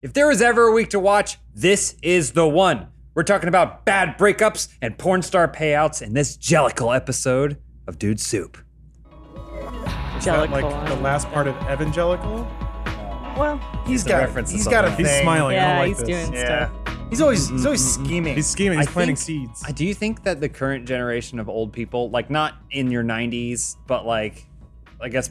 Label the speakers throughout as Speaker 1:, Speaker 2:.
Speaker 1: If there was ever a week to watch, this is the one. We're talking about bad breakups and porn star payouts in this Jellicle episode of Dude Soup.
Speaker 2: Is that like the last part of Evangelical?
Speaker 3: Well,
Speaker 1: He's
Speaker 3: got- he's got a
Speaker 2: He's
Speaker 3: Thing.
Speaker 2: smiling. I
Speaker 3: Yeah,
Speaker 2: don't like
Speaker 3: he's
Speaker 2: this.
Speaker 3: doing-
Speaker 4: Yeah.
Speaker 3: he's always he's always scheming.
Speaker 2: He's scheming. He's
Speaker 1: I
Speaker 2: planting
Speaker 1: think-
Speaker 2: seeds.
Speaker 1: I do think that the current generation of old people, like not in your 90s, but like I guess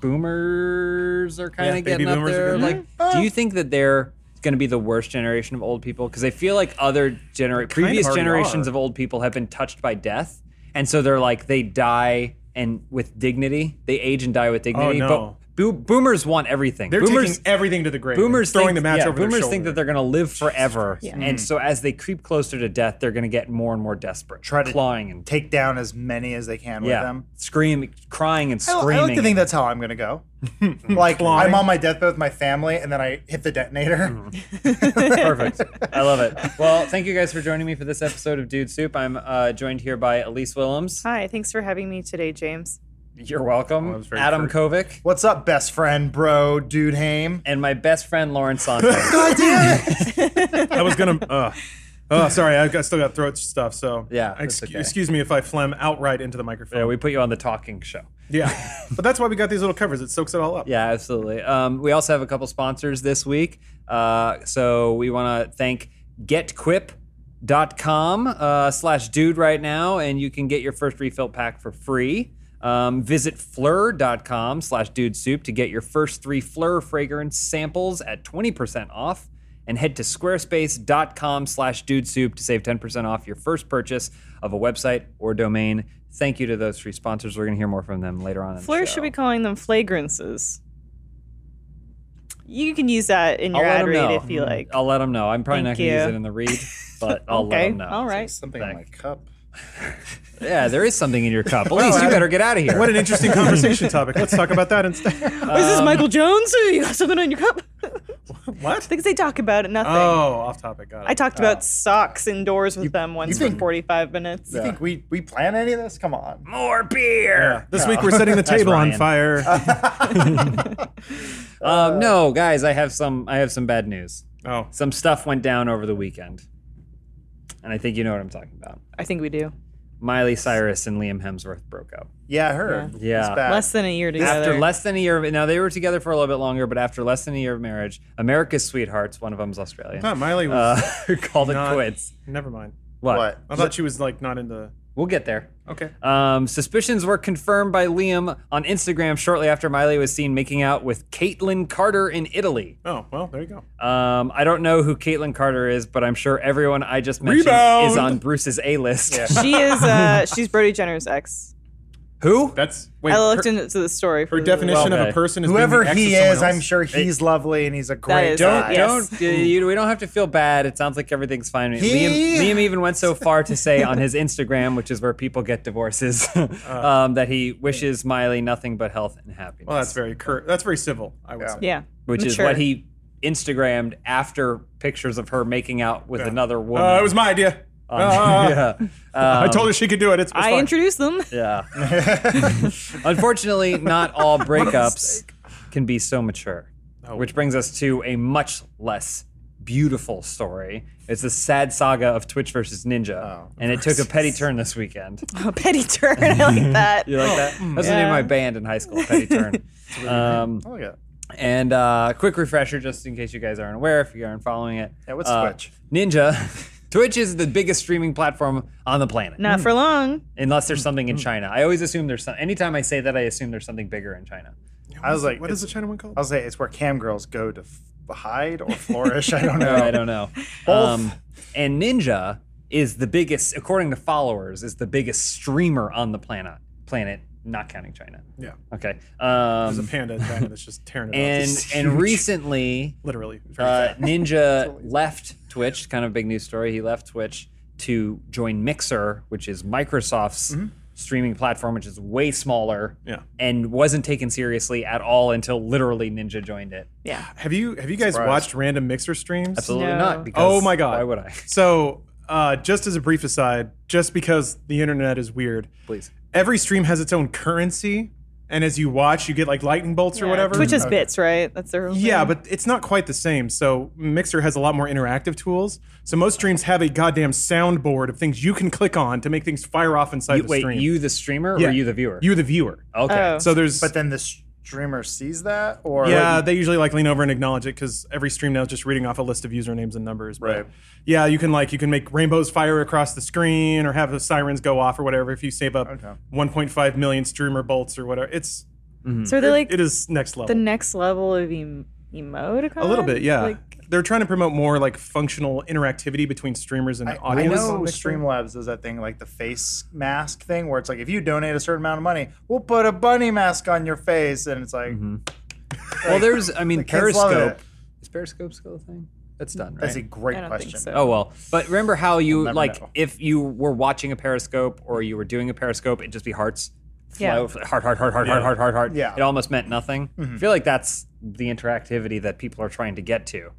Speaker 1: boomers are kind of
Speaker 2: Yeah, baby
Speaker 1: getting up
Speaker 2: boomers are
Speaker 1: there.
Speaker 2: good.
Speaker 1: Like, do you think that they're going to be the worst generation of old people? Because I feel like other genera-
Speaker 2: kind of
Speaker 1: previous
Speaker 2: already
Speaker 1: generations
Speaker 2: are.
Speaker 1: of old people have been touched by death, and so they're like they die and with dignity. They age and die with dignity.
Speaker 2: Oh, no.
Speaker 1: But bo- boomers want everything.
Speaker 2: They're
Speaker 1: boomers
Speaker 2: taking everything to the grave.
Speaker 1: boomers
Speaker 2: throwing
Speaker 1: think,
Speaker 2: the match
Speaker 1: yeah,
Speaker 2: over
Speaker 1: boomers
Speaker 2: their shoulder.
Speaker 1: think that they're going to live forever and
Speaker 4: Mm.
Speaker 1: so as they creep closer to death they're going to get more and more desperate
Speaker 4: Try to
Speaker 1: clawing and
Speaker 4: Take down as many as they can with
Speaker 1: yeah
Speaker 4: them.
Speaker 1: scream crying and
Speaker 4: I,
Speaker 1: screaming
Speaker 4: I like to think that's how I'm gonna go. like
Speaker 2: Clawing.
Speaker 4: I'm on my deathbed with my family, and then I hit the detonator.
Speaker 1: perfect i love it well thank you guys for joining me for this episode of dude soup i'm uh, joined here by elise willems
Speaker 3: Hi, thanks for having me today, James.
Speaker 1: you're
Speaker 2: Oh,
Speaker 1: welcome
Speaker 2: that was very
Speaker 1: adam kovic
Speaker 4: What's up, best friend, bro, dude, Haim?
Speaker 1: and my best friend lauren saunders
Speaker 4: God damn it!
Speaker 2: I was gonna. Uh, oh, sorry. I got, still got throat stuff. So
Speaker 1: Yeah,
Speaker 2: Ex-
Speaker 1: that's okay.
Speaker 2: excuse me if I phlegm outright into the microphone.
Speaker 1: yeah, we put you on the talking show
Speaker 2: Yeah. but that's why we got these little covers. It soaks it all up.
Speaker 1: Yeah, absolutely. Um, we also have a couple sponsors this week. Uh, so we want to thank getquip.com uh, slash dude right now, and you can get your first refill pack for free. Um, visit fleur.com slash dude soup to get your first three Fleur fragrance samples at 20% off. And head to squarespace.com slash dude soup to save 10% off your first purchase of a website or domain. Thank you to those three sponsors. We're going to hear more from them later on. In
Speaker 3: Fleur
Speaker 1: the
Speaker 3: should be
Speaker 1: show.
Speaker 3: calling them flagrances. You can use that in
Speaker 1: I'll
Speaker 3: your
Speaker 1: let
Speaker 3: ad
Speaker 1: 'em
Speaker 3: read
Speaker 1: know.
Speaker 3: if you like.
Speaker 1: Mm, I'll let them know. I'm probably
Speaker 3: Thank
Speaker 1: not going to use
Speaker 3: you.
Speaker 1: it in the read, but I'll let
Speaker 3: okay,
Speaker 1: them know.
Speaker 3: all right.
Speaker 4: Something in my cup.
Speaker 1: Yeah, there is something in your cup. Elise, you better get out of here.
Speaker 2: What an interesting conversation topic. Let's talk about that instead.
Speaker 3: Oh, is this Michael Jones? You got something on your cup?
Speaker 2: what?
Speaker 3: Things they talk about it, nothing.
Speaker 2: Oh, off topic. Got it.
Speaker 3: I talked about socks indoors with them once for
Speaker 4: think-
Speaker 3: 45 minutes.
Speaker 4: You think we we plan any of this? Come on.
Speaker 1: More
Speaker 2: Yeah.
Speaker 1: beer.
Speaker 2: This week we're setting the table on
Speaker 1: Ryan.
Speaker 2: fire.
Speaker 1: Um, no, guys, I have some. I have some bad news.
Speaker 2: oh,
Speaker 1: Some stuff went down over the weekend, and I think you know what I'm talking about.
Speaker 3: I think we do.
Speaker 1: Miley Cyrus and Liam Hemsworth broke up.
Speaker 4: Yeah, I heard.
Speaker 1: Yeah.
Speaker 4: It's bad.
Speaker 3: Less than a year together.
Speaker 1: After less than a year, of, now they were together for a little bit longer, but after less than a year of marriage, America's sweethearts, one of them's Australian,
Speaker 2: not Miley
Speaker 1: uh,
Speaker 2: was.
Speaker 1: called it
Speaker 2: not-
Speaker 1: quits.
Speaker 2: Never mind.
Speaker 1: What?
Speaker 4: What?
Speaker 2: I thought she was like not into.
Speaker 1: We'll get there.
Speaker 2: Okay.
Speaker 1: Um, suspicions were confirmed by Liam on Instagram shortly after Miley was seen making out with Caitlyn Carter in Italy.
Speaker 2: Oh well, there you go.
Speaker 1: Um, I don't know who Caitlyn Carter is, but I'm sure everyone I just mentioned
Speaker 2: Rebound!
Speaker 1: is on Bruce's A list.
Speaker 3: she is uh she's Brody Jenner's ex.
Speaker 1: who?
Speaker 2: That's wait.
Speaker 3: I looked
Speaker 2: her,
Speaker 3: into the story for
Speaker 2: her definition
Speaker 1: Well,
Speaker 2: of
Speaker 1: okay.
Speaker 2: a person is being the
Speaker 4: Whoever
Speaker 2: ex of
Speaker 4: he
Speaker 2: someone
Speaker 4: is, I'm
Speaker 2: else.
Speaker 4: sure he's lovely and he's a great.
Speaker 3: is
Speaker 4: guy.
Speaker 3: not-
Speaker 1: Don't,
Speaker 3: yes.
Speaker 1: don't, uh, you, we don't have to feel bad. It sounds like everything's fine.
Speaker 4: He-
Speaker 1: Liam, Liam even went so far to say on his Instagram, which is where people get divorces,
Speaker 2: Uh.
Speaker 1: um, that he wishes Miley nothing but health and happiness.
Speaker 2: Well, that's very cur- that's very civil. I would
Speaker 4: Yeah.
Speaker 2: say.
Speaker 3: Yeah.
Speaker 1: which is
Speaker 3: Mature.
Speaker 1: what he Instagrammed after pictures of her making out with another woman.
Speaker 2: Uh, it was my idea.
Speaker 1: Um,
Speaker 2: Uh,
Speaker 1: yeah.
Speaker 4: Ah.
Speaker 1: Um,
Speaker 2: I told her she could do it. It's, it's
Speaker 3: I
Speaker 2: fine.
Speaker 3: introduced them.
Speaker 1: Yeah. Unfortunately, not all breakups can be so mature.
Speaker 4: Oh,
Speaker 2: No.
Speaker 1: Which brings us to a much less beautiful story. It's the sad saga of Twitch versus Ninja,
Speaker 4: Oh,
Speaker 1: and it took a petty turn this weekend.
Speaker 3: A petty turn. I like that.
Speaker 1: You like that? That's the name of my band in high school, Petty Turn. um,
Speaker 4: Oh yeah.
Speaker 1: and uh, quick refresher, just in case you guys aren't aware, if you aren't following it.
Speaker 4: Yeah, what's
Speaker 1: uh,
Speaker 4: Twitch?
Speaker 1: Ninja. Twitch is the biggest streaming platform on the planet.
Speaker 3: Not for long.
Speaker 1: Unless there's something
Speaker 2: Mm-hmm.
Speaker 1: in China. I always assume there's some. Anytime I say that, I assume there's something bigger in China.
Speaker 4: I was like,
Speaker 2: Oh. what is the China one called?
Speaker 4: I'll say it's where cam girls go to f- hide or flourish. I don't know.
Speaker 1: I don't know. Um, and Ninja is the biggest, according to followers, is the biggest streamer on the planet. Planet, not counting China.
Speaker 2: yeah,
Speaker 1: Okay.
Speaker 2: there's a
Speaker 1: Um,
Speaker 2: panda in China that's just tearing it up.
Speaker 1: and
Speaker 2: It's
Speaker 1: and
Speaker 2: huge.
Speaker 1: recently,
Speaker 2: literally very
Speaker 1: uh,
Speaker 2: fat.
Speaker 1: Ninja left Twitch. Kind of big news story. He left Twitch to join Mixer, which is Microsoft's streaming platform, which is way smaller.
Speaker 2: Mm-hmm. Yeah.
Speaker 1: And wasn't taken seriously at all until literally Ninja joined it.
Speaker 3: Yeah.
Speaker 2: Have you have you guys
Speaker 4: Surprised.
Speaker 2: watched random mixer streams?
Speaker 1: Absolutely
Speaker 3: No.
Speaker 1: not. Because
Speaker 2: Oh my god.
Speaker 1: Why would I?
Speaker 2: So, uh, just as a brief aside, just because the internet is weird,
Speaker 1: Please.
Speaker 2: every stream has its own currency and as you watch, you get like lightning bolts or
Speaker 3: Yeah.
Speaker 2: whatever.
Speaker 3: Twitch is
Speaker 4: Oh,
Speaker 2: Okay.
Speaker 3: bits, right? That's their whole
Speaker 2: Yeah,
Speaker 3: thing.
Speaker 2: but it's not quite the same. So Mixer has a lot more interactive tools. So most streams have a goddamn soundboard of things you can click on to make things fire off inside
Speaker 1: You,
Speaker 2: the
Speaker 1: wait,
Speaker 2: stream.
Speaker 1: you the streamer
Speaker 2: Yeah.
Speaker 1: or you the viewer?
Speaker 2: you the viewer.
Speaker 1: okay.
Speaker 3: Oh.
Speaker 2: So there's
Speaker 4: But then the streamer sees that, or
Speaker 2: yeah, they usually like lean over and acknowledge it because every stream now is just reading off a list of usernames and numbers. But
Speaker 4: Right.
Speaker 2: Yeah, you can like you can make rainbows fire across the screen or have the sirens go off or whatever if you save up
Speaker 4: Okay.
Speaker 2: 1.5 million streamer bolts or whatever. It's
Speaker 3: So are they like
Speaker 2: it is next level.
Speaker 3: the next level of em- emoticon?
Speaker 2: a little bit, yeah.
Speaker 3: Like,
Speaker 2: They're trying to promote more like functional interactivity between streamers and
Speaker 4: I, I
Speaker 2: audience.
Speaker 4: know Streamlabs does that thing, like the face mask thing, where it's like if you donate a certain amount of money, we'll put a bunny mask on your face, and it's like
Speaker 1: Mm-hmm. well, there's, I mean,
Speaker 4: kids love
Speaker 1: Periscope.
Speaker 4: it.
Speaker 1: Is Periscope still a thing? That's done, right?
Speaker 4: that's a great
Speaker 3: I don't
Speaker 4: question.
Speaker 3: think so.
Speaker 1: Oh well, but remember how you
Speaker 4: never
Speaker 1: like
Speaker 4: know.
Speaker 1: if you were watching a periscope or you were doing a periscope, it'd just be hearts.
Speaker 3: Yeah.
Speaker 1: Flow, heart, heart, heart, heart, heart, heart, heart, heart.
Speaker 4: Yeah. Mm-hmm.
Speaker 1: It almost meant nothing. I feel like that's the interactivity that people are trying to get to,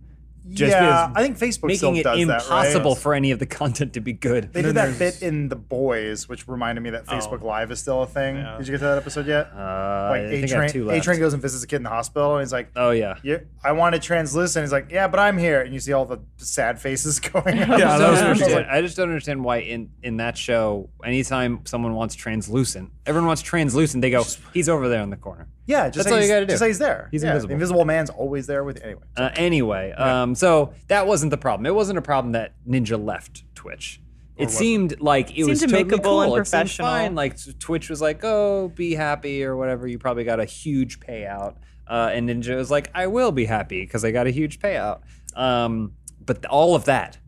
Speaker 1: Just
Speaker 4: yeah,
Speaker 1: because
Speaker 4: I think Facebook
Speaker 1: making
Speaker 4: still
Speaker 1: it
Speaker 4: does that,
Speaker 1: impossible
Speaker 4: right?
Speaker 1: for any of the content to be good.
Speaker 4: They did that bit in The Boys, which reminded me that Facebook Live is still a thing. Did you get to that episode yet?
Speaker 1: Oh. uh,
Speaker 4: like
Speaker 1: I
Speaker 4: A
Speaker 1: think I have two
Speaker 4: Train, A
Speaker 1: left.
Speaker 4: Train goes and visits a kid in the hospital, and he's like,
Speaker 1: oh yeah.
Speaker 4: yeah, I want to translucent. He's like, yeah, but I'm here, and you see all the sad faces going.
Speaker 2: Yeah,
Speaker 1: I, just
Speaker 2: that
Speaker 1: don't
Speaker 2: was pretty
Speaker 1: understand-
Speaker 2: good.
Speaker 1: I just don't understand why in, in that show, anytime someone wants translucent, everyone wants translucent, they go, he's over there in the corner.
Speaker 4: Yeah, just
Speaker 1: That's
Speaker 4: say
Speaker 1: all you
Speaker 4: he's-
Speaker 1: gotta do.
Speaker 4: Just say he's there.
Speaker 1: He's
Speaker 4: Yeah,
Speaker 1: invisible.
Speaker 4: The invisible man's always there with you. Anyway,
Speaker 1: Uh, anyway, um, so that wasn't the problem. It wasn't a problem that Ninja left Twitch. It seemed like it was
Speaker 3: Seemed
Speaker 1: totally cool.
Speaker 3: amicable and
Speaker 1: It seemed
Speaker 3: professional.
Speaker 1: fine. Like Twitch was like, "Oh, be happy" or whatever. You probably got a huge payout, uh, and Ninja was like, "I will be happy because I got a huge payout." Um, but all of that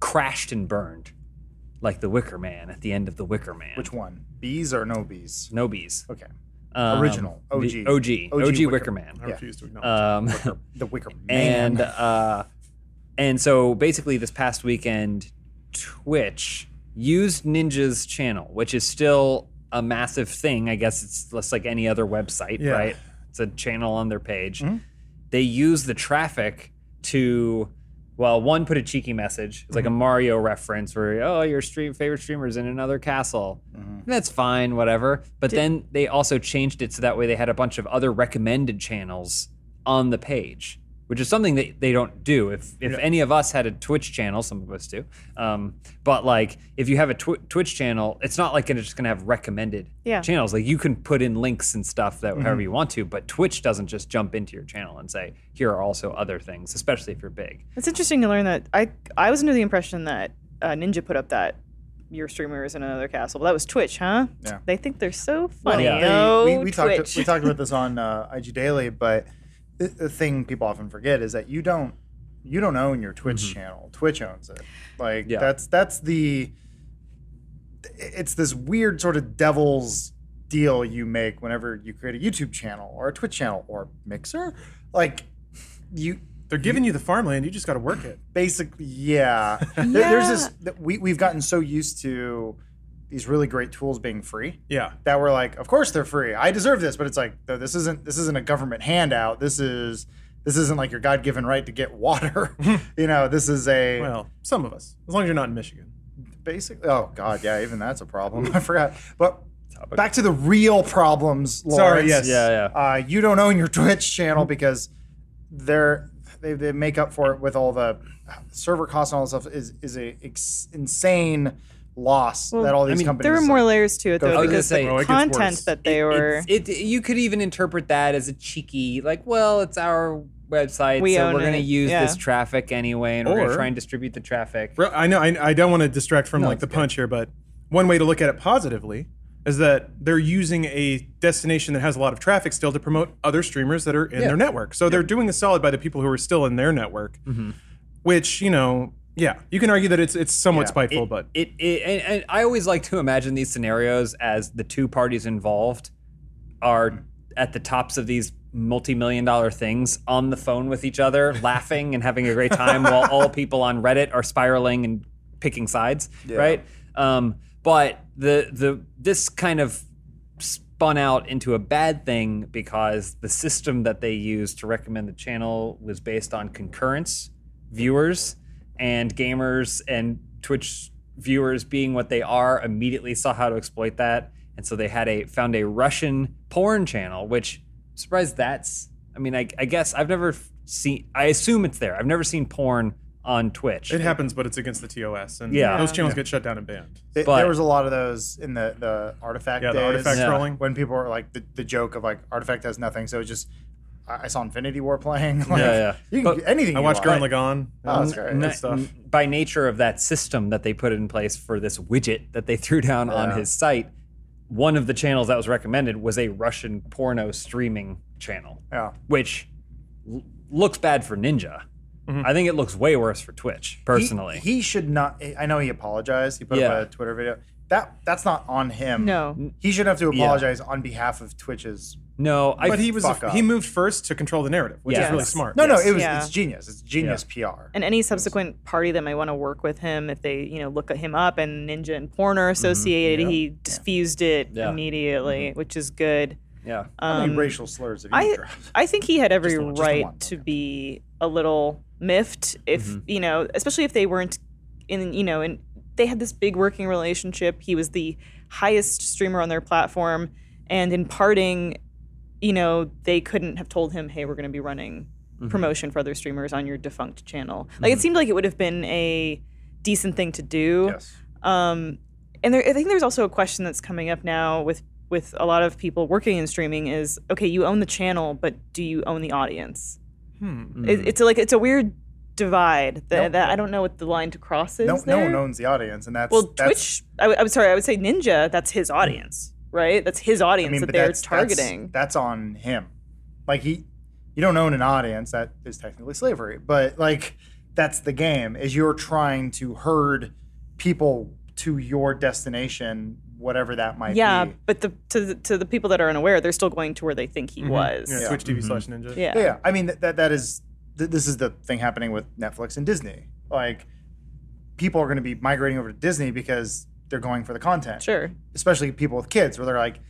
Speaker 1: crashed and burned, like the Wicker Man at the end of the Wicker Man.
Speaker 4: which one? Bees or no bees?
Speaker 1: No bees.
Speaker 4: Okay.
Speaker 1: Um,
Speaker 4: Original.
Speaker 1: the
Speaker 4: OG.
Speaker 1: OG. OG,
Speaker 4: OG
Speaker 1: Wicker,
Speaker 4: Wicker
Speaker 1: Man.
Speaker 2: I
Speaker 4: Yeah. Uh,
Speaker 2: refuse to acknowledge.
Speaker 1: Um,
Speaker 4: The Wicker Man.
Speaker 1: and uh, and so basically this past weekend twitch used ninja's channel which is still a massive thing i guess it's less like any other website
Speaker 2: Yeah.
Speaker 1: right it's a channel on their page they use the traffic to well one put a cheeky message it's like a mario reference where oh your stream favorite streamers in another castle that's fine whatever but then they also changed it so that way they had a bunch of other recommended channels on the page which is something that they don't do if if any of us had a twitch channel some of us do um, but like if you have a tw- twitch channel it's not like it's just going to have recommended
Speaker 3: Yeah.
Speaker 1: channels. Like you can put in links and stuff that
Speaker 2: Mm-hmm.
Speaker 1: however you want to, but Twitch doesn't just jump into your channel and say, here are also other things, especially if you're big.
Speaker 3: It's interesting to learn that. I I was under the impression that uh, Ninja put up that your streamer is in another castle. But that was Twitch, huh?
Speaker 4: Yeah.
Speaker 3: They think they're so funny.
Speaker 1: yeah.
Speaker 3: Oh,
Speaker 4: we, we
Speaker 3: Twitch.
Speaker 4: talked. We talked about this on uh, IG Daily, but the, the thing people often forget is that you don't you don't own your Twitch channel. Twitch owns it. Like
Speaker 1: Yeah.
Speaker 4: that's that's the it's this weird sort of devil's deal you make whenever you create a YouTube channel or a Twitch channel or Mixer. Like you
Speaker 2: They're giving you the farmland. You just got to work it.
Speaker 4: basically yeah, There- there's this that we, we've gotten so used to these really great tools being free
Speaker 2: Yeah.
Speaker 4: that we're like of course they're free i deserve this but it's like no, this isn't this isn't a government handout this is this isn't like your god-given right to get water you know this is a
Speaker 2: Well, some of us, as long as you're not in Michigan.
Speaker 4: basically oh god yeah even that's a problem i forgot but back to the real problems Lawrence.
Speaker 2: yes. Yeah,
Speaker 4: uh, you don't own your twitch channel because they're they, they make up for it with all the server costs and all that stuff is is a ex- insane loss
Speaker 3: Well,
Speaker 4: that all
Speaker 1: I
Speaker 4: these
Speaker 1: mean,
Speaker 4: companies
Speaker 3: there were more
Speaker 4: like,
Speaker 3: layers to it
Speaker 4: go
Speaker 3: though,
Speaker 4: through.
Speaker 3: because
Speaker 1: I was gonna
Speaker 3: the
Speaker 2: say, well, it gets
Speaker 3: content
Speaker 2: worse.
Speaker 3: that they were.
Speaker 1: It's- It, you could even interpret that as a cheeky, like, well, it's our website,
Speaker 3: We
Speaker 1: so
Speaker 3: own
Speaker 1: we're going to
Speaker 3: it,
Speaker 1: use
Speaker 3: yeah.
Speaker 1: this traffic anyway, and we're going to
Speaker 2: Or-
Speaker 1: try and distribute the traffic.
Speaker 2: Bro, I know. I, I don't want to distract from like
Speaker 1: it's
Speaker 2: the
Speaker 1: good.
Speaker 2: punch here, but one way to look at it positively is that they're using a destination that has a lot of traffic still to promote other streamers that are in
Speaker 1: Yeah.
Speaker 2: their network. So they're doing a solid by the people who are still in their network,
Speaker 4: Mm-hmm.
Speaker 2: which you know, yeah, you can argue that it's it's somewhat
Speaker 4: Yeah,
Speaker 2: spiteful, but
Speaker 1: It, it and, and I always like to imagine these scenarios as the two parties involved are at the tops of these multi-million dollar things on the phone with each other, laughing and having a great time, while all people on Reddit are spiraling and picking sides, right? Um, but the the this kind of spun out into a bad thing because the system that they used to recommend the channel was based on concurrence, viewers, and gamers and Twitch viewers being what they are immediately saw how to exploit that and so they had a found a Russian porn channel, which I'm surprised that's. I mean, I, I guess I've never f- seen. I assume it's there. I've never seen porn on Twitch.
Speaker 2: It happens, but it's against the TOS, and
Speaker 1: Yeah.
Speaker 2: those channels
Speaker 4: Yeah.
Speaker 2: get shut down and banned.
Speaker 4: Th-
Speaker 1: But-
Speaker 4: there was a lot of those in the the artifact
Speaker 2: Yeah, the
Speaker 4: days.
Speaker 2: artifact
Speaker 1: Yeah.
Speaker 2: scrolling.
Speaker 4: when people are like the, the joke of like artifact has nothing so it's just i, I saw infinity war playing like,
Speaker 1: Yeah, yeah.
Speaker 4: you can
Speaker 1: But-
Speaker 4: get anything
Speaker 2: I
Speaker 4: you
Speaker 2: watched
Speaker 4: want.
Speaker 2: Gurren Lagann.
Speaker 4: Oh, that's
Speaker 2: It's-
Speaker 4: great.
Speaker 2: good
Speaker 1: Na-
Speaker 2: stuff.
Speaker 1: n- by nature of that system that they put in place for this widget that they threw down on
Speaker 4: Yeah.
Speaker 1: his site, one of the channels that was recommended was a Russian porno streaming channel,
Speaker 4: yeah
Speaker 1: which l- looks bad for Ninja. I think it looks way worse for Twitch, personally.
Speaker 4: Mm-hmm. he, he should not i know he apologized he put
Speaker 1: Yeah.
Speaker 4: up a twitter video that that's not on him
Speaker 3: No.
Speaker 4: he should have to
Speaker 1: Yeah.
Speaker 4: apologize on behalf of twitch's
Speaker 1: no, I
Speaker 2: But he was
Speaker 4: fuck up.
Speaker 2: he moved first to control the narrative, which
Speaker 1: Yes.
Speaker 2: is really smart.
Speaker 4: no no it was
Speaker 3: Yeah.
Speaker 4: it's genius it's genius pr
Speaker 3: And any subsequent party that might want to work with him, if they, you know, look at him up and Ninja and Porn are associated,
Speaker 4: Yeah.
Speaker 3: he diffused it
Speaker 1: Yeah.
Speaker 3: immany which is good.
Speaker 1: yeah.
Speaker 4: How many
Speaker 3: Um,
Speaker 4: racial slurs have you
Speaker 3: I
Speaker 4: dropped?
Speaker 3: I think he had every
Speaker 4: Just the one- just the
Speaker 3: right
Speaker 4: one,
Speaker 3: to
Speaker 4: okay. Mm-hmm.
Speaker 3: be a little miffed if you know, especially if they weren't in you know, and they had this big working relationship. He was the highest streamer on their platform, and in parting, you know, they couldn't have told him, "Hey, we're going to be running
Speaker 4: Mm-hmm.
Speaker 3: promotion for other streamers on your defunct channel." Like it seemed like it would have been a decent thing to do.
Speaker 4: yes
Speaker 3: Um, and there, I think there's also a question that's coming up now with with a lot of people working in streaming is okay, you own the channel, but do you own the audience?
Speaker 2: Hmm.
Speaker 3: It, it's like it's a weird divide that,
Speaker 4: Nope.
Speaker 3: that I don't know what the line to cross is.
Speaker 4: no, no
Speaker 3: there.
Speaker 4: one owns the audience and that's
Speaker 3: Well,
Speaker 4: that's,
Speaker 3: Twitch. I, am sorry. I would say Ninja. That's his audience, right? That's his audience that
Speaker 4: but
Speaker 3: they're
Speaker 4: that's- that's-
Speaker 3: targeting.
Speaker 4: That's, on him. Like he, you don't own an audience. That is technically slavery, but like that's the game. Is you're trying to herd people to your destination, whatever that might
Speaker 3: yeah,
Speaker 4: be.
Speaker 3: but the to, the to the people that are unaware, they're still going to where they think he was.
Speaker 2: Yeah,
Speaker 4: Mm-hmm. Yeah.
Speaker 2: Twitch TV slash Ninja.
Speaker 3: Yeah.
Speaker 4: Yeah, yeah. I mean that that, that is th- this is the thing happening with Netflix and Disney. Like people are going to be migrating over to Disney because they're going for the content.
Speaker 3: Sure.
Speaker 4: especially people with kids where they're like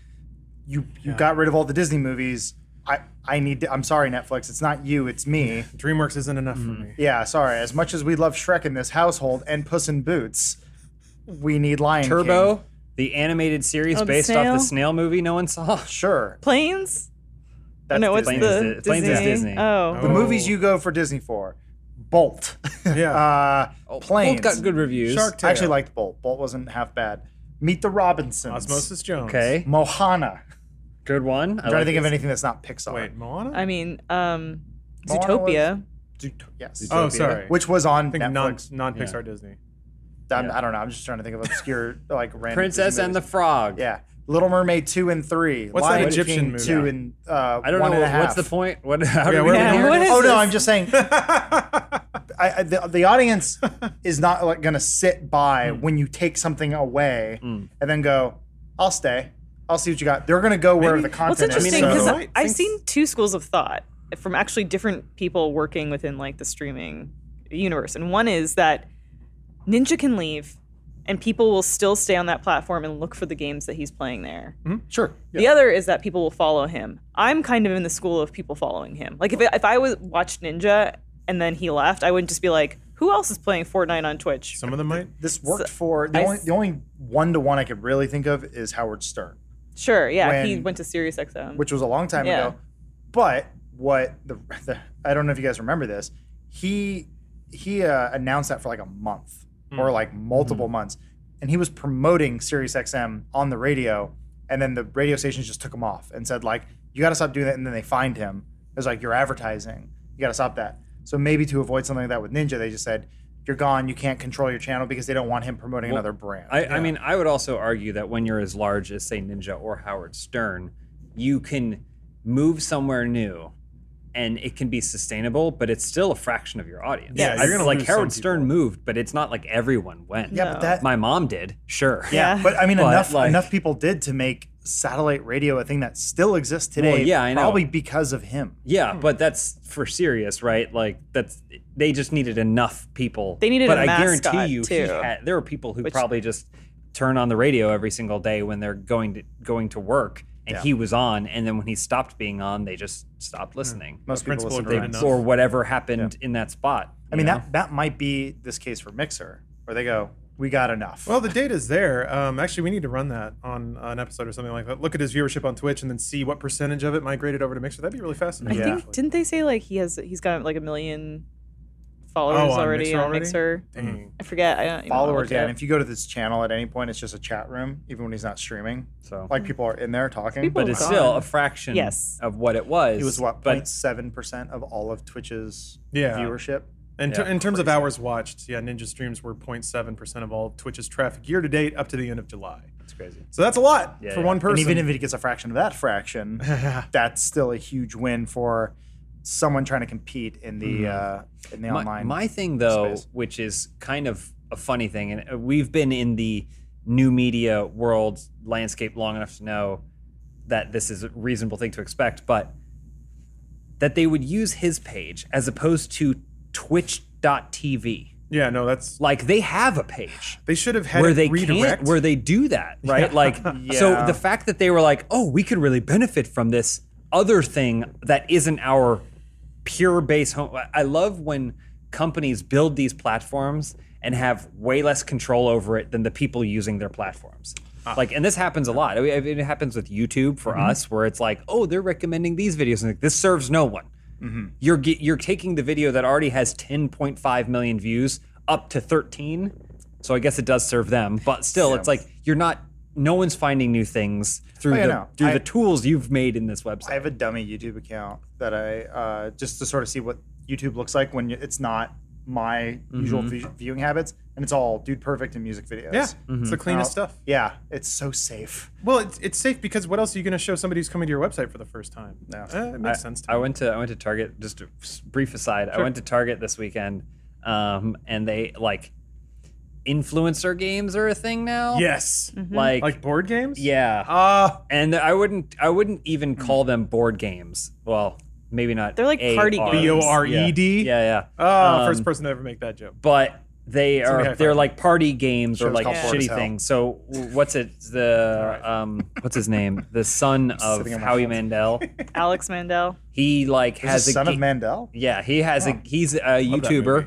Speaker 4: you you got rid of all the disney movies i i need to i'm sorry netflix it's not you it's me
Speaker 2: DreamWorks isn't enough for me.
Speaker 4: yeah sorry as much as we love shrek in this household and puss in boots we need lion
Speaker 1: Turbo,
Speaker 4: King.
Speaker 1: the animated series
Speaker 3: Oh, the
Speaker 1: based off
Speaker 3: snail?
Speaker 1: the snail movie no one saw.
Speaker 4: sure
Speaker 3: Planes.
Speaker 4: that's
Speaker 3: no, what's
Speaker 4: Disney.
Speaker 1: Planes
Speaker 3: the
Speaker 1: is Di- Planes is Disney.
Speaker 3: Oh,
Speaker 4: the movies you go for disney for bolt
Speaker 2: Yeah.
Speaker 4: uh planes
Speaker 1: Both Oh, got good reviews.
Speaker 2: Shark
Speaker 4: i actually
Speaker 2: Tale.
Speaker 4: liked bolt bolt wasn't half bad meet the robinsons
Speaker 2: Osmosis Jones.
Speaker 1: Okay,
Speaker 4: mohana
Speaker 1: good one.
Speaker 4: i'm trying to think of anything that's not pixar
Speaker 2: Wait, Moana?
Speaker 3: I mean, um,
Speaker 4: Moana was-
Speaker 3: Zootopia.
Speaker 4: Zoot- yes
Speaker 2: oh,
Speaker 1: Zootopia.
Speaker 2: sorry.
Speaker 4: which was on
Speaker 2: I think non
Speaker 4: netflix
Speaker 2: non Pixar Disney.
Speaker 4: I'm,
Speaker 1: Yeah.
Speaker 4: I don't know. I'm just trying to think of obscure, like random.
Speaker 1: Princess
Speaker 4: Disney
Speaker 1: and the
Speaker 4: movies.
Speaker 1: Frog.
Speaker 4: yeah, Little Mermaid two and three.
Speaker 2: What's that
Speaker 4: Lion
Speaker 2: Egyptian
Speaker 4: King
Speaker 2: movie?
Speaker 4: Two
Speaker 2: Yeah.
Speaker 4: and uh,
Speaker 1: I don't
Speaker 4: one
Speaker 1: know
Speaker 4: and a
Speaker 1: what- what's
Speaker 4: half.
Speaker 1: the point. What? How
Speaker 2: Yeah,
Speaker 1: do we
Speaker 2: where
Speaker 1: get
Speaker 2: were we
Speaker 1: here?
Speaker 3: going?
Speaker 4: Oh
Speaker 3: What is
Speaker 4: no,
Speaker 3: this?
Speaker 4: I'm just saying. I, I, the, the audience is not like gonna sit by
Speaker 1: Hmm.
Speaker 4: when you take something away and then go, "I'll stay. I'll see what you got." They're gonna go where the
Speaker 3: What's
Speaker 4: content
Speaker 3: interesting
Speaker 1: I mean,
Speaker 3: because
Speaker 4: is.
Speaker 1: so-
Speaker 4: So,
Speaker 2: Right,
Speaker 3: I've
Speaker 2: thanks.
Speaker 3: seen two schools of thought from actually different people working within like the streaming universe, and one is that Ninja can leave, and people will still stay on that platform and look for the games that he's playing there.
Speaker 4: Oh, sure. Yeah.
Speaker 3: The other is that people will follow him. I'm kind of in the school of people following him. Like if I- if I was watched Ninja and then he left, I would just be like, who else is playing Fortnite on Twitch?
Speaker 2: Some of them might.
Speaker 4: This worked for the
Speaker 3: I
Speaker 4: only
Speaker 3: s-
Speaker 4: the only one to one I could really think of is Howard Stern.
Speaker 3: Sure, yeah, he
Speaker 4: When-
Speaker 3: went to SiriusXM.
Speaker 4: which was a long time
Speaker 3: Yeah.
Speaker 4: ago. But what the, the I don't know if you guys remember this. He he uh, announced that for like a month
Speaker 3: Hmm.
Speaker 4: or like
Speaker 1: Hmm.
Speaker 4: multiple months, and he was promoting SiriusXM on the radio, and then the radio stations just took him off and said like, "You got to stop doing that." And then they fined him. It was like you're advertising. You got to stop that. So maybe to avoid something like that with Ninja, they just said. You're gone. You can't control your channel because they don't want him promoting another brand.
Speaker 1: I, I mean, I would also argue that when you're as large as, say, Ninja or Howard Stern, you can move somewhere new and it can be sustainable, but it's still a fraction of your audience.
Speaker 2: Yeah,
Speaker 1: I-
Speaker 2: you're gonna
Speaker 1: like
Speaker 2: lose
Speaker 1: Howard
Speaker 2: some
Speaker 1: Stern moved, but it's not like everyone went.
Speaker 4: yeah,
Speaker 3: No.
Speaker 4: but that
Speaker 1: My mom did, sure.
Speaker 4: Yeah,
Speaker 3: Yeah.
Speaker 4: but I mean,
Speaker 1: But,
Speaker 4: enough
Speaker 1: like-
Speaker 4: enough people did to make satellite radio a thing that still exists today.
Speaker 1: Well, yeah, I know.
Speaker 4: probably because of him.
Speaker 1: Yeah, but that's for serious, right? Like that's they just needed enough people.
Speaker 3: They needed
Speaker 1: but
Speaker 3: a
Speaker 1: I
Speaker 3: mascot,
Speaker 1: guarantee you, he
Speaker 3: too.
Speaker 1: had, there are people who probably just turn on the radio every single day when they're going to going to work, and
Speaker 4: Yeah.
Speaker 1: he was on, and then when he stopped being on, they just stopped listening,
Speaker 4: Most people
Speaker 2: principle
Speaker 4: listen
Speaker 1: They-
Speaker 4: to
Speaker 2: agreement.
Speaker 4: that.
Speaker 2: enough.
Speaker 1: or whatever happened in that spot.
Speaker 4: I mean, that that might be this case for Mixer, where they go, we got enough.
Speaker 2: Well, the data's there. Um, actually, we need to run that on an episode or something like that. Look at his viewership on Twitch and then see what percentage of it migrated over to Mixer. That'd be really
Speaker 3: I
Speaker 2: fascinating.
Speaker 4: Yeah.
Speaker 3: think didn't they say like he has he's got like a million followers
Speaker 2: Oh, on
Speaker 3: already
Speaker 2: Mixer
Speaker 3: on
Speaker 2: already?
Speaker 3: Mixer?
Speaker 4: Mm-hmm.
Speaker 2: Dang.
Speaker 3: I forget. I don't even wanna
Speaker 4: Followers,
Speaker 3: look it
Speaker 4: yeah.
Speaker 3: up.
Speaker 4: And if you go to this channel at any point, it's just a chat room, even when he's not streaming.
Speaker 1: So,
Speaker 4: Like people are in there talking.
Speaker 3: People-
Speaker 4: But
Speaker 1: but it's
Speaker 3: God.
Speaker 1: still a fraction
Speaker 3: Yes.
Speaker 1: of what it was.
Speaker 4: he was what
Speaker 1: But
Speaker 4: 07 percent of all of Twitch's
Speaker 2: Yeah.
Speaker 4: viewership.
Speaker 2: And ter-
Speaker 1: Yeah,
Speaker 2: in terms of hours watched, yeah, Ninja streams were 0.7% of all Twitch's traffic year to date up to the end of July.
Speaker 1: it's crazy.
Speaker 2: So that's a lot
Speaker 1: Yeah,
Speaker 2: for
Speaker 1: yeah.
Speaker 2: one person.
Speaker 4: And even if it gets a fraction of that fraction, that's still a huge win for someone trying to compete in the
Speaker 2: Mm-hmm.
Speaker 4: uh, in the
Speaker 1: my,
Speaker 4: online.
Speaker 1: my thing though,
Speaker 4: space.
Speaker 1: which is kind of a funny thing, and uh, we've been in the new media world landscape long enough to know that this is a reasonable thing to expect, but that they would use his page as opposed to twitch.tv.
Speaker 2: yeah, no, that's
Speaker 1: Like they have a page.
Speaker 2: they should have had
Speaker 1: where
Speaker 2: it
Speaker 1: they
Speaker 2: redirect.
Speaker 1: can't, where they do that, right? Like, so
Speaker 4: Yeah.
Speaker 1: the fact that they were like, "Oh, we could really benefit from this other thing that isn't our pure base home." I- I love when companies build these platforms and have way less control over it than the people using their platforms.
Speaker 2: Ah.
Speaker 1: Like, and this happens a lot. I mean, it happens with YouTube for
Speaker 2: Mm-hmm.
Speaker 1: us, where it's like, "Oh, they're recommending these videos," and like, this serves no one. Mm-hmm. You're ge- you're taking the video that already has 10.5 million views up to 13. So I guess it does serve them, but still, it's like you're not. No one's finding new things through
Speaker 4: Oh, yeah,
Speaker 1: the
Speaker 4: no.
Speaker 1: through
Speaker 4: I-
Speaker 1: the tools you've made in this
Speaker 4: I
Speaker 1: website.
Speaker 4: have a dummy YouTube account that I uh, just to sort of see what YouTube looks like when it's not my usual vi- viewing habits, and it's all dude perfect and music videos.
Speaker 2: yeah,
Speaker 1: Mm-hmm.
Speaker 2: it's the cleanest
Speaker 4: Now-
Speaker 2: Mm-hmm. stuff.
Speaker 4: Yeah, it's so safe.
Speaker 2: Well, it's, it's safe because what else are you going to show somebody who's coming to your website for the first time?
Speaker 4: No.
Speaker 2: Uh, it makes sense to
Speaker 1: I went to I went to Target. Just a s- brief aside. I went to Target this weekend, um, and they like influencer games are a thing now.
Speaker 2: Yes.
Speaker 1: like,
Speaker 2: Like board games?
Speaker 1: Mm-hmm. yeah.
Speaker 2: Uh,
Speaker 1: and I wouldn't I wouldn't even
Speaker 4: Mm.
Speaker 1: call them board games. Well, maybe not.
Speaker 3: They're like party
Speaker 1: ARs.
Speaker 3: games.
Speaker 2: B O R E D?
Speaker 1: Yeah, yeah.
Speaker 2: oh,
Speaker 1: Um,
Speaker 2: first person to ever make that joke.
Speaker 1: but they
Speaker 2: Somebody
Speaker 1: are
Speaker 2: high
Speaker 1: they're
Speaker 2: five.
Speaker 1: like party games or
Speaker 4: Show's
Speaker 1: like
Speaker 4: called Bored as
Speaker 1: shitty
Speaker 4: Hell.
Speaker 1: things. So w- what's it the um what's his name the son of
Speaker 4: sitting on my
Speaker 1: Howie
Speaker 4: phone.
Speaker 1: Mandel?
Speaker 3: Alex Mandel.
Speaker 1: He like
Speaker 4: There's
Speaker 1: has
Speaker 4: a son of
Speaker 1: ga-
Speaker 4: Mandel.
Speaker 1: yeah he has a he's a
Speaker 2: that
Speaker 1: YouTuber
Speaker 2: movie.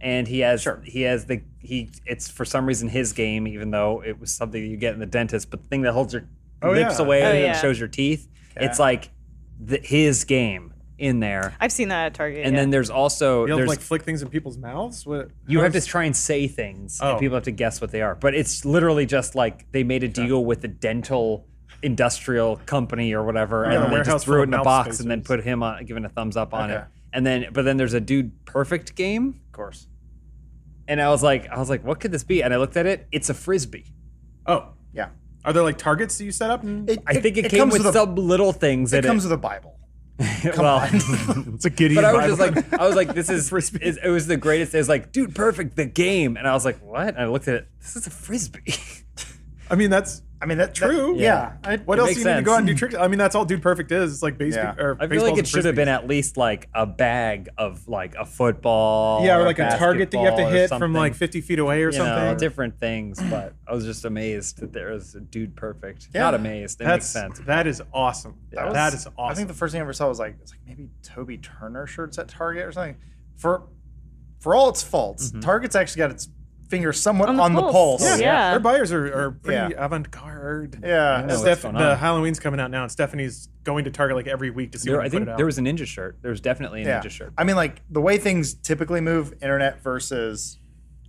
Speaker 1: and he has
Speaker 4: Sure.
Speaker 1: he has the he it's for some reason his game even though it was something you get in the dentist but the thing that holds your
Speaker 2: Oh,
Speaker 1: lips
Speaker 2: yeah.
Speaker 1: away
Speaker 3: Oh,
Speaker 1: and
Speaker 3: yeah.
Speaker 1: shows your teeth it's
Speaker 4: Yeah.
Speaker 1: like the, his game in there
Speaker 3: I've seen that at Target.
Speaker 1: and
Speaker 3: yeah.
Speaker 1: then there's also
Speaker 2: You have to,
Speaker 1: there's
Speaker 2: like flick things in people's mouths? What,
Speaker 1: You
Speaker 2: how
Speaker 1: have to
Speaker 2: does-
Speaker 1: try and say things,
Speaker 2: Oh.
Speaker 1: and people have to guess what they are. But it's literally just like they made a deal with the dental industrial company or whatever,
Speaker 2: Yeah,
Speaker 1: and then they
Speaker 2: warehouse
Speaker 1: just threw
Speaker 2: full
Speaker 1: it
Speaker 2: of
Speaker 1: in a
Speaker 2: mouth
Speaker 1: box and then
Speaker 2: spacers.
Speaker 1: put him on, giving a thumbs up on it.
Speaker 4: Okay.
Speaker 1: And then, but then there's a dude perfect game,
Speaker 4: Of course.
Speaker 1: and I was like, I was like, what could this be? And I looked at it; it's a frisbee.
Speaker 2: Oh,
Speaker 4: Yeah.
Speaker 2: are there like targets that you set up? And-
Speaker 1: I think it, came
Speaker 4: comes
Speaker 1: with
Speaker 4: a,
Speaker 1: some little things.
Speaker 4: It
Speaker 1: in
Speaker 4: comes with a Bible.
Speaker 1: it. well,
Speaker 2: it's a giddy.
Speaker 1: But I was just like, I was like, this is, is it was the greatest. It was like, dude, perfect, the game. And I was like, what? And I looked at it. This is a frisbee.
Speaker 2: I mean, that's
Speaker 4: I mean, that's
Speaker 2: true.
Speaker 4: yeah.
Speaker 2: I, what
Speaker 1: It
Speaker 2: else
Speaker 1: makes
Speaker 2: do you need to go out and do
Speaker 1: sense.
Speaker 2: tricks? I mean, that's all Dude Perfect is. It's like baseball.
Speaker 4: Yeah.
Speaker 2: Or
Speaker 1: I feel like it
Speaker 2: baseballs and
Speaker 1: should have been
Speaker 2: frisbees.
Speaker 1: at least like a bag of like a football.
Speaker 2: Yeah, or like a target that you have to
Speaker 1: basketball or
Speaker 2: hit from
Speaker 1: something.
Speaker 2: like 50 feet away or
Speaker 1: you
Speaker 2: something.
Speaker 1: know, different things. But I was just amazed that there was a dude perfect.
Speaker 4: Yeah.
Speaker 1: Not amazed. It
Speaker 2: that's
Speaker 1: makes sense.
Speaker 2: that is awesome.
Speaker 1: That
Speaker 2: that
Speaker 4: was-
Speaker 2: is awesome.
Speaker 4: I think the first thing I ever saw was like it's like maybe Toby Turner shirts at Target or something. For for all its faults, Target's actually got its finger somewhat on
Speaker 3: On
Speaker 4: the,
Speaker 3: the
Speaker 4: pulse.
Speaker 3: pulse.
Speaker 1: oh,
Speaker 2: yeah,
Speaker 3: Yeah.
Speaker 2: their buyers are, are pretty
Speaker 4: Yeah.
Speaker 2: avant-garde.
Speaker 4: Yeah.
Speaker 1: I know what's
Speaker 2: Steph-
Speaker 1: going
Speaker 2: the
Speaker 1: on.
Speaker 2: Halloween's coming out now, and Stephanie's going to Target like every week to see.
Speaker 1: There,
Speaker 2: what
Speaker 1: I
Speaker 2: they
Speaker 1: think
Speaker 2: put it out.
Speaker 1: there was a ninja shirt. There was definitely a ninja shirt.
Speaker 4: I mean, like the way things typically move, internet versus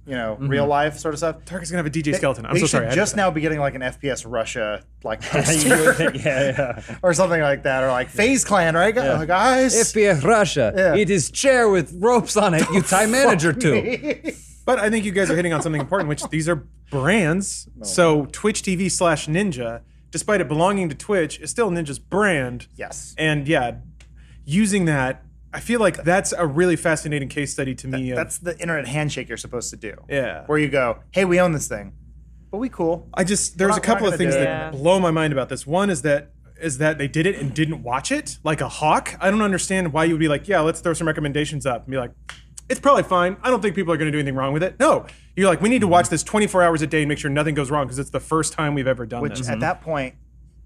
Speaker 4: you know real life sort of stuff.
Speaker 2: Target's gonna have a DJ skeleton. I'm
Speaker 4: they
Speaker 2: so
Speaker 4: should
Speaker 2: sorry. I had to
Speaker 4: just
Speaker 2: say that.
Speaker 4: now be getting like an FPS Russia like
Speaker 1: You would think-
Speaker 4: poster
Speaker 1: yeah, yeah.
Speaker 4: or something like that, or like Phase Clan, right, gu-
Speaker 1: Yeah.
Speaker 4: guys?
Speaker 1: FBI Russia.
Speaker 4: Yeah.
Speaker 1: It is chair with ropes on it. You tie manager to.
Speaker 2: But I think you guys are hitting on something important, which these are brands.
Speaker 1: Oh.
Speaker 2: So Twitch TV slash Ninja, despite it belonging to Twitch, is still Ninja's brand.
Speaker 4: yes.
Speaker 2: And yeah, using that, I feel like that's a really fascinating case study to me. of-
Speaker 4: That's the internet handshake you're supposed to do.
Speaker 2: Yeah.
Speaker 4: Where you go, hey, we own this thing, but we cool.
Speaker 2: I just there's a
Speaker 4: We're not- we're
Speaker 2: couple
Speaker 4: not
Speaker 2: of things
Speaker 4: gonna do
Speaker 2: that
Speaker 3: that.
Speaker 2: blow my mind about this. One is that is that they did it and didn't watch it like a hawk. I don't understand why you would be like, yeah, let's throw some recommendations up and be like, it's probably fine. I don't think people are going to do anything wrong with it. No, you're like, we need to watch this 24 hours a day and make sure nothing goes wrong because it's the first time we've ever done
Speaker 4: Which
Speaker 2: this.
Speaker 4: at that point,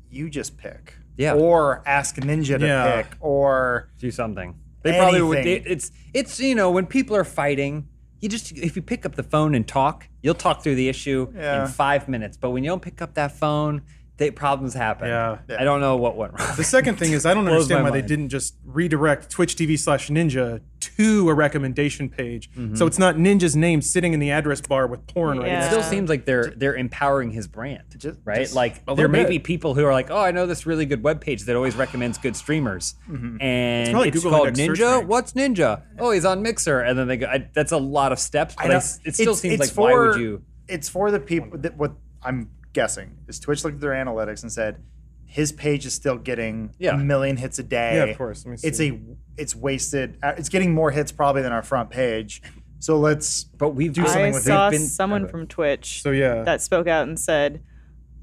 Speaker 4: you just pick.
Speaker 1: Mm-hmm. Yeah.
Speaker 4: Or ask Ninja to
Speaker 2: Yeah.
Speaker 4: pick. Or
Speaker 1: Do something. They probably would. They,
Speaker 4: Anything.
Speaker 1: it's it's you know when people are fighting, you just if you pick up the phone and talk, you'll talk through the issue
Speaker 4: Yeah.
Speaker 1: in five minutes. But when you don't pick up that phone, the problems happen.
Speaker 2: Yeah.
Speaker 1: I don't know what went wrong.
Speaker 2: The second thing is I don't
Speaker 1: Blows
Speaker 2: understand
Speaker 1: my
Speaker 2: why they
Speaker 1: mind.
Speaker 2: didn't just redirect Twitch TV slash Ninja to a recommendation page, so it's not Ninja's name sitting in the address bar with porn right
Speaker 3: Yeah.
Speaker 1: It
Speaker 2: next
Speaker 1: still seems like they're they're empowering his brand,
Speaker 4: Just-
Speaker 1: right?
Speaker 4: just oh,
Speaker 1: like
Speaker 2: a
Speaker 1: there
Speaker 2: little
Speaker 1: may
Speaker 2: bit.
Speaker 1: be people who are like, "Oh, I know this really good webpage that always recommends good streamers,"
Speaker 4: Mm-hmm.
Speaker 1: and
Speaker 2: probably
Speaker 1: it's,
Speaker 2: Google
Speaker 1: called
Speaker 2: Index search
Speaker 1: Ninja.
Speaker 2: rank.
Speaker 1: What's Ninja? Oh, he's on Mixer, and then they go. I, that's a lot of steps, but I, s- it still seems like why would you?
Speaker 4: It's for the people that what I'm guessing is Twitch looked at their analytics and said his page is still getting
Speaker 1: Yeah.
Speaker 4: a million hits a day.
Speaker 2: Yeah, of course. Let me
Speaker 4: It's
Speaker 2: see.
Speaker 4: a it's wasted. uh, It's getting more hits probably than our front page. So let's
Speaker 1: But we've
Speaker 4: do something
Speaker 3: I
Speaker 4: with it.
Speaker 3: saw
Speaker 1: we've been-
Speaker 3: someone
Speaker 1: Okay.
Speaker 3: from Twitch
Speaker 2: So yeah,
Speaker 3: that spoke out and said,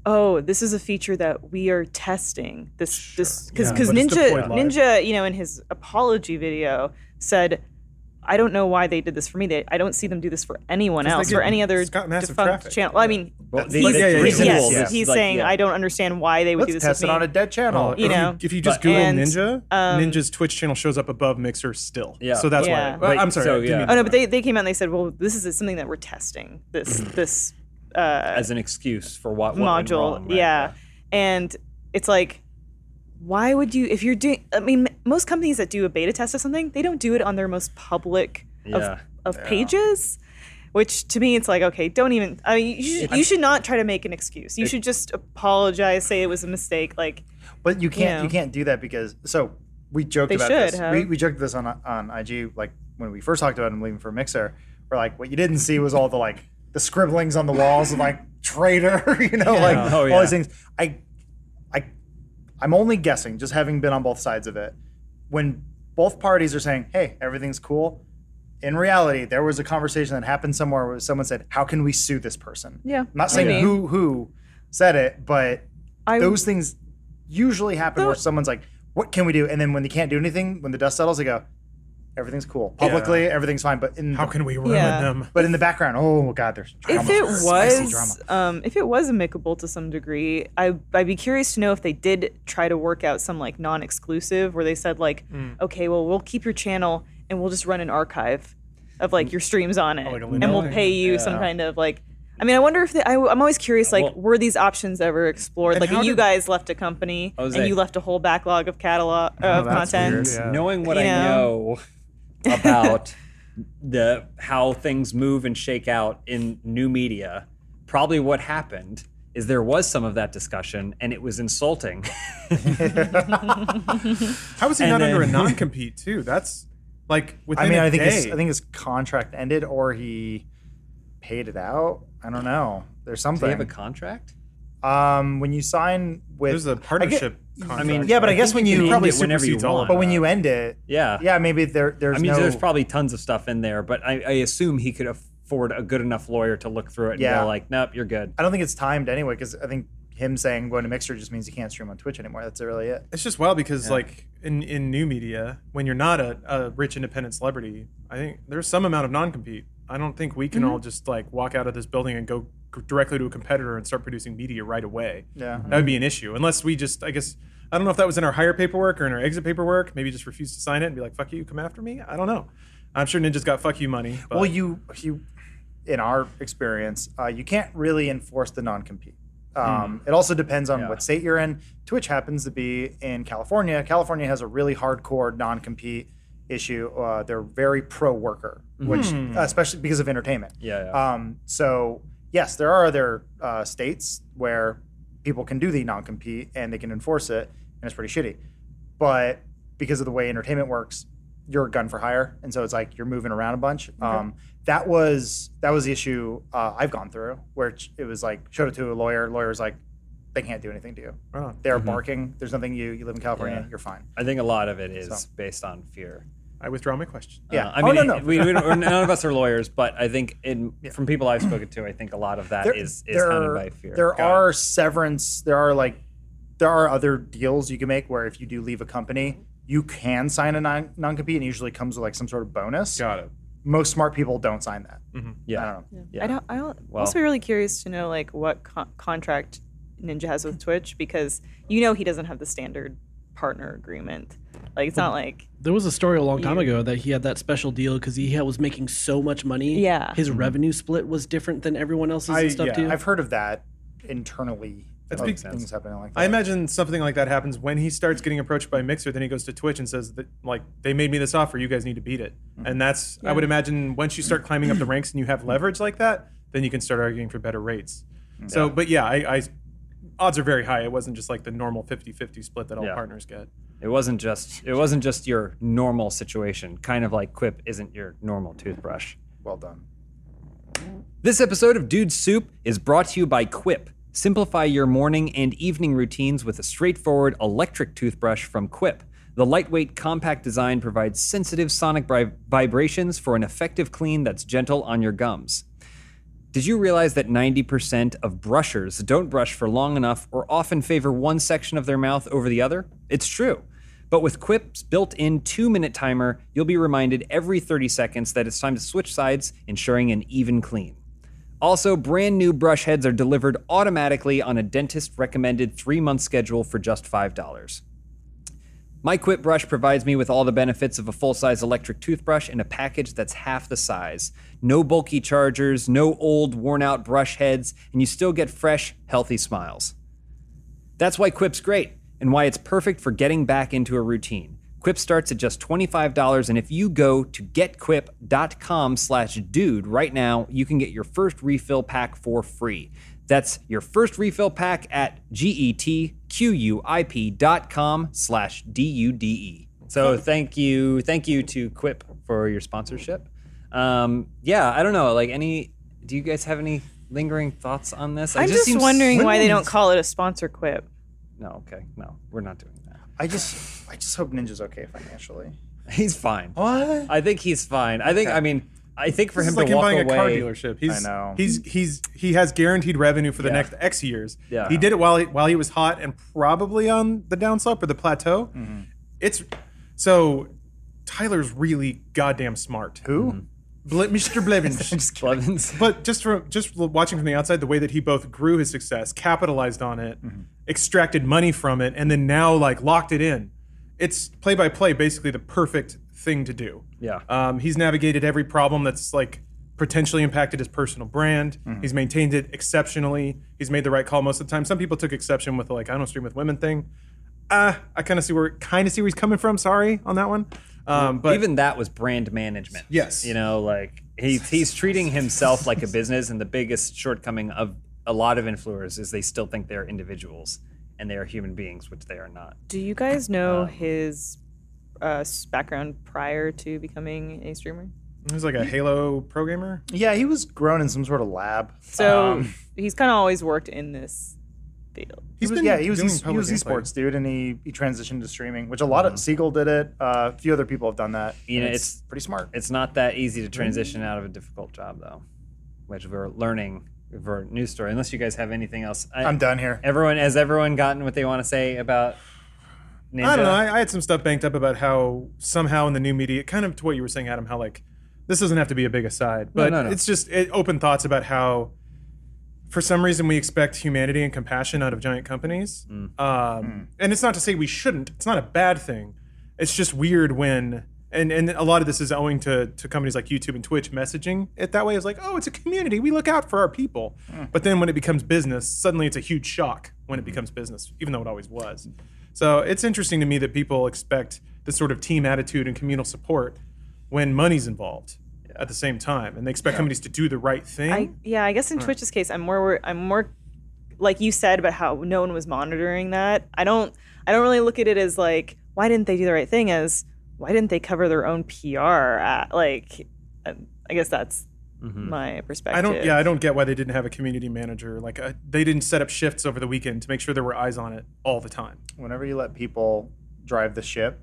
Speaker 3: "Oh, this is a feature that we are testing. This this because
Speaker 2: Yeah,
Speaker 3: because
Speaker 2: but it's
Speaker 3: Ninja
Speaker 2: deployed live.
Speaker 3: Ninja, you know, in his apology video said." I don't know why they did this for me. They, I don't see them do this for anyone
Speaker 2: 'Cause they
Speaker 3: else,
Speaker 2: get-
Speaker 3: for any other
Speaker 2: it's got massive
Speaker 3: defunct
Speaker 2: traffic.
Speaker 3: channel. Well, I mean,
Speaker 1: Well,
Speaker 4: That's
Speaker 1: they-
Speaker 4: like
Speaker 1: that's
Speaker 2: yeah, yeah,
Speaker 1: reasonable.
Speaker 2: yeah.
Speaker 3: yes,
Speaker 1: This is
Speaker 3: he's
Speaker 1: like,
Speaker 3: saying
Speaker 1: yeah.
Speaker 3: I don't understand why they would do
Speaker 4: let's
Speaker 3: this
Speaker 4: test
Speaker 3: with
Speaker 4: it
Speaker 3: me."
Speaker 4: on a dead channel.
Speaker 1: Oh,
Speaker 2: Well,
Speaker 3: you
Speaker 2: if
Speaker 3: know,
Speaker 2: if you just
Speaker 1: but-
Speaker 2: Google
Speaker 3: and,
Speaker 2: Ninja,
Speaker 3: um,
Speaker 2: Ninja's Twitch channel shows up above Mixer still.
Speaker 1: Yeah.
Speaker 2: So that's
Speaker 3: Yeah.
Speaker 2: why. well,
Speaker 1: Right,
Speaker 2: I'm sorry.
Speaker 1: so,
Speaker 2: I didn't
Speaker 1: yeah.
Speaker 2: mean to
Speaker 3: Oh no, but
Speaker 2: interrupt.
Speaker 3: they, they came out and they said, "Well, this is something that we're testing. This this uh,
Speaker 1: as an excuse for Mm-hmm. what, what went
Speaker 3: module,
Speaker 1: wrong, right?
Speaker 3: yeah." And it's like, why would you if you're doing? I mean, m- most companies that do a beta test of something, they don't do it on their most public
Speaker 1: Yeah.
Speaker 3: of, of pages. Which to me, it's like, okay, don't even. I mean, you should, you should not try to make an excuse. You should just apologize, say it was a mistake. Like,
Speaker 4: But you can't
Speaker 3: Yeah.
Speaker 4: you can't do that because so we joked
Speaker 3: They
Speaker 4: about
Speaker 3: should
Speaker 4: this.
Speaker 3: have.
Speaker 4: We, we joked this on on IG like when we first talked about him leaving for Mixer. We're like, what you didn't see was all the like the scribblings on the walls of like traitor, you know, like
Speaker 1: Oh, yeah.
Speaker 4: all these things. I I I'm only guessing, just having been on both sides of it. When both parties are saying, "Hey, everything's cool," in reality, there was a conversation that happened somewhere where someone said, "How can we sue this person?"
Speaker 3: Yeah,
Speaker 4: I'm not saying
Speaker 3: maybe.
Speaker 4: who who said it, but
Speaker 3: I
Speaker 4: those things usually happen where
Speaker 3: Though-
Speaker 4: someone's like, "What can we do?" And then when they can't do anything, when the dust settles, they go, "Everything's cool publicly, everything's fine." But in
Speaker 2: How
Speaker 4: the,
Speaker 2: can we ruin
Speaker 3: Yeah.
Speaker 2: them?
Speaker 4: but in the background, oh god, there's drama,
Speaker 3: if it
Speaker 4: spicy drama.
Speaker 3: was um, if it was amicable to some degree I, i'd be curious to know if they did try to work out some like non-exclusive where they said like
Speaker 2: Mm.
Speaker 3: okay well we'll keep your channel and we'll just run an archive of like your streams on it
Speaker 2: Mm. Oh, like a
Speaker 3: and
Speaker 2: Lumen
Speaker 3: we'll
Speaker 2: thing?
Speaker 3: pay you some kind of like i mean i wonder if they, I, i'm always curious like
Speaker 1: Well-
Speaker 3: were these options ever explored
Speaker 2: And
Speaker 3: like
Speaker 2: how
Speaker 3: you
Speaker 2: did-
Speaker 3: guys left a company
Speaker 1: Jose.
Speaker 3: and you left a whole backlog of catalog of
Speaker 4: that's
Speaker 3: content
Speaker 4: weird.
Speaker 2: Yeah.
Speaker 1: knowing what
Speaker 3: You
Speaker 1: I
Speaker 3: know?
Speaker 1: know about the how things move and shake out in new media, probably what happened is there was some of that discussion and it was insulting.
Speaker 2: How is he
Speaker 1: And
Speaker 2: not
Speaker 1: then-
Speaker 2: under a non-compete too? That's like within
Speaker 4: I mean,
Speaker 2: a
Speaker 4: I think
Speaker 2: day.
Speaker 4: his, I think his contract ended or he paid it out. I don't know. There's
Speaker 1: Do they have a
Speaker 4: something.
Speaker 1: contract?
Speaker 4: Um, when you sign with,
Speaker 2: there's a partnership. contract.
Speaker 1: I mean,
Speaker 4: Yeah, but I guess
Speaker 1: think
Speaker 4: when you-
Speaker 1: can end
Speaker 2: Probably
Speaker 1: it whenever you
Speaker 2: supersedes all of
Speaker 1: want.
Speaker 4: but when you end it,
Speaker 1: uh, yeah.
Speaker 4: yeah, maybe there there's
Speaker 1: I mean,
Speaker 4: no.
Speaker 1: there's probably tons of stuff in there, but I, I assume he could afford a good enough lawyer to look through it and
Speaker 4: Yeah.
Speaker 1: go like, "Nope, you're good."
Speaker 4: I don't think it's timed anyway because I think him saying going to Mixer just means he can't stream on Twitch anymore. That's really it.
Speaker 2: it's just wild because like in in new media, when you're not a, a rich independent celebrity, I think there's some amount of non-compete. I don't think we
Speaker 4: Mm-hmm.
Speaker 2: can all just like walk out of this building and go g- directly to a competitor and start producing media right away.
Speaker 4: Yeah.
Speaker 1: Mm-hmm.
Speaker 2: That would be an issue, unless we just, I guess, I don't know if that was in our hire paperwork or in our exit paperwork. Maybe just refuse to sign it and be like, "Fuck you, come after me." I don't know. I'm sure Ninja's got "fuck you" money. But
Speaker 4: Well, you you, in our experience, uh, you can't really enforce the non-compete. Um, It also depends on
Speaker 1: Yeah.
Speaker 4: what state you're in. Twitch happens to be in California. California has a really hardcore non-compete issue. Uh, they're very pro-worker, which
Speaker 2: Hmm.
Speaker 4: especially because of entertainment.
Speaker 1: Hmm. Yeah, yeah.
Speaker 4: Um, so yes, there are other uh, states where people can do the non-compete and they can enforce it, and it's pretty shitty. But because of the way entertainment works, you're a gun for hire, and so it's like you're moving around a bunch. Um, that was that was the issue uh, I've gone through, where it- it was like showed it to a lawyer. Lawyer's like, they can't do anything to you.
Speaker 2: Right on.
Speaker 4: They're barking. There's nothing you. You live in California.
Speaker 1: Mm-hmm. Yeah.
Speaker 4: You're fine.
Speaker 1: I think a lot of it is
Speaker 4: So.
Speaker 1: based on fear.
Speaker 2: I withdraw my question.
Speaker 4: Yeah.
Speaker 1: Uh, I
Speaker 4: Oh,
Speaker 1: mean,
Speaker 4: no, no.
Speaker 1: We, we don't, we're- none of us are lawyers, but I think in, from people I've spoken to, I think a lot of that
Speaker 4: There-
Speaker 1: is is
Speaker 4: there
Speaker 1: hounded
Speaker 4: are-
Speaker 1: by fear.
Speaker 4: There are severance. There are like, there are other deals you can make where if you do leave a company, you can sign a non non compete, and it usually comes with like some sort of bonus.
Speaker 2: Got it.
Speaker 4: Most smart people don't sign that. I
Speaker 1: yeah.
Speaker 4: don't know.
Speaker 1: Yeah.
Speaker 3: I don't. I don't.
Speaker 1: Well-
Speaker 3: also, be really curious to know like what con- contract Ninja has with Twitch because you know he doesn't have the standard partner agreement. Like it's not like
Speaker 5: There was a story a long time ago that he had that special deal because he had- was making so much money.
Speaker 3: Yeah.
Speaker 5: His revenue split was different than everyone else's
Speaker 2: Mm-hmm. I-
Speaker 5: and stuff
Speaker 2: yeah,
Speaker 5: too.
Speaker 4: I've heard of that internally.
Speaker 2: That's
Speaker 4: of
Speaker 2: big-
Speaker 4: things happening like that.
Speaker 2: I imagine something like that happens when he starts getting approached by Mixer. Then he goes to Twitch and says that like they made me this offer. You guys need to beat it. And that's I would imagine once you start climbing up the ranks and you have leverage like that, then you can start arguing for better rates. So, but yeah, I, I odds are very high. It wasn't just like the normal 50-50 split that all
Speaker 1: Yeah.
Speaker 2: partners get.
Speaker 1: It wasn't just it wasn't just your normal situation. Kind of like Quip isn't your normal toothbrush.
Speaker 4: well done.
Speaker 1: This episode of Dude Soup is brought to you by Quip. Simplify your morning and evening routines with a straightforward electric toothbrush from Quip. The lightweight, compact design provides sensitive sonic bri- vibrations for an effective clean that's gentle on your gums. Did you realize that 90% of brushers don't brush for long enough or often favor one section of their mouth over the other? It's true. But with Quip's built in two minute timer, you'll be reminded every 30 seconds that it's time to switch sides, ensuring an even clean. Also, brand new brush heads are delivered automatically on a dentist recommended three month schedule for just $5. My Quip brush provides me with all the benefits of a full size electric toothbrush in a package that's half the size. No bulky chargers, no old, worn out brush heads, and you still get fresh, healthy smiles. That's why Quip's great and why it's perfect for getting back into a routine. Quip starts at just $25 and if you go to getquip.com slash dude right now, you can get your first refill pack for free. That's your first refill pack at E G-E-T-Q-U-I-P dot com slash D-U-D-E. E. So thank you, thank you to Quip for your sponsorship. Um, yeah, I don't know, like any, do you guys have any lingering thoughts on this? It
Speaker 3: I'm just,
Speaker 1: seems-
Speaker 3: wondering why they don't call it a sponsor quip.
Speaker 1: No, okay, no, we're not doing that.
Speaker 4: I just I just hope Ninja's okay financially.
Speaker 1: He's fine.
Speaker 2: What?
Speaker 1: I think he's fine. I think. I mean, I think for
Speaker 2: Oh, This
Speaker 1: him
Speaker 2: is
Speaker 1: to
Speaker 2: like him
Speaker 1: walk
Speaker 2: buying
Speaker 1: away.
Speaker 2: a car dealership. He's,
Speaker 4: I know.
Speaker 2: He's he's he has guaranteed revenue for the
Speaker 1: Yeah.
Speaker 2: next X years.
Speaker 1: Yeah.
Speaker 2: He did it while he, while he was hot and probably on the downslope or the plateau.
Speaker 1: Mm-hmm.
Speaker 2: It's so Tyler's really goddamn smart.
Speaker 4: Who?
Speaker 2: Ble- Mr. Blevins.
Speaker 4: Just kidding.
Speaker 1: Blevins.
Speaker 2: but just from just watching from the outside, the way that he both grew his success, capitalized on it,
Speaker 1: Mm-hmm.
Speaker 2: extracted money from it, and then now like locked it in. It's play by play, basically the perfect thing to do.
Speaker 1: Yeah.
Speaker 2: Um, he's navigated every problem that's like potentially impacted his personal brand.
Speaker 4: Mm-hmm.
Speaker 2: He's maintained it exceptionally. He's made the right call most of the time. Some people took exception with the like I don't stream with women thing. Uh, I kind of see where kind of see where he's coming from. Sorry on that one. Um, but
Speaker 1: Even that was brand management.
Speaker 2: Yes.
Speaker 1: You know, like he's he's treating himself like a business, and the biggest shortcoming of a lot of influencers is they still think they're individuals and they are human beings, which they are not.
Speaker 3: Do you guys
Speaker 1: Oh.
Speaker 3: know his uh, s- background prior to becoming a streamer?
Speaker 2: he's like a Halo programmer.
Speaker 4: Yeah, he was grown in some sort of lab.
Speaker 3: So
Speaker 4: Um,
Speaker 3: he's kind of always worked in this field.
Speaker 4: he
Speaker 2: He's
Speaker 4: was,
Speaker 2: been
Speaker 4: yeah, he was
Speaker 2: doing
Speaker 4: e- he
Speaker 2: public
Speaker 4: was
Speaker 2: gameplay.
Speaker 4: esports dude, and he, he transitioned to streaming, which a lot of Siegel did it. Uh, a few other people have done that.
Speaker 1: You know, Mm-hmm.
Speaker 4: and
Speaker 1: it's-
Speaker 4: pretty smart.
Speaker 1: It's not that easy to transition out of a difficult job, though, which we're learning for news story. Unless you guys have anything else, I,
Speaker 4: I'm done here.
Speaker 1: Everyone has everyone gotten what they want to say about. Ninja?
Speaker 2: I don't know. I, I had some stuff banked up about how somehow in the new media, kind of to what you were saying, Adam, how like this doesn't have to be a big aside, but
Speaker 1: no, no.
Speaker 2: it's just it, open thoughts about how for some reason we expect humanity and compassion out of giant companies.
Speaker 1: Mm.
Speaker 2: Um, And it's not to say we shouldn't. It's not a bad thing. It's just weird when. And, and a lot of this is owing to, to companies like YouTube and Twitch messaging it that way. It's like, oh, it's a community. We look out for our people. But then when it becomes business, suddenly it's a huge shock when it becomes business, even though it always was. So it's interesting to me that people expect this sort of team attitude and communal support when money's involved at the same time. And they expect companies to do the right thing.
Speaker 3: I yeah, I guess in Twitch's case, I'm more wor- I'm more like you said about how no one was monitoring that. I don't I don't really look at it as like why didn't they do the right thing as why didn't they cover their own PR? At, like I I guess that's
Speaker 1: Mm-hmm.
Speaker 3: my perspective.
Speaker 2: I don't. Yeah, I don't get why they didn't have a community manager. Like uh they didn't set up shifts over the weekend to make sure there were eyes on it all the time.
Speaker 4: Whenever you let people drive the ship,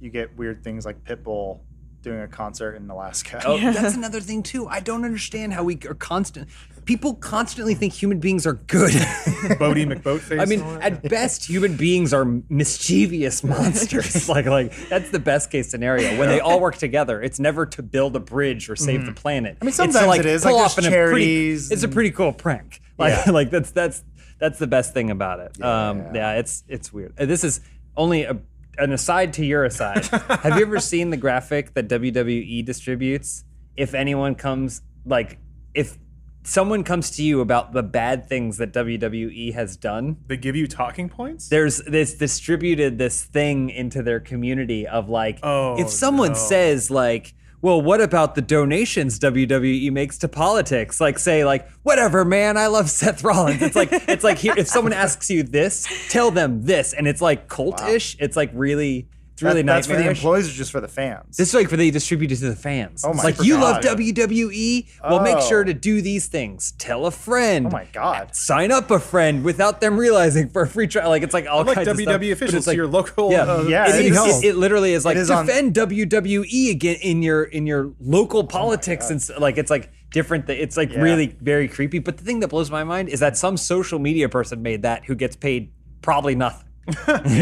Speaker 4: you get weird things like Pitbull doing a concert in Alaska.
Speaker 1: Oh, that's another thing too. I don't understand how we are constant. People constantly think human beings are good.
Speaker 2: Bodie McBoatface.
Speaker 1: I mean,
Speaker 2: and all that.
Speaker 1: at best, human beings are mischievous monsters. like, like that's the best case scenario. When they all work together, it's never to build a bridge or save the planet. I mean,
Speaker 4: Mm-hmm. sometimes it is, like, there's charities
Speaker 1: it's a pretty cool prank. Like, like that's that's that's the best thing about it. Um, yeah, it's it's weird. Uh, This is only a an aside to your aside. Have you ever seen the graphic that WWE distributes? If anyone comes, like, if someone comes to you about the bad things that WWE has done,
Speaker 2: They give you talking points.
Speaker 1: there's this distributed this thing into their community of like
Speaker 2: Oh,
Speaker 1: if someone
Speaker 2: no.
Speaker 1: says like well what about the donations WWE makes to politics like say like whatever man I love Seth Rollins it's like it's like here if someone asks you this tell them this and it's like cultish it's like really it's really
Speaker 4: That-
Speaker 1: nice
Speaker 4: that's for the employees or just for the fans?
Speaker 1: this is like for they distribute it to the fans.
Speaker 4: Oh
Speaker 1: it's
Speaker 4: my
Speaker 1: like you love
Speaker 4: God.
Speaker 1: WWE. Well, make
Speaker 4: Oh.
Speaker 1: sure to do these things. Tell a friend
Speaker 4: oh my god.
Speaker 1: sign up a friend without them realizing for a free trial. Like it's like all
Speaker 2: like
Speaker 1: kinds of
Speaker 2: WWE
Speaker 4: E
Speaker 1: stuff. But
Speaker 2: officials
Speaker 1: it's like-
Speaker 2: to your local.
Speaker 1: Yeah,
Speaker 2: uh,
Speaker 4: Yeah,
Speaker 1: it,
Speaker 4: it
Speaker 1: it-
Speaker 4: helps.
Speaker 1: it literally is like
Speaker 4: is on- Oh
Speaker 1: defend WWE again in your in your local politics and s- like it's like different. Th- it's like
Speaker 4: Yeah.
Speaker 1: really very creepy. But the thing that blows my mind is that some social media person made that who gets paid probably nothing.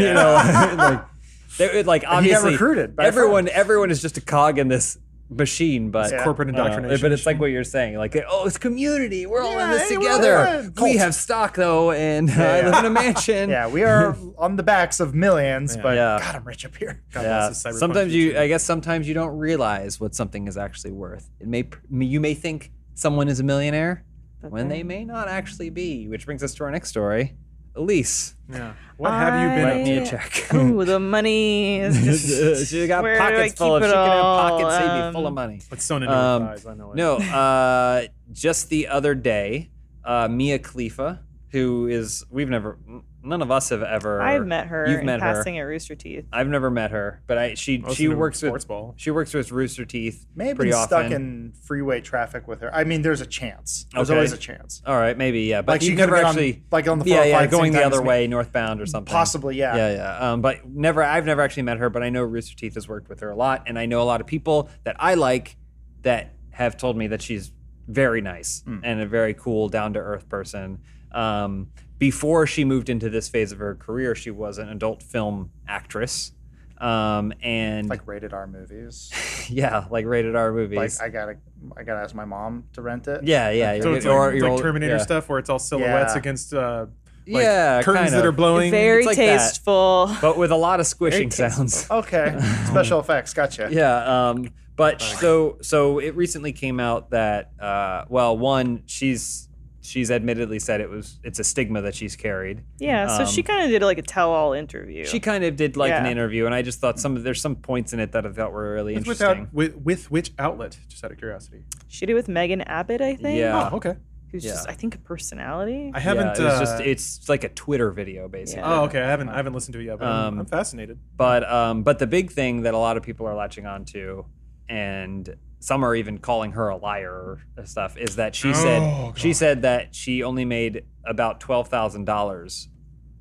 Speaker 1: you know, like, they're- like
Speaker 4: he got
Speaker 1: obviously
Speaker 4: recruited by
Speaker 1: everyone everyone is just a cog in this machine, but
Speaker 4: Yeah.
Speaker 2: corporate
Speaker 1: uh,
Speaker 2: indoctrination.
Speaker 1: but it's like what you're saying, like oh, it's community. We're all in
Speaker 4: Yeah,
Speaker 1: this
Speaker 4: hey, we're-
Speaker 1: together.
Speaker 4: we're a
Speaker 1: we
Speaker 4: cult.
Speaker 1: have stock though, and uh, I live in a mansion.
Speaker 4: Yeah, we are on the backs of millions, but
Speaker 1: Yeah.
Speaker 4: God, I'm rich up here.
Speaker 2: God,
Speaker 1: Yeah.
Speaker 2: this is cyberpunk
Speaker 1: Sometimes you,
Speaker 2: future.
Speaker 1: I guess, sometimes you don't realize what something is actually worth. It may, you may think someone is a millionaire when they may not actually be. Which brings us to our next story. Elise,
Speaker 2: Yeah. What have you been
Speaker 1: write
Speaker 2: up to?
Speaker 1: me a check.
Speaker 3: Ooh, the money is just.
Speaker 1: she got
Speaker 3: Where do I
Speaker 1: pockets full of. She
Speaker 3: keep it
Speaker 1: can have
Speaker 3: all?
Speaker 1: pockets they'd be
Speaker 3: Um,
Speaker 1: full of money.
Speaker 2: What's sewn into
Speaker 1: Um,
Speaker 2: your thighs? I know it.
Speaker 1: No, uh, just the other day, uh, Mia Khalifa, who is we've never, none of us have ever.
Speaker 3: I've met her.
Speaker 1: You've
Speaker 3: in
Speaker 1: met her.
Speaker 3: passing at Rooster Teeth.
Speaker 1: I've never met her, but I she
Speaker 2: I was
Speaker 1: she
Speaker 2: into
Speaker 1: works
Speaker 2: sports
Speaker 1: with
Speaker 2: ball.
Speaker 1: she works with Rooster Teeth
Speaker 4: May have
Speaker 1: pretty
Speaker 4: been
Speaker 1: often.
Speaker 4: stuck in freeway traffic with her. I mean, there's a chance. There's
Speaker 1: Okay.
Speaker 4: always a chance.
Speaker 1: All right, maybe yeah, but
Speaker 4: Like, she
Speaker 1: you
Speaker 4: could've
Speaker 1: never
Speaker 4: been on-
Speaker 1: actually
Speaker 4: like, on the
Speaker 1: yeah, yeah
Speaker 4: 405
Speaker 1: going the
Speaker 4: sometimes,
Speaker 1: other
Speaker 4: ma-
Speaker 1: way northbound or something
Speaker 4: Possibly, yeah.
Speaker 1: yeah yeah um, but never I've never actually met her but I know Rooster Teeth has worked with her a lot and I know a lot of people that I like that have told me that she's very nice
Speaker 4: Hmm.
Speaker 1: and a very cool down to earth person. Um, before she moved into this phase of her career, she was an adult film actress. Um, and
Speaker 4: Like rated R movies.
Speaker 1: yeah, like rated R movies.
Speaker 4: like I gotta, I gotta ask my mom to rent it.
Speaker 1: Yeah, yeah.
Speaker 2: So
Speaker 1: you're-
Speaker 2: it's
Speaker 1: or
Speaker 2: like,
Speaker 1: you're
Speaker 2: it's like
Speaker 1: old-
Speaker 2: Terminator
Speaker 1: yeah.
Speaker 2: stuff where it's all silhouettes
Speaker 4: Yeah.
Speaker 2: against uh, like
Speaker 1: Yeah,
Speaker 2: curtains
Speaker 1: kind
Speaker 2: that are
Speaker 1: of.
Speaker 2: blowing.
Speaker 3: Very
Speaker 1: like that.
Speaker 3: tasteful.
Speaker 1: But with a lot of squishing sounds.
Speaker 2: Oh.
Speaker 4: Okay. Special effects. Gotcha.
Speaker 1: Yeah. Um, but so so it recently came out that uh, well, one she's she's admittedly said it was it's a stigma that she's carried.
Speaker 3: Yeah, so she
Speaker 1: Um,
Speaker 3: kind of did like a tell-all interview.
Speaker 1: She kind of did like an
Speaker 3: Yeah.
Speaker 1: interview, and I just thought some of there's some points in it that I thought were really
Speaker 2: With,
Speaker 1: interesting.
Speaker 2: without, with, with which outlet? Just out of curiosity.
Speaker 3: she did with Megan Abbott, I think.
Speaker 1: Yeah.
Speaker 2: Oh, okay.
Speaker 3: who's
Speaker 1: Yeah.
Speaker 3: just I think a personality.
Speaker 2: I
Speaker 1: Yeah,
Speaker 2: haven't.
Speaker 1: it's
Speaker 2: uh,
Speaker 1: just it's like a Twitter video basically.
Speaker 2: oh, okay. I haven't. I haven't listened to it yet, but I'm,
Speaker 1: Um,
Speaker 2: I'm fascinated.
Speaker 1: But um, but the big thing that a lot of people are latching on to, and some are even calling her a liar or stuff, is that she said
Speaker 2: Oh,
Speaker 1: she
Speaker 2: God.
Speaker 1: said that she only made about twelve thousand dollars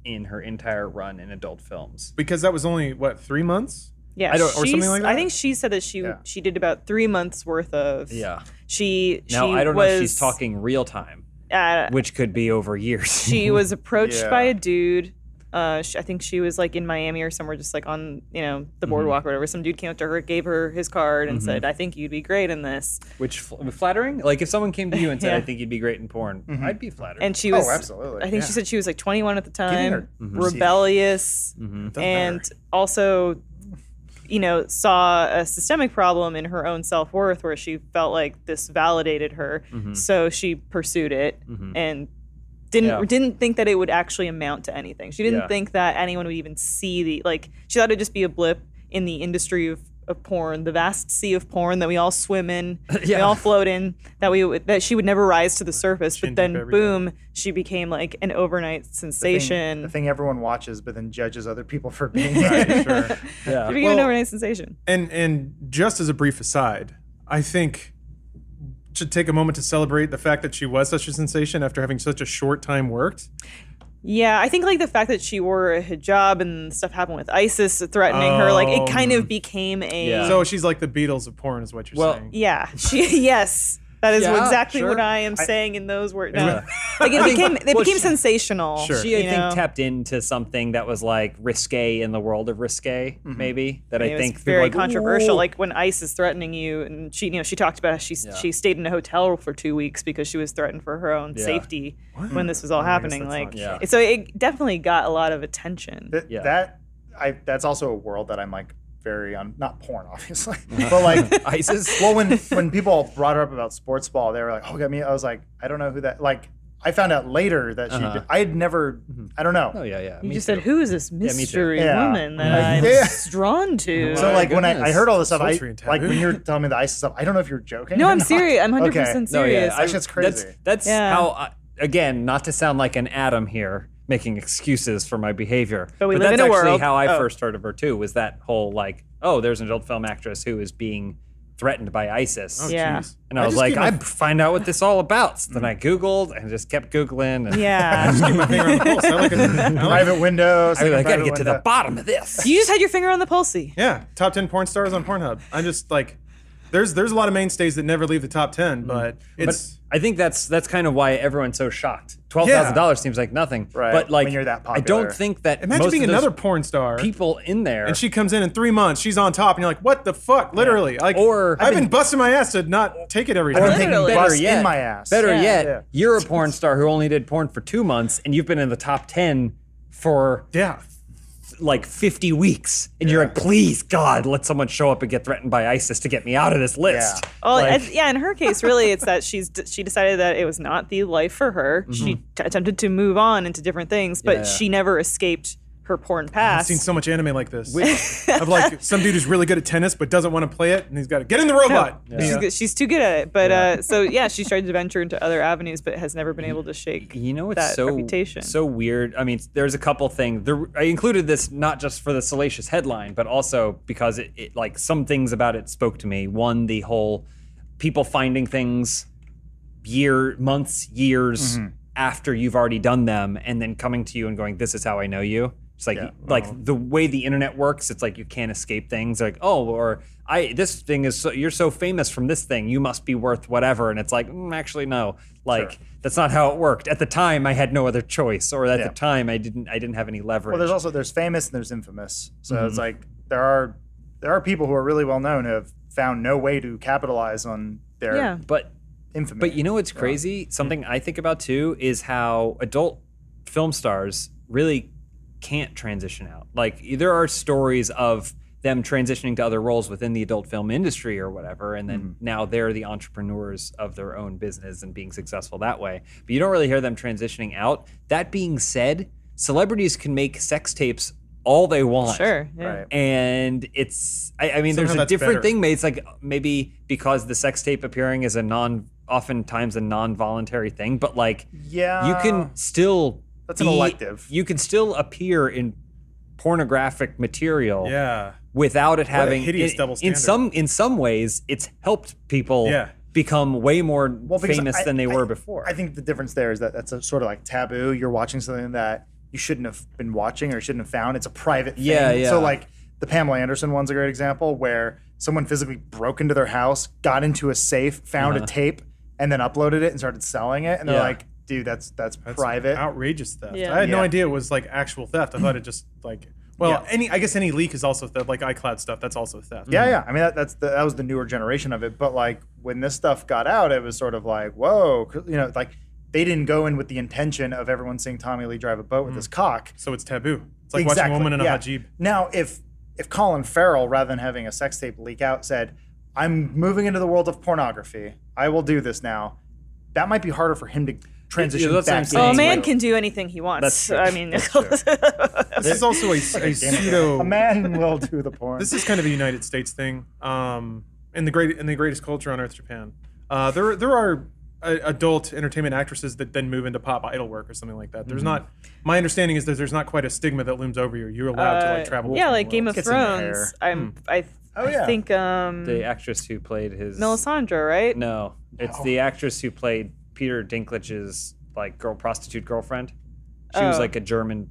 Speaker 1: in her entire run in adult films.
Speaker 2: Because that was only what three months.
Speaker 3: yeah,
Speaker 1: I don't-
Speaker 2: or something
Speaker 3: she's-
Speaker 2: like
Speaker 3: I
Speaker 2: that?
Speaker 3: think she said that she
Speaker 4: Yeah.
Speaker 3: she did about three months worth of.
Speaker 1: Yeah.
Speaker 3: She
Speaker 1: Now
Speaker 3: she
Speaker 1: I don't
Speaker 3: was,
Speaker 1: know if she's talking real time,
Speaker 3: Uh,
Speaker 1: which could be over years.
Speaker 3: she was approached
Speaker 4: Yeah.
Speaker 3: by a dude. Uh, sh I think she was like in Miami or somewhere, just like on you know
Speaker 1: Mm-hmm.
Speaker 3: the boardwalk or whatever. Some dude came up to her, gave her his card, and said, "I think you'd be great in this."
Speaker 1: which fl- flattering. Like if someone came to you and said, "I
Speaker 3: Yeah. Mm-hmm.
Speaker 1: think you'd be great in porn," I'd be flattered.
Speaker 3: And she
Speaker 4: Oh,
Speaker 3: was,
Speaker 4: absolutely.
Speaker 3: I think she said she was like 21 at the
Speaker 4: Giving
Speaker 3: time,
Speaker 4: her-
Speaker 1: Mm-hmm.
Speaker 3: rebellious,
Speaker 2: Doesn't
Speaker 3: and
Speaker 2: matter.
Speaker 3: also, you know, saw a systemic problem in her own self worth where she felt like this validated her, so she pursued it and didn't
Speaker 1: Yeah.
Speaker 3: didn't think that it would actually amount to anything. She didn't
Speaker 1: Yeah.
Speaker 3: think that anyone would even see the like. She thought it'd just be a blip in the industry of. Of porn, the vast sea of porn that we all swim in, we
Speaker 1: Yeah.
Speaker 3: all float in, that we would- that she would never rise to the surface.
Speaker 2: Chin
Speaker 3: But
Speaker 2: deep
Speaker 3: then,
Speaker 2: every
Speaker 3: boom, she became like an overnight
Speaker 4: The thing-
Speaker 3: sensation.
Speaker 4: The thing everyone watches, but then judges other people for being
Speaker 2: Right, sure.
Speaker 1: yeah.
Speaker 3: She became an
Speaker 2: Well-
Speaker 3: overnight sensation.
Speaker 2: And and just as a brief aside, I think should take a moment to celebrate the fact that she was such a sensation after having such a short time worked.
Speaker 3: Yeah, I think like the fact that she wore a hijab and stuff happened with ISIS threatening her, like it kind of became a
Speaker 1: Yeah.
Speaker 2: So she's like the Beatles of porn, is what you're
Speaker 1: Well,
Speaker 2: saying.
Speaker 3: yeah. She yes, that is
Speaker 1: Yeah,
Speaker 3: exactly
Speaker 1: sure.
Speaker 3: what I am saying in those words. No.
Speaker 1: Yeah.
Speaker 3: Like it
Speaker 1: I think-
Speaker 3: became it
Speaker 1: well,
Speaker 3: became
Speaker 1: she-
Speaker 3: sensational.
Speaker 2: Sure.
Speaker 1: She, I
Speaker 3: you
Speaker 1: think,
Speaker 3: know?
Speaker 1: tapped into something that was like risque in the world of risque, maybe. That I
Speaker 3: it
Speaker 1: think
Speaker 3: was
Speaker 1: people
Speaker 3: Mm-hmm. very
Speaker 1: like,
Speaker 3: controversial.
Speaker 1: "Ooh."
Speaker 3: Like when ICE is threatening you, and she, you know, she talked about how she she stayed in a hotel for two weeks because she was threatened for her own
Speaker 1: Yeah.
Speaker 3: safety when this was all
Speaker 2: I guess
Speaker 3: happening.
Speaker 2: that's
Speaker 3: Like,
Speaker 2: not
Speaker 1: true.
Speaker 3: so it definitely got a lot of attention.
Speaker 4: That,
Speaker 1: Yeah.
Speaker 4: that I that's also a world that I'm like very on not porn obviously, but like
Speaker 1: ISIS.
Speaker 4: well when when people brought her up about sports ball, they were like, "Oh, got me." I was like, "I don't know who that." Like I found out later that she.
Speaker 1: Uh-huh.
Speaker 4: Did, I had never. I don't know.
Speaker 1: Oh yeah, yeah.
Speaker 3: You
Speaker 1: me
Speaker 3: just
Speaker 1: too.
Speaker 3: said, "Who is this
Speaker 1: me too.
Speaker 3: mystery
Speaker 4: Yeah.
Speaker 3: woman that
Speaker 4: Yeah.
Speaker 3: I'm
Speaker 4: Yeah.
Speaker 3: drawn to?"
Speaker 4: So
Speaker 1: My
Speaker 4: like when I, I
Speaker 1: goodness.
Speaker 4: heard all this stuff, I
Speaker 2: Sultry and
Speaker 4: like when
Speaker 2: taboo.
Speaker 4: you're telling me the ISIS stuff, I don't know if you're joking.
Speaker 3: no,
Speaker 4: or
Speaker 3: I'm
Speaker 4: not.
Speaker 3: serious. I'm 100 percent
Speaker 1: No, yeah,
Speaker 3: serious.
Speaker 1: I-
Speaker 4: That shit's crazy.
Speaker 1: That's, that's
Speaker 3: Yeah.
Speaker 1: how. I, again, not to sound like an Adam here, making excuses for my behavior,
Speaker 3: But we live
Speaker 1: that's
Speaker 3: in a
Speaker 1: actually
Speaker 3: world-
Speaker 1: how I
Speaker 3: oh.
Speaker 1: first heard of her too. Was that whole like, oh, there's an adult film actress who is being threatened by ISIS.
Speaker 2: Oh,
Speaker 3: Yeah.
Speaker 2: jeez.
Speaker 1: And I, was
Speaker 2: just
Speaker 1: like,
Speaker 2: keep my-
Speaker 1: I find out what this all about. So then
Speaker 3: Mm.
Speaker 1: I Googled and just kept Googling. And
Speaker 3: yeah.
Speaker 2: Keep my finger on the pulse. I like it. I like it.
Speaker 4: private window.
Speaker 1: I, was like, I gotta
Speaker 4: private
Speaker 1: get to the
Speaker 4: window.
Speaker 1: bottom of this.
Speaker 3: you just had your finger on the pulsey.
Speaker 2: Yeah, top ten porn stars on Pornhub. I'm just like, there's there's a lot of mainstays that never leave the top ten,
Speaker 1: Mm.
Speaker 2: but it's
Speaker 1: I think that's that's kind of why everyone's so shocked. Twelve thousand dollars seems like nothing,
Speaker 4: Right,
Speaker 1: But like,
Speaker 4: when you're that
Speaker 1: I don't
Speaker 4: popular.
Speaker 1: think that
Speaker 2: imagine
Speaker 1: most
Speaker 2: being
Speaker 1: of those
Speaker 2: another porn star.
Speaker 1: people in there.
Speaker 2: and she comes in in three months, she's on top, and you're like, "What the fuck?" Literally, like,
Speaker 1: Or-
Speaker 2: I've been, busting my ass to not take it every
Speaker 4: Or I'm
Speaker 2: time.
Speaker 4: taking
Speaker 3: Literally.
Speaker 4: bus
Speaker 1: better yet,
Speaker 4: in my ass.
Speaker 1: Better
Speaker 3: Yeah.
Speaker 1: yet,
Speaker 4: Yeah.
Speaker 1: you're a porn star who only did porn for two months, and you've been in the top ten for
Speaker 2: Yeah,
Speaker 1: like 50 weeks, and you're like, please God, let someone show up and get threatened by ISIS to get me out of this list.
Speaker 4: Yeah.
Speaker 3: Well,
Speaker 1: Like,
Speaker 3: I- yeah. In her case, really, it's that she's d- she decided that it was not the life for her. She t- attempted to move on into different things, but
Speaker 1: Mm-hmm. Yeah.
Speaker 3: she never escaped her porn
Speaker 2: I've
Speaker 3: past.
Speaker 2: seen so much anime like this. of like some dude who's really good at tennis but doesn't want to play it, and he's got to get in the robot.
Speaker 3: She's,
Speaker 2: Yeah.
Speaker 3: good- she's too good at it, but uh, so yeah, she's tried to venture into other avenues, but has never been able to shake.
Speaker 1: you know it's
Speaker 3: that
Speaker 1: so
Speaker 3: reputation.
Speaker 1: so weird. I mean, there's a couple things. There, I included this not just for the salacious headline, but also because it, it like some things about it spoke to me. One, the whole people finding things year, months, years
Speaker 4: Mm-hmm.
Speaker 1: after you've already done them, and then coming to you and going, "This is how I know you." It's like like the way the internet works. It's like you can't escape things. Like oh, or I this thing is so, you're so famous from this thing, you must be worth whatever. And it's like mm, actually no, like that's not how it worked. At the time, I had no other choice, or at
Speaker 4: Yeah.
Speaker 1: the time, I didn't I didn't have any leverage.
Speaker 4: Well, there's also there's famous and there's infamous. So
Speaker 1: Mm-hmm.
Speaker 4: it's like there are there are people who are really well known who have found no way to capitalize on their
Speaker 3: Yeah.
Speaker 1: but
Speaker 4: infamy.
Speaker 1: But you know what's crazy? Something I think about too is how adult film stars really can't transition out. Like there are stories of them transitioning to other roles within the adult film industry or whatever, and then now they're the entrepreneurs of their own business and being successful that way. But you don't really hear them transitioning out. That being said, celebrities can make sex tapes all they want
Speaker 3: Sure. Yeah.
Speaker 4: Right.
Speaker 1: and it's I, I mean there's
Speaker 2: Somehow
Speaker 1: a
Speaker 2: that's
Speaker 1: different
Speaker 2: better.
Speaker 1: thing made it's like maybe because the sex tape appearing is a non oftentimes a non-voluntary thing but like
Speaker 4: yeah,
Speaker 1: you can still
Speaker 4: that's an
Speaker 1: be-
Speaker 4: elective.
Speaker 1: you can still appear in pornographic material
Speaker 2: Yeah,
Speaker 1: without it having
Speaker 2: hideous
Speaker 1: in,
Speaker 2: double
Speaker 1: in
Speaker 2: standard.
Speaker 1: some in some ways it's helped people
Speaker 2: Yeah.
Speaker 1: become way more
Speaker 4: because
Speaker 1: famous
Speaker 4: I-
Speaker 1: than they
Speaker 4: I-
Speaker 1: were before
Speaker 4: I think the difference there is that that's a sort of like taboo. You're watching something that you shouldn't have been watching or shouldn't have found. It's a private thing.
Speaker 1: Yeah, yeah.
Speaker 4: So like the Pamela Anderson one's a great example where someone physically broke into their house, got into a safe, found a tape, and then uploaded it and started selling it. And they're
Speaker 1: Uh-huh. Yeah.
Speaker 4: like, dude, that's that's,
Speaker 2: That's
Speaker 4: private.
Speaker 2: outrageous theft.
Speaker 3: Yeah.
Speaker 2: I had no
Speaker 4: Yeah.
Speaker 2: idea it was like actual theft. I thought it just like well,
Speaker 4: Yeah.
Speaker 2: any I guess any leak is also theft, like iCloud stuff. That's also theft.
Speaker 4: Yeah, yeah. I mean, that, that's the, that was the newer generation of it. But like when this stuff got out, it was sort of like, whoa, 'cause, you know, like they didn't go in with the intention of everyone seeing Tommy Lee drive a boat with his cock.
Speaker 2: So it's taboo. It's like watching
Speaker 4: Exactly,
Speaker 2: a woman in
Speaker 4: yeah.
Speaker 2: a hijab.
Speaker 4: Now, if if Colin Farrell, rather than having a sex tape leak out, said, "I'm moving into the world of pornography. I will do this now," that might be harder for him to transition
Speaker 1: Yeah, that's what I'm
Speaker 4: back.
Speaker 1: saying.
Speaker 3: Well,
Speaker 1: Yeah.
Speaker 3: a man
Speaker 1: Right.
Speaker 3: can do anything he wants.
Speaker 1: That's true.
Speaker 3: I mean,
Speaker 2: This is also a, a pseudo.
Speaker 4: A man will do the porn.
Speaker 2: This is kind of a United States thing. Um, in the great in the greatest culture on earth, Japan. Uh, there there are uh, adult entertainment actresses that then move into pop idol work or something like that. There's
Speaker 3: Mm-hmm.
Speaker 2: not. My understanding is that there's not quite a stigma that looms over you. You're allowed to
Speaker 3: Uh,
Speaker 2: like travel.
Speaker 3: yeah,
Speaker 2: between
Speaker 3: like Game of
Speaker 2: worlds.
Speaker 4: Gets in the
Speaker 3: Thrones. I'm I,
Speaker 4: Oh,
Speaker 3: I
Speaker 4: yeah.
Speaker 3: think um
Speaker 1: the actress who played his
Speaker 3: Melisandre, right?
Speaker 1: no it's the actress who played Peter Dinklage's like girl prostitute girlfriend she was
Speaker 3: Oh.
Speaker 1: like a German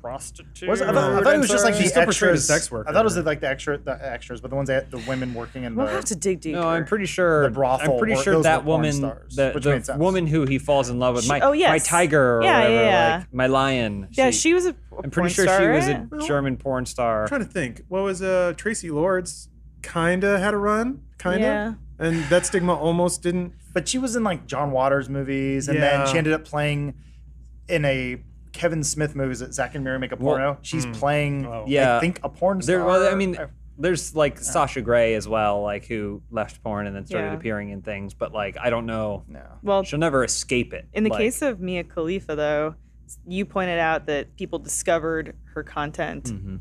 Speaker 1: prostitute
Speaker 4: Was- I, thought, I thought it was just like
Speaker 2: She's
Speaker 4: the
Speaker 2: still portrayed as
Speaker 4: extras.
Speaker 2: a sex worker.
Speaker 4: I thought it was like the extra, the extras, but the ones that the women working in
Speaker 3: We'll
Speaker 4: the
Speaker 3: have to dig deeper.
Speaker 1: No, I'm pretty sure.
Speaker 4: The brothel
Speaker 1: I'm pretty
Speaker 4: were-
Speaker 1: sure
Speaker 4: those
Speaker 1: that
Speaker 4: were porn
Speaker 1: woman,
Speaker 4: stars,
Speaker 1: the,
Speaker 4: which
Speaker 1: the
Speaker 4: made sense.
Speaker 1: woman who he falls in love with,
Speaker 3: She-
Speaker 1: my
Speaker 3: oh, yes.
Speaker 1: my tiger or
Speaker 3: Yeah,
Speaker 1: whatever,
Speaker 3: yeah.
Speaker 1: like my lion.
Speaker 3: yeah, she was a. a
Speaker 1: I'm pretty
Speaker 3: porn
Speaker 1: sure
Speaker 3: star,
Speaker 1: she was
Speaker 3: right?
Speaker 1: a German porn star.
Speaker 2: I'm trying to think. What was uh Tracy Lords kinda had a run? Kinda.
Speaker 3: Yeah.
Speaker 2: And that stigma almost didn't
Speaker 4: But she was in like John Waters movies, and
Speaker 2: Yeah.
Speaker 4: then she ended up playing in a Kevin Smith movies that Zach and Miri make a
Speaker 1: Well,
Speaker 4: porno. She's playing,
Speaker 2: Oh.
Speaker 4: I
Speaker 1: Yeah.
Speaker 4: think, a porn star. Oh.
Speaker 1: There, well, I mean, there's like Sasha Grey as well, like who left porn and then started
Speaker 3: Yeah.
Speaker 1: appearing in things. But like, I don't know.
Speaker 4: no.
Speaker 3: Well,
Speaker 1: She'll never escape it.
Speaker 3: in the
Speaker 1: Like,
Speaker 3: case of Mia Khalifa, though, you pointed out that people discovered her content
Speaker 4: Mm-hmm.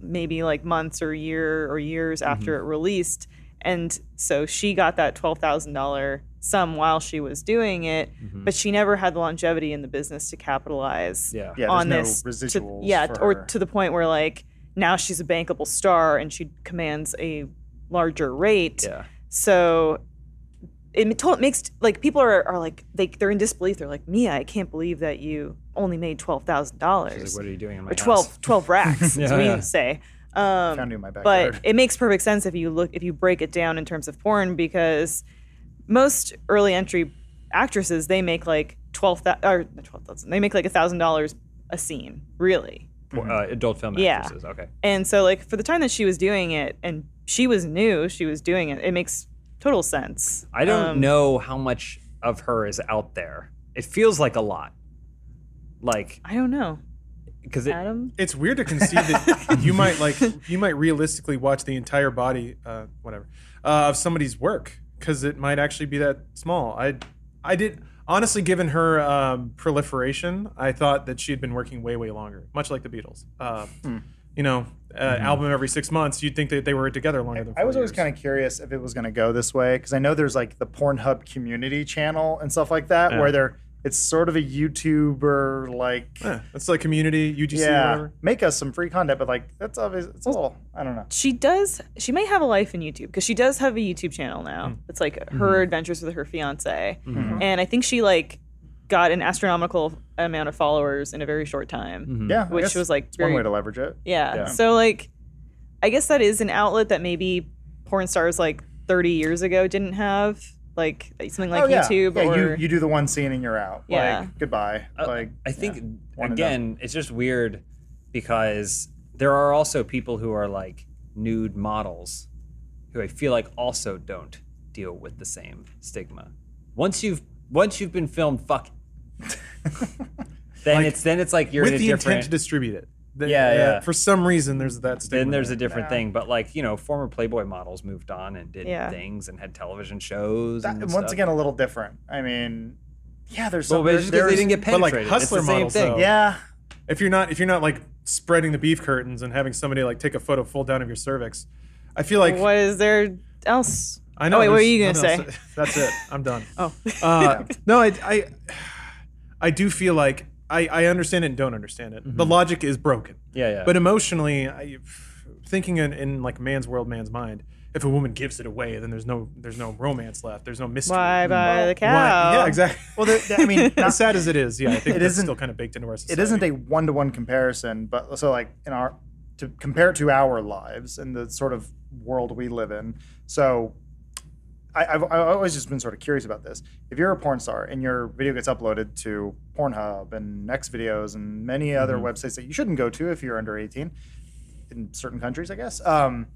Speaker 3: maybe like months or year or years after
Speaker 4: Mm-hmm.
Speaker 3: it released, and so she got that twelve thousand dollar sum while she was doing it, but she never had the longevity in the business to capitalize
Speaker 1: yeah.
Speaker 4: Mm-hmm. Yeah, there's
Speaker 3: on
Speaker 4: no
Speaker 3: this to,
Speaker 4: residuals.
Speaker 3: yeah
Speaker 4: for
Speaker 3: or
Speaker 4: her.
Speaker 3: to the point where like now she's a bankable star and she commands a larger rate
Speaker 1: Yeah.
Speaker 3: so it to- it makes like people are, are like they they're in disbelief they're like mia i can't believe that you only made
Speaker 1: She's like,
Speaker 3: $12000
Speaker 1: what are you doing in my
Speaker 3: or 12, 12 racks
Speaker 1: Yeah,
Speaker 3: is what
Speaker 1: yeah.
Speaker 3: you say um,
Speaker 4: found you in my backyard.
Speaker 3: but it makes perfect sense if you look if you break it down in terms of porn because most early entry actresses they make like twelve thousand or not twelve thousand they make like a thousand dollars a scene really
Speaker 1: House? Uh, adult film
Speaker 3: Yeah.
Speaker 1: actresses. Okay.
Speaker 3: and so like for the time that she was doing it and she was new she was doing it it makes total sense
Speaker 1: I don't
Speaker 3: Um,
Speaker 1: know how much of her is out there. It feels like a lot. Like,
Speaker 3: I don't know
Speaker 1: because it.
Speaker 3: Adam
Speaker 2: It's weird to conceive that you might like you might realistically watch the entire body, uh, whatever, uh, of somebody's work because it might actually be that small. I, I did honestly, given her um, proliferation, I thought that she had been working way way longer, much like the Beatles. Uh,
Speaker 1: Hmm.
Speaker 2: You know, uh, album every six months. You'd think that they were together longer than. Four
Speaker 4: I was always
Speaker 2: years.
Speaker 4: kind of curious if it was going to go this way because I know there's like the Pornhub community channel and stuff like that where they're it's sort of a YouTuber like
Speaker 2: Yeah, it's like community UGC. Or
Speaker 4: yeah
Speaker 2: whatever.
Speaker 4: make us some free content but like that's obvious it's a little I don't know
Speaker 3: she does she may have a life in YouTube because she does have a YouTube channel now it's like her adventures with her fiance
Speaker 4: Mm-hmm.
Speaker 3: and I think she like got an astronomical amount of followers in a very short time
Speaker 1: Mm-hmm.
Speaker 4: yeah I
Speaker 3: Which
Speaker 4: guess
Speaker 3: was, like,
Speaker 4: it's
Speaker 3: very-
Speaker 4: one way to leverage it
Speaker 3: Yeah.
Speaker 4: Mm-hmm. Yeah.
Speaker 3: So like, I guess that is an outlet that maybe porn stars like 30 years ago didn't have, like something like
Speaker 4: Oh, yeah.
Speaker 3: YouTube
Speaker 4: yeah,
Speaker 3: or
Speaker 4: you, you do the one scene and you're out
Speaker 3: Yeah.
Speaker 4: like goodbye
Speaker 1: Uh,
Speaker 4: like
Speaker 1: I think
Speaker 4: Wanna know.
Speaker 1: again, it's just weird because there are also people who are like nude models who I feel like also don't deal with the same stigma. Once you've once you've been filmed fucking then
Speaker 2: Like,
Speaker 1: it's then it's like you're in
Speaker 2: with
Speaker 1: a
Speaker 2: the intent
Speaker 1: different
Speaker 2: to distribute it. The-
Speaker 1: Yeah,
Speaker 2: uh,
Speaker 1: yeah.
Speaker 2: For some reason, there's that. Stigma
Speaker 1: then there's
Speaker 2: there.
Speaker 1: a different thing, but like you know, former Playboy models moved on and did
Speaker 3: Yeah.
Speaker 1: things and had television shows.
Speaker 4: that,
Speaker 1: and
Speaker 4: once
Speaker 1: stuff.
Speaker 4: again a little different I mean yeah there's
Speaker 1: well,
Speaker 4: some,
Speaker 1: but
Speaker 4: there-
Speaker 1: it's just because they
Speaker 4: there's-
Speaker 1: didn't get
Speaker 2: but, like,
Speaker 1: penetrated.
Speaker 2: hustler
Speaker 1: it's the same
Speaker 2: models,
Speaker 1: thing.
Speaker 2: though.
Speaker 4: yeah
Speaker 2: if you're not if you're not like spreading the beef curtains and having somebody like take a photo full down of your cervix, I feel like
Speaker 3: Oh, what is there else?
Speaker 2: I know.
Speaker 3: Oh, wait, what
Speaker 2: there's
Speaker 3: were you gonna
Speaker 2: nothing
Speaker 3: say?
Speaker 2: else. That's it. I'm done.
Speaker 3: Oh,
Speaker 2: Uh, no, I, I I do feel like I I understand it and don't understand it. The logic is broken,
Speaker 1: Mm-hmm. Yeah, yeah.
Speaker 2: but emotionally, I, thinking in, in like man's world, man's mind. If a woman gives it away, then there's no there's no romance left. There's no mystery.
Speaker 3: why buy the cow?
Speaker 2: Why- Mm-hmm. Yeah, exactly.
Speaker 4: well there, there- I mean not
Speaker 2: as sad as it is, yeah, I think
Speaker 4: It
Speaker 2: it that's
Speaker 4: isn't-
Speaker 2: still kind of baked into our society.
Speaker 4: it isn't a one to one comparison, but so like in our to compare it to our lives and the sort of world we live in. So I, I've, I've always just been sort of curious about this. If you're a porn star and your video gets uploaded to Pornhub and X videos and many other websites that you shouldn't go to if you're under 18, in certain countries, I guess, um,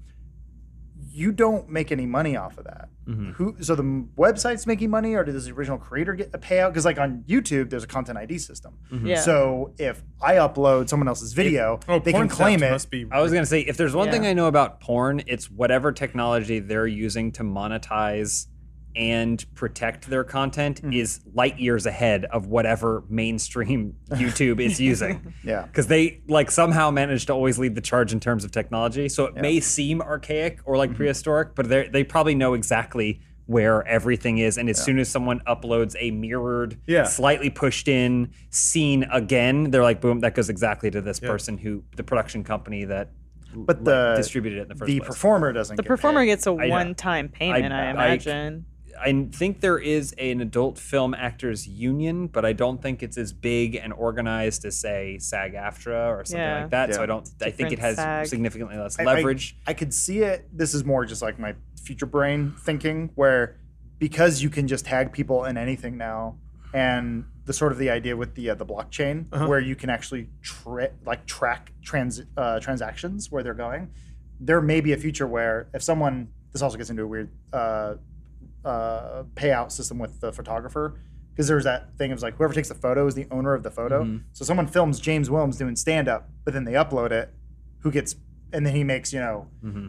Speaker 4: you don't make any money off of that. Who? So the website's making money, or does the original creator get a payout? Because like on YouTube, there's a content ID system.
Speaker 3: Yeah.
Speaker 4: So if I upload someone else's video,
Speaker 2: Oh,
Speaker 4: they
Speaker 2: porn
Speaker 4: can claim
Speaker 2: theft
Speaker 4: it.
Speaker 2: Must be
Speaker 1: I was gonna say if there's one
Speaker 3: Yeah.
Speaker 1: thing I know about porn, it's whatever technology they're using to monetize and protect their content is light years ahead of whatever mainstream YouTube is using.
Speaker 4: Yeah.
Speaker 1: Because they like somehow manage to always lead the charge in terms of technology. So it may seem archaic or like prehistoric, but they they probably know exactly where everything is. And as soon as someone uploads a mirrored,
Speaker 2: Yeah.
Speaker 1: slightly pushed in scene again, they're like, boom, that goes exactly to this
Speaker 2: Yeah.
Speaker 1: person who the production company that
Speaker 4: But
Speaker 1: like,
Speaker 4: the-
Speaker 1: distributed it in the first
Speaker 4: the
Speaker 1: place.
Speaker 4: performer doesn't.
Speaker 3: the
Speaker 4: get
Speaker 3: performer
Speaker 4: paid.
Speaker 3: gets a
Speaker 1: I-
Speaker 3: one-time payment, I,
Speaker 1: I-
Speaker 3: imagine.
Speaker 1: I think there is an adult film actors union, but I don't think it's as big and organized as say SAG-AFTRA or something
Speaker 3: Yeah.
Speaker 1: like that. So
Speaker 4: Yeah.
Speaker 1: I don't. I think it
Speaker 3: Different
Speaker 1: has
Speaker 3: SAG.
Speaker 1: significantly less
Speaker 4: I- I-
Speaker 1: leverage.
Speaker 4: I, could see it. This is more just like my future brain thinking, where because you can just tag people in anything now, and the sort of the idea with the uh, the blockchain, where you can actually tra- like track trans uh, transactions where they're going. There may be a future where if someone this also gets into a weird uh, uh, payout system with the photographer, because there was that thing. It was like whoever takes the photo is the owner of the photo. So someone films James Williams doing stand up, but then they upload it. Who gets? And then he makes you know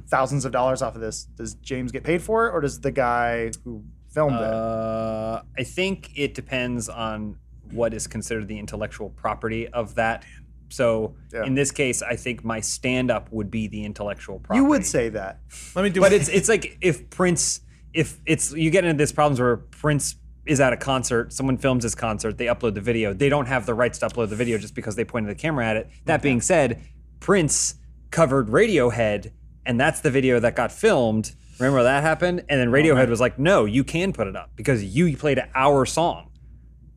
Speaker 4: thousands of dollars off of this. Does James get paid for it, or does the guy who filmed it?
Speaker 1: Uh, I think it depends on what is considered the intellectual property of that. So
Speaker 4: Yeah.
Speaker 1: in this case, I think my stand up would be the intellectual property.
Speaker 4: You would say that.
Speaker 2: Let me do
Speaker 1: but it's it's like if Prince, if it's you get into these problems where Prince is at a concert, someone films his concert, they upload the video. They don't have the rights to upload the video just because they pointed the camera at it. That being said, Prince covered Radiohead, and that's the video that got filmed. Remember that happened? And then Radiohead was like, "No, you can put it up because you played our song."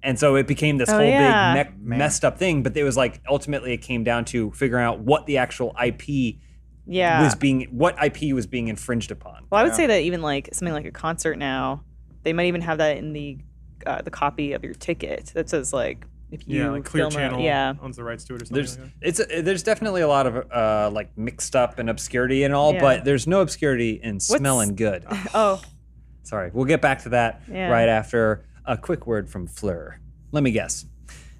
Speaker 1: And so it became this
Speaker 3: Oh,
Speaker 1: whole
Speaker 3: yeah.
Speaker 1: big me- messed up thing. But it was like ultimately it came down to figuring out what the actual IP
Speaker 3: Yeah.
Speaker 1: was being what IP was being infringed upon.
Speaker 3: well, I would say that even like something like a concert now, they might even have that in the uh, the copy of your ticket that says like if you
Speaker 2: yeah, like
Speaker 3: film
Speaker 2: Clear
Speaker 3: a-
Speaker 2: Channel
Speaker 3: yeah.
Speaker 2: owns the rights to it or something.
Speaker 1: There's
Speaker 2: like that.
Speaker 1: it's there's definitely a lot of uh, like mixed up and obscurity and all,
Speaker 3: Yeah.
Speaker 1: but there's no obscurity in smelling good.
Speaker 3: Oh,
Speaker 1: Sorry, we'll get back to that
Speaker 3: Yeah.
Speaker 1: right after a quick word from Fleur. Let me guess.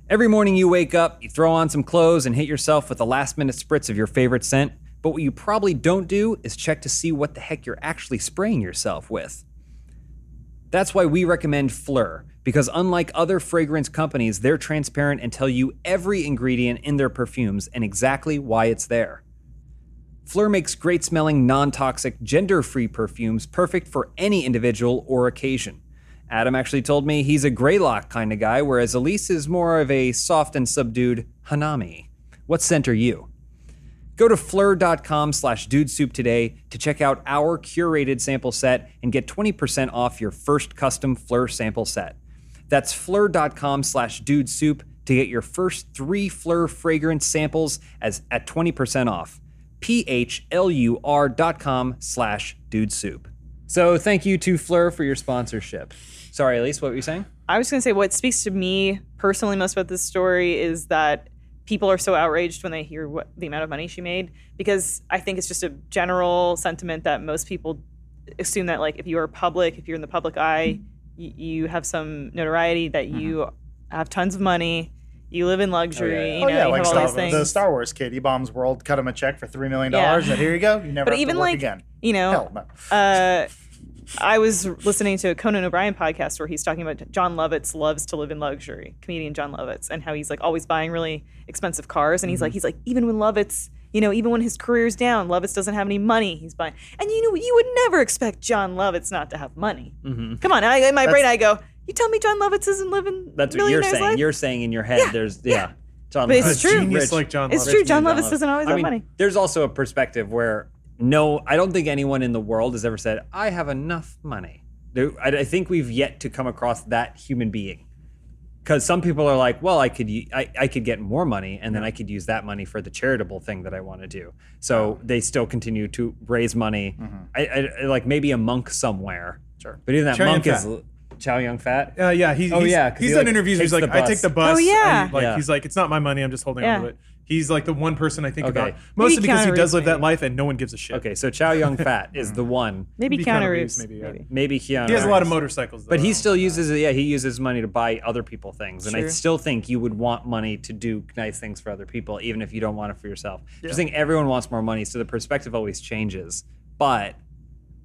Speaker 1: Every morning you wake up, you throw on some clothes and hit yourself with a last minute spritz of your favorite scent. But what you probably don't do is check to see what the heck you're actually spraying yourself with. That's why we recommend Fleur, because unlike other fragrance companies, they're transparent and tell you every ingredient in their perfumes and exactly why it's there. Fleur makes great smelling, non toxic, gender free perfumes perfect for any individual or occasion. Adam actually told me he's a Greylock kind of guy, whereas Elise is more of a soft and subdued Hanami. What scent are you? Go to fleur.com slash dudesoup today to check out our curated sample set and get 20% off your first custom Fleur sample set. That's fleur.com slash dudesoup to get your first three Fleur fragrance samples as at 20% off. P-H-L-U-R dot com slash dudesoup. So thank you to Fleur for your sponsorship. Sorry, Elise, what were you saying?
Speaker 3: I was going to say what speaks to me personally most about this story is that people are so outraged when they hear what the amount of money she made because I think it's just a general sentiment that most people assume that like if you are public, if you're in the public eye,
Speaker 4: Mm-hmm.
Speaker 3: y- you have some notoriety that you have tons of money, you live in luxury, you know,
Speaker 4: oh yeah,
Speaker 3: you
Speaker 4: like
Speaker 3: have all
Speaker 4: Star,
Speaker 3: these things.
Speaker 4: the Star Wars kid, he bombs world, cut him a check for three million
Speaker 3: Yeah.
Speaker 4: dollars, and here you go. You never
Speaker 3: but
Speaker 4: have
Speaker 3: even
Speaker 4: to work
Speaker 3: like oh.
Speaker 4: again.
Speaker 3: you know,
Speaker 4: Hell no.
Speaker 3: uh, I was listening to a Conan O'Brien podcast where he's talking about John Lovitz loves to live in luxury, comedian John Lovitz, and how he's like always buying really expensive cars. And he's like, he's like, even when Lovitz, you know, even when his career's down, Lovitz doesn't have any money. He's buying, and you know, you would never expect John Lovitz not to have money. Come on, I, in my brain, I go, you tell me John Lovitz isn't living.
Speaker 1: That's what you're
Speaker 3: millionaire's
Speaker 1: saying.
Speaker 3: life?"
Speaker 1: You're saying in your head there's yeah. John
Speaker 3: But it's
Speaker 1: Lovitz,
Speaker 3: true.
Speaker 2: Genius
Speaker 1: Rich.
Speaker 2: like John.
Speaker 3: it's
Speaker 2: Lovitz.
Speaker 3: true. John
Speaker 1: John
Speaker 3: Lovitz doesn't always
Speaker 1: I
Speaker 3: have
Speaker 1: mean,
Speaker 3: money.
Speaker 1: There's also a perspective where no, I don't think anyone in the world has ever said, I have enough money. There, I, I think we've yet to come across that human being. Because some people are like, well, I could u- I, I could get more money, and then I could use that money for the charitable thing that I want to do. So they still continue to raise money.
Speaker 2: Mm-hmm.
Speaker 1: I, I- I- like maybe a monk somewhere. Sure, but even that
Speaker 2: Chow
Speaker 1: monk
Speaker 2: Yun
Speaker 1: is Chow Young Fat.
Speaker 2: Uh, yeah, he's,
Speaker 1: Oh,
Speaker 2: he's,
Speaker 1: yeah, 'cause
Speaker 2: he's
Speaker 1: he,
Speaker 2: done
Speaker 1: like,
Speaker 2: interviews. where He's
Speaker 1: takes
Speaker 2: like,
Speaker 1: the
Speaker 2: I
Speaker 1: bus.
Speaker 2: take the bus.
Speaker 3: Oh, yeah.
Speaker 2: and, like
Speaker 1: Yeah.
Speaker 2: he's like, it's not my money. I'm just holding on to
Speaker 3: Yeah.
Speaker 2: it. He's like the one person I think
Speaker 1: Okay.
Speaker 2: about mostly because he
Speaker 3: Keanu
Speaker 2: does
Speaker 3: Reeves,
Speaker 2: live that
Speaker 3: maybe.
Speaker 2: life and no one gives a shit.
Speaker 1: Okay, so Chow Young Fat is the one.
Speaker 3: Maybe
Speaker 2: Be
Speaker 3: Keanu Reeves.
Speaker 2: maybe,
Speaker 3: Maybe.
Speaker 2: yeah.
Speaker 1: Maybe Keanu.
Speaker 2: He has a lot of
Speaker 1: Reeves.
Speaker 2: motorcycles, though.
Speaker 1: But he still uses it. Yeah, he uses money to buy other people things, and I
Speaker 3: Sure.
Speaker 1: still think you would want money to do nice things for other people, even if you don't want it for yourself. I Just think everyone wants more money, so the perspective always changes. But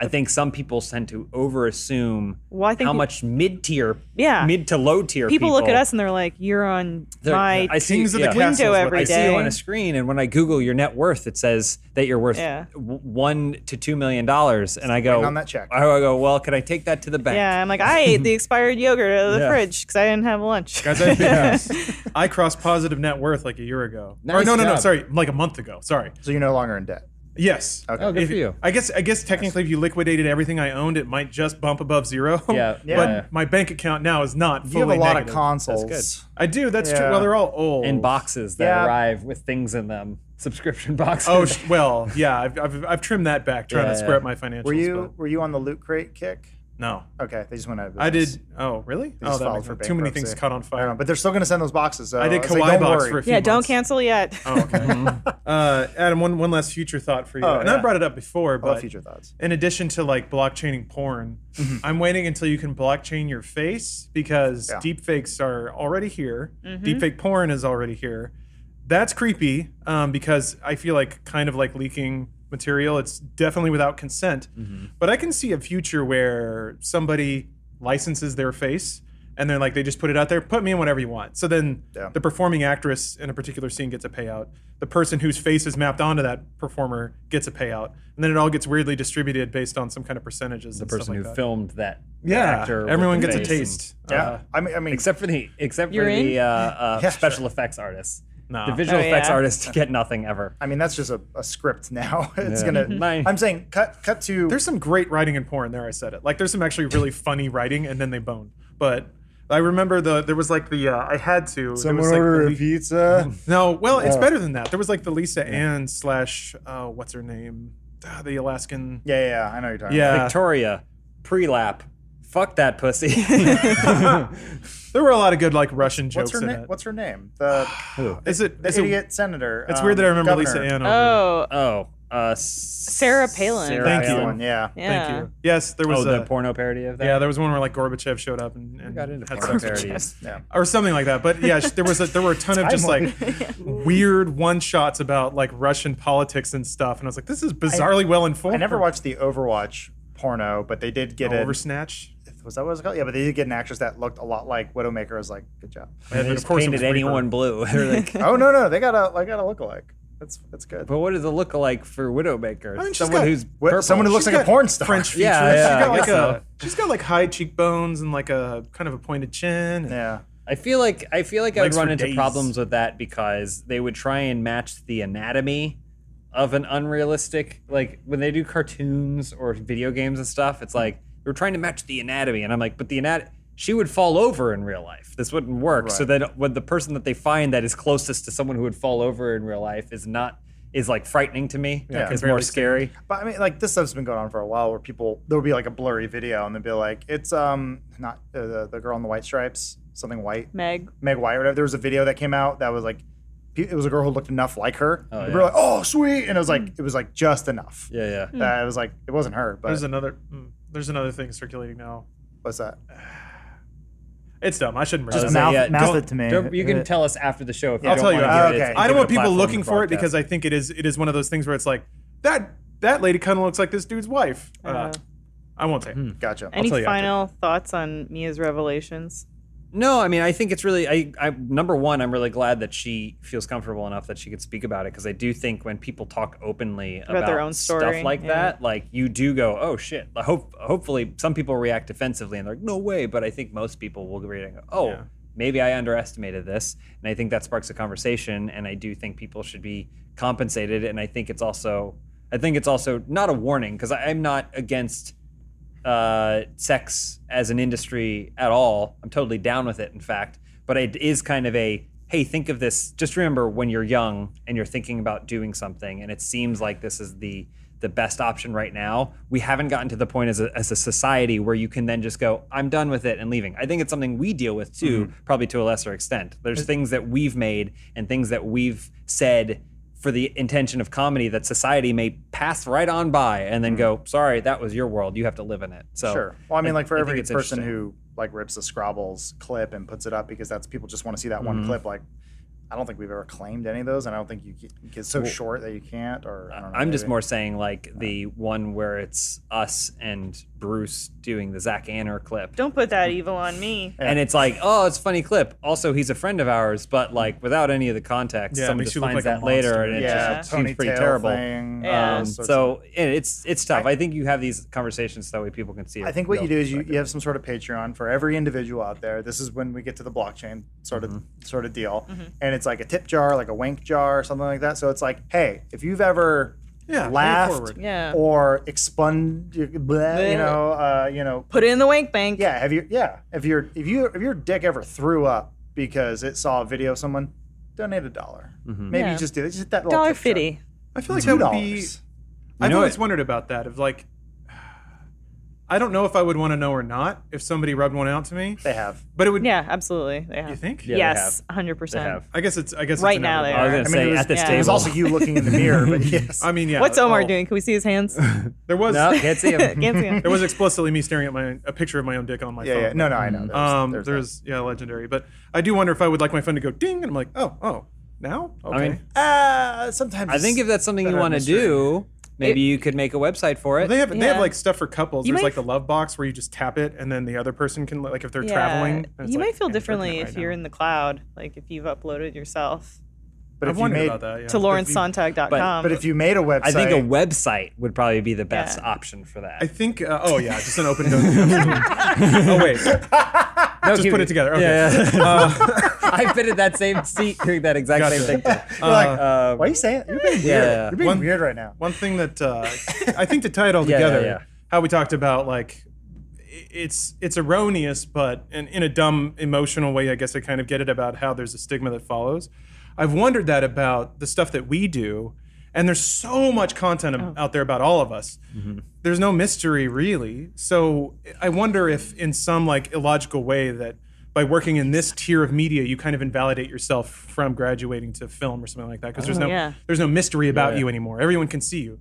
Speaker 1: I think some people tend to overassume
Speaker 3: Well, I think
Speaker 1: how
Speaker 3: we-
Speaker 1: much mid tier,
Speaker 3: Yeah.
Speaker 1: mid to low tier
Speaker 3: People,
Speaker 1: people,
Speaker 3: look at us and they're like, you're on
Speaker 1: They're-
Speaker 3: my
Speaker 1: I see-
Speaker 2: Kings of the
Speaker 1: yeah.
Speaker 2: Castle is
Speaker 3: Window
Speaker 2: what
Speaker 3: every
Speaker 2: I
Speaker 1: I
Speaker 2: see.
Speaker 1: see you
Speaker 3: day.
Speaker 1: on a screen, and when I Google your net worth, it says that you're worth
Speaker 3: Yeah.
Speaker 1: w- one to two million dollars, and I go
Speaker 4: waiting on that check.
Speaker 1: I go, well, can I take that to the bank?
Speaker 3: Yeah, I'm like, I ate the expired yogurt out of the
Speaker 1: Yeah.
Speaker 3: fridge because I didn't have lunch.
Speaker 2: Guys, I've been- I crossed positive net worth like a year ago. or
Speaker 1: Nice
Speaker 2: no, no, no.
Speaker 1: job.
Speaker 2: Sorry, like a month ago. Sorry.
Speaker 4: So you're no longer in debt.
Speaker 2: Yes.
Speaker 4: Okay.
Speaker 1: Oh, good
Speaker 2: If-
Speaker 1: for you.
Speaker 2: I guess I guess technically if you liquidated everything I owned, it might just bump above zero.
Speaker 1: Yeah, yeah.
Speaker 2: But my bank account now is not fully
Speaker 4: You have a lot
Speaker 2: negative.
Speaker 4: of consoles.
Speaker 1: That's
Speaker 2: I do. That's true.
Speaker 4: Yeah.
Speaker 2: Well, they're all old.
Speaker 1: in boxes that
Speaker 4: Yeah.
Speaker 1: arrive with things in them, subscription boxes.
Speaker 2: Oh sh- well, yeah. I've, I've, I've trimmed that back, trying
Speaker 1: Yeah,
Speaker 2: to square
Speaker 1: yeah.
Speaker 2: up my financials.
Speaker 4: Were you were you on the loot crate kick?
Speaker 2: No,
Speaker 4: Okay, they just went out of business.
Speaker 2: I did. Oh, really?
Speaker 4: just
Speaker 2: Oh, that
Speaker 4: filed
Speaker 2: makes
Speaker 4: for
Speaker 2: sense. too many things
Speaker 4: bankruptcy.
Speaker 2: caught on
Speaker 4: I don't know,
Speaker 2: fire.
Speaker 4: but they're still going to send those boxes. So
Speaker 2: I did
Speaker 4: was
Speaker 2: Kawhi
Speaker 4: like, don't
Speaker 2: box
Speaker 4: worry.
Speaker 2: for a few
Speaker 3: Yeah, don't
Speaker 2: months.
Speaker 3: cancel yet.
Speaker 2: Oh, okay. uh, Adam, one one last future thought for you,
Speaker 4: Oh,
Speaker 2: and I
Speaker 4: yeah.
Speaker 2: brought it up before,
Speaker 4: I love
Speaker 2: but
Speaker 4: future thoughts.
Speaker 2: in addition to like blockchaining porn, I'm waiting until you can blockchain your face because
Speaker 4: Yeah.
Speaker 2: deepfakes are already here.
Speaker 3: Mm-hmm.
Speaker 2: Deepfake porn is already here. That's creepy um, because I feel like kind of like leaking material. It's definitely without consent.
Speaker 1: Mm-hmm.
Speaker 2: But I can see a future where somebody licenses their face and then like they just put it out there, put me in whatever you want. So then
Speaker 4: Yeah.
Speaker 2: the performing actress in a particular scene gets a payout. The person whose face is mapped onto that performer gets a payout. And then it all gets weirdly distributed based on some kind of percentages.
Speaker 1: the
Speaker 2: and stuff
Speaker 1: person who
Speaker 2: like that.
Speaker 1: filmed that
Speaker 2: Yeah,
Speaker 1: actor with
Speaker 2: everyone
Speaker 1: the
Speaker 2: gets a
Speaker 1: face and-
Speaker 2: taste.
Speaker 4: Yeah,
Speaker 2: Uh,
Speaker 4: I mean, I mean,
Speaker 1: except for the except
Speaker 3: You're
Speaker 1: for
Speaker 3: in?
Speaker 1: the uh, uh,
Speaker 4: Yeah,
Speaker 1: special effects artists.
Speaker 2: Nah.
Speaker 1: The visual
Speaker 3: Oh,
Speaker 1: effects
Speaker 3: yeah.
Speaker 1: artists get nothing ever.
Speaker 4: I mean, that's just a, a script now. it's
Speaker 1: Yeah.
Speaker 4: gonna.
Speaker 1: My-
Speaker 4: I'm saying cut, cut to.
Speaker 2: there's some great writing in porn. There, I said it. Like there's some actually really funny writing, and then they bone. But I remember the there was like the uh, I had to. there was, like, the Lee-
Speaker 4: pizza.
Speaker 2: No, well, it's
Speaker 4: Oh.
Speaker 2: better than that. There was like the Lisa Ann slash uh, what's her name, Ah, the Alaskan.
Speaker 4: Yeah, yeah, yeah, I know what you're talking.
Speaker 2: Yeah,
Speaker 1: Victoria, pre-lap, fuck that pussy.
Speaker 2: there were a lot of good like Russian
Speaker 4: About.
Speaker 2: jokes
Speaker 4: What's her
Speaker 2: in
Speaker 4: name?
Speaker 2: it.
Speaker 4: What's her name? The,
Speaker 1: Who?
Speaker 2: Is it?
Speaker 4: the
Speaker 2: Is it
Speaker 4: idiot senator.
Speaker 2: it's
Speaker 4: um,
Speaker 2: weird that I remember
Speaker 4: governor.
Speaker 2: Lisa Ann. Over
Speaker 3: Oh,
Speaker 1: Oh, uh, Sarah
Speaker 3: Sarah Palin.
Speaker 2: Thank
Speaker 4: That
Speaker 2: you.
Speaker 4: one, Yeah.
Speaker 2: there.
Speaker 3: yeah.
Speaker 2: Thank you. Yes, there was
Speaker 1: Oh, the
Speaker 2: a.
Speaker 1: porno parody of that.
Speaker 2: Yeah, there was one where like Gorbachev showed up and,
Speaker 1: I
Speaker 2: and
Speaker 1: got into
Speaker 2: had
Speaker 1: porno
Speaker 2: sex with chicks.
Speaker 1: parodies.
Speaker 4: Yeah.
Speaker 2: or something like that. But yeah, sh- there was a, there were a ton of just like weird one shots about like Russian politics and stuff, and I was like, this is bizarrely well informed.
Speaker 4: I never watched the Overwatch porno, but they did
Speaker 2: Oh,
Speaker 4: get it.
Speaker 2: Oversnatch.
Speaker 4: Was that what it was called? Yeah, but they did get an actress that looked a lot like Widowmaker. I was like, good job.
Speaker 2: And
Speaker 1: they
Speaker 2: then,
Speaker 1: just
Speaker 2: it
Speaker 1: painted
Speaker 2: was Reaper.
Speaker 1: anyone blue. They're like,
Speaker 4: oh no, no, they got a, they got a lookalike. That's that's good.
Speaker 1: but what does it look like for Widowmaker?
Speaker 2: I mean, she's
Speaker 1: someone
Speaker 2: got-
Speaker 1: who's
Speaker 4: What-
Speaker 1: purple.
Speaker 4: someone who looks
Speaker 2: She's
Speaker 4: like a
Speaker 2: got
Speaker 4: porn star.
Speaker 2: French features.
Speaker 1: Yeah, yeah,
Speaker 2: she's got
Speaker 1: I
Speaker 2: like
Speaker 1: guess
Speaker 2: a she's got like high cheekbones and like a kind of a pointed chin. and-
Speaker 4: Yeah.
Speaker 1: I feel like I feel like I'd
Speaker 2: Legs
Speaker 1: run
Speaker 2: for
Speaker 1: into
Speaker 2: days.
Speaker 1: problems with that because they would try and match the anatomy of an unrealistic like when they do cartoons or video games and stuff, it's like they're trying to match the anatomy and I'm like, but the anat she would fall over in real life. This wouldn't work. So then when the person that they find that is closest to someone who would fall over in real life is not is like frightening to me.
Speaker 4: Yeah,
Speaker 1: it's
Speaker 2: can
Speaker 1: more
Speaker 2: barely see.
Speaker 1: scary.
Speaker 4: But I mean, like this stuff's been going on for a while, where people there will be like a blurry video, and they'll be like, "It's um not uh, the the girl in the white stripes, something white,
Speaker 3: Meg.
Speaker 4: Meg White, or whatever." There was a video that came out that was like, pe- it was a girl who looked enough like her.
Speaker 1: Oh,
Speaker 4: we
Speaker 1: yeah.
Speaker 4: were like, "Oh, sweet," and it was like it was like just enough.
Speaker 1: Yeah, yeah.
Speaker 4: Uh, it was like it wasn't her, but
Speaker 2: There's another mm, there's another thing circulating now.
Speaker 4: what's that?
Speaker 2: It's dumb. I shouldn't bring
Speaker 1: I
Speaker 2: that
Speaker 1: was
Speaker 2: up.
Speaker 1: like,
Speaker 4: mouth-
Speaker 1: Oh, yeah,
Speaker 4: mouth
Speaker 1: don't-
Speaker 4: it to me.
Speaker 1: don't- you can tell us after the show if you
Speaker 2: I'll
Speaker 1: don't
Speaker 2: tell you
Speaker 1: wanna hear
Speaker 4: after.
Speaker 1: it.
Speaker 4: Okay.
Speaker 1: It's
Speaker 2: Eh, I
Speaker 1: given
Speaker 2: don't want
Speaker 1: a
Speaker 2: people
Speaker 1: platform to
Speaker 2: looking for it
Speaker 1: broadcast.
Speaker 2: because I think it is it is one of those things where it's like that that lady kind of looks like this dude's wife. Uh,
Speaker 4: Uh-huh.
Speaker 3: Uh,
Speaker 2: I won't say.
Speaker 1: Hmm.
Speaker 2: it.
Speaker 4: Gotcha.
Speaker 3: any
Speaker 2: tell you after.
Speaker 3: final thoughts on Mia's revelations?
Speaker 1: No, I mean, I think it's really. I, I number one, I'm really glad that she feels comfortable enough that she could speak about it because I do think when people talk openly about,
Speaker 3: their own story,
Speaker 1: stuff like
Speaker 3: yeah.
Speaker 1: that, like you do go, oh shit. I hope hopefully some people react defensively and they're like, no way. But I think most people will read and go, oh,
Speaker 2: Yeah.
Speaker 1: maybe I underestimated this, and I think that sparks a conversation. And I do think people should be compensated, and I think it's also, I think it's also not a warning because I'm not against uh, sex as an industry at all. I'm totally down with it, in fact. But it is kind of a hey, think of this. Just remember when you're young and you're thinking about doing something, and it seems like this is the the best option right now. We haven't gotten to the point as a, as a society where you can then just go, I'm done with it and leaving. I think it's something we deal with too, probably to a lesser extent. There's things that we've made and things that we've said for the intention of comedy that society may pass right on by and then go, sorry, that was your world. You have to live in it. So
Speaker 4: Mm-hmm. sure. Well, I mean, like for
Speaker 1: I think
Speaker 4: every
Speaker 1: it's
Speaker 4: person
Speaker 1: interesting.
Speaker 4: who like rips the Scrabbles clip and puts it up because that's people just want to see that one
Speaker 1: Mm-hmm.
Speaker 4: clip. Like, I don't think we've ever claimed any of those, and I don't think you get it's so short that you can't. Or I don't know,
Speaker 1: I'm just
Speaker 4: maybe.
Speaker 1: more saying like the one where it's us and Bruce doing the Zach Anner clip.
Speaker 3: Don't put that evil on me.
Speaker 1: And it's like, oh, it's a funny clip. Also, he's a friend of ours, but like without any of the context,
Speaker 2: Yeah, it
Speaker 1: someone
Speaker 2: makes
Speaker 1: just
Speaker 2: you look
Speaker 1: finds
Speaker 2: like a
Speaker 1: that later,
Speaker 2: monster.
Speaker 1: and it
Speaker 4: yeah,
Speaker 1: just seems pretty
Speaker 4: ponytail
Speaker 1: terrible.
Speaker 4: Thing,
Speaker 3: Yeah.
Speaker 4: all
Speaker 1: Um,
Speaker 4: sorts
Speaker 1: so
Speaker 4: of-
Speaker 1: and it's it's tough. I, think you have these conversations that way people can see. it
Speaker 4: I think what
Speaker 1: real
Speaker 4: you do is you,
Speaker 1: perspective.
Speaker 4: you have some sort of Patreon for every individual out there. This is when we get to the blockchain sort of
Speaker 1: Mm-hmm.
Speaker 4: sort of deal, and it's like a tip jar, like a wank jar, something like that. So it's like, hey, if you've ever
Speaker 2: Yeah, pay it
Speaker 4: laughed
Speaker 2: forward.
Speaker 3: Yeah.
Speaker 4: or expunged, you know, uh, you know,
Speaker 3: Put it in the wank bank.
Speaker 4: Yeah, have you? Yeah, if your if you if your dick ever threw up because it saw a video of someone, donate a dollar. Maybe
Speaker 3: Yeah.
Speaker 4: you just do it. Just hit that little
Speaker 3: Dollar
Speaker 4: tip jar.
Speaker 3: fifty.
Speaker 2: I feel Mm-hmm. like
Speaker 4: Two
Speaker 2: that would be
Speaker 4: dollars.
Speaker 2: I've
Speaker 1: know
Speaker 2: always
Speaker 1: it-
Speaker 2: wondered about that. Of like, I don't know if I would want to know or not if somebody rubbed one out to me,
Speaker 4: They have.
Speaker 2: but it would.
Speaker 3: Yeah, absolutely. They have.
Speaker 2: You think?
Speaker 1: Yeah, they
Speaker 3: yes, hundred
Speaker 1: They
Speaker 3: percent.
Speaker 1: have.
Speaker 2: I guess it's. I guess
Speaker 3: Right
Speaker 2: it's
Speaker 3: now they
Speaker 2: inevitable.
Speaker 1: I was
Speaker 3: are.
Speaker 1: gonna
Speaker 4: I
Speaker 1: say
Speaker 4: mean, it was-
Speaker 1: at this
Speaker 3: yeah,
Speaker 1: table.
Speaker 4: It was also you looking in the mirror, but yes.
Speaker 2: I mean, yeah.
Speaker 3: What's Omar
Speaker 2: oh,
Speaker 3: doing? Can we see his hands?
Speaker 2: There was.
Speaker 1: no, can't see him.
Speaker 3: Can't see him.
Speaker 2: There was explicitly me staring at my own, a picture of my own dick on my
Speaker 4: yeah,
Speaker 2: phone.
Speaker 4: yeah. No, no, I know. There's,
Speaker 2: Um,
Speaker 4: there's
Speaker 2: there's,
Speaker 4: that.
Speaker 2: yeah, legendary. But I do wonder if I would like my phone to go ding, and I'm like, oh, oh, now, okay.
Speaker 1: mean,
Speaker 4: Uh, sometimes
Speaker 1: I think if that's something you
Speaker 4: Better
Speaker 1: want to
Speaker 4: mystery.
Speaker 1: do, maybe you could make a website for it.
Speaker 2: they have they have
Speaker 3: yeah.
Speaker 2: like stuff for couples.
Speaker 3: You
Speaker 2: There's
Speaker 3: might
Speaker 2: like the
Speaker 3: f-
Speaker 2: love box where you just tap it, and then the other person can like if they're
Speaker 3: Yeah.
Speaker 2: traveling. and it's
Speaker 3: You
Speaker 2: like,
Speaker 3: might feel
Speaker 2: "Man, I'm
Speaker 3: differently
Speaker 2: pregnant
Speaker 3: if
Speaker 2: right
Speaker 3: you're
Speaker 2: now."
Speaker 3: in the cloud, like if you've uploaded yourself
Speaker 4: but
Speaker 2: I've
Speaker 4: if you
Speaker 2: wondered
Speaker 4: made,
Speaker 2: about that. Yeah.
Speaker 3: to lawrencesonntag.com.
Speaker 4: but if you made a website,
Speaker 1: I think a website would probably be the best
Speaker 3: Yeah.
Speaker 1: option for that.
Speaker 2: I think. Uh, oh yeah, just an open. oh wait,
Speaker 1: No,
Speaker 2: just
Speaker 1: keep
Speaker 2: put it together. Okay.
Speaker 1: Yeah, yeah. I've been in that same seat doing that exact
Speaker 2: Gotcha.
Speaker 1: same thing. too.
Speaker 4: you're like,
Speaker 1: Um,
Speaker 4: why are you saying? You're being weird.
Speaker 1: yeah, yeah.
Speaker 4: You're being
Speaker 2: One-
Speaker 4: weird right now.
Speaker 2: one thing that uh, I think to tie it all
Speaker 1: Yeah, yeah,
Speaker 2: together,
Speaker 1: yeah.
Speaker 2: how we talked about like i- it's it's erroneous, but in, in a dumb emotional way, I guess I kind of get it about how there's a stigma that follows. I've wondered that about the stuff that we do, and there's so much content ab- out there about all of us.
Speaker 4: Mm-hmm.
Speaker 2: There's no mystery really, so I wonder if in some like illogical way that. By working in this tier of media, you kind of invalidate yourself from graduating to film or something like that because there's no
Speaker 3: yeah.
Speaker 2: there's no mystery about you anymore. Everyone can see you.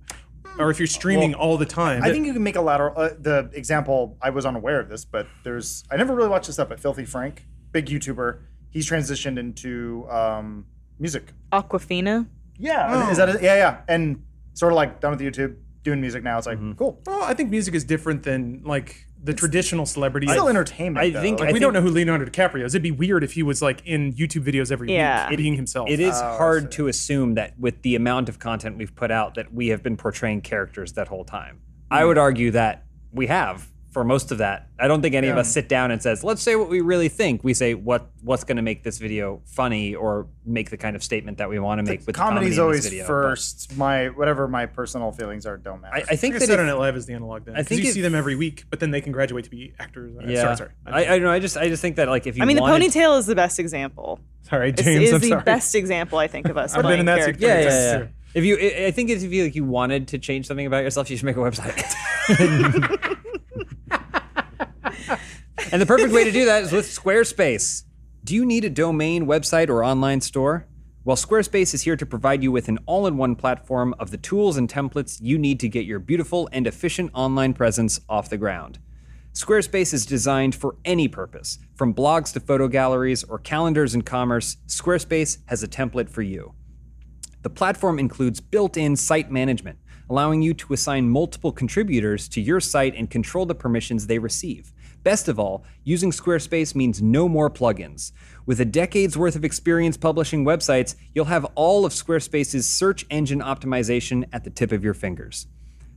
Speaker 2: Or if you're streaming all the time.
Speaker 4: I think you can make a lateral. Uh, the example I was unaware of this, but there's I never really watched this stuff. But Filthy Frank, big YouTuber, he's transitioned into um, music.
Speaker 3: Aquafina.
Speaker 4: Yeah, is that
Speaker 1: Oh.
Speaker 4: a, yeah, yeah, and sort of like done with YouTube, doing music now. It's like
Speaker 1: Mm-hmm.
Speaker 4: cool.
Speaker 2: well, I think music is different than like the traditional celebrity.
Speaker 4: It's still
Speaker 2: like,
Speaker 4: entertainment.
Speaker 1: I
Speaker 4: though.
Speaker 1: think-
Speaker 4: Like,
Speaker 1: I
Speaker 2: we don't know who Leonardo DiCaprio is. It'd be weird if he was like in YouTube videos every
Speaker 3: Yeah.
Speaker 2: week being himself.
Speaker 1: It is
Speaker 4: Oh, I see.
Speaker 1: hard to assume that with the amount of content we've put out that we have been portraying characters that whole time. I would argue that we have for most of that. I don't think any of us sit down and says, "Let's say what we really think." We say what what's going to make this video funny or make the kind of statement that we want to make with the comedy in
Speaker 4: comedy's
Speaker 1: this
Speaker 4: always
Speaker 1: video. But
Speaker 4: first. My whatever my personal feelings are don't matter.
Speaker 1: I, I think that
Speaker 2: I guess
Speaker 1: if-
Speaker 2: Saturday Night Live is the analog then.
Speaker 1: I
Speaker 2: I think
Speaker 1: think
Speaker 2: you
Speaker 1: if-
Speaker 2: see them every week, but then they can graduate to be actors. Uh,
Speaker 1: yeah,
Speaker 2: Sorry, sorry.
Speaker 1: I, I don't know. I just I just think that like if you
Speaker 3: I mean, the
Speaker 1: wanted-
Speaker 3: ponytail is the best example.
Speaker 2: sorry,
Speaker 3: This
Speaker 2: James.
Speaker 3: is
Speaker 2: I'm
Speaker 3: the
Speaker 2: sorry.
Speaker 3: best example I think of us.
Speaker 2: I've been in
Speaker 3: playing
Speaker 2: that
Speaker 3: characters.
Speaker 1: yeah, yeah,
Speaker 2: That's
Speaker 1: yeah.
Speaker 2: true.
Speaker 1: If you, I I think if you like you wanted to change something about yourself, you should make a website. and the perfect way to do that is with Squarespace. Do you need a domain, website, or online store? Well, Squarespace is here to provide you with an all in one platform of the tools and templates you need to get your beautiful and efficient online presence off the ground. Squarespace is designed for any purpose, from blogs to photo galleries or calendars and commerce. Squarespace has a template for you. The platform includes built in site management, allowing you to assign multiple contributors to your site and control the permissions they receive. Best of all, using Squarespace means no more plugins. With a decade's worth of experience publishing websites, you'll have all of Squarespace's search engine optimization at the tip of your fingers.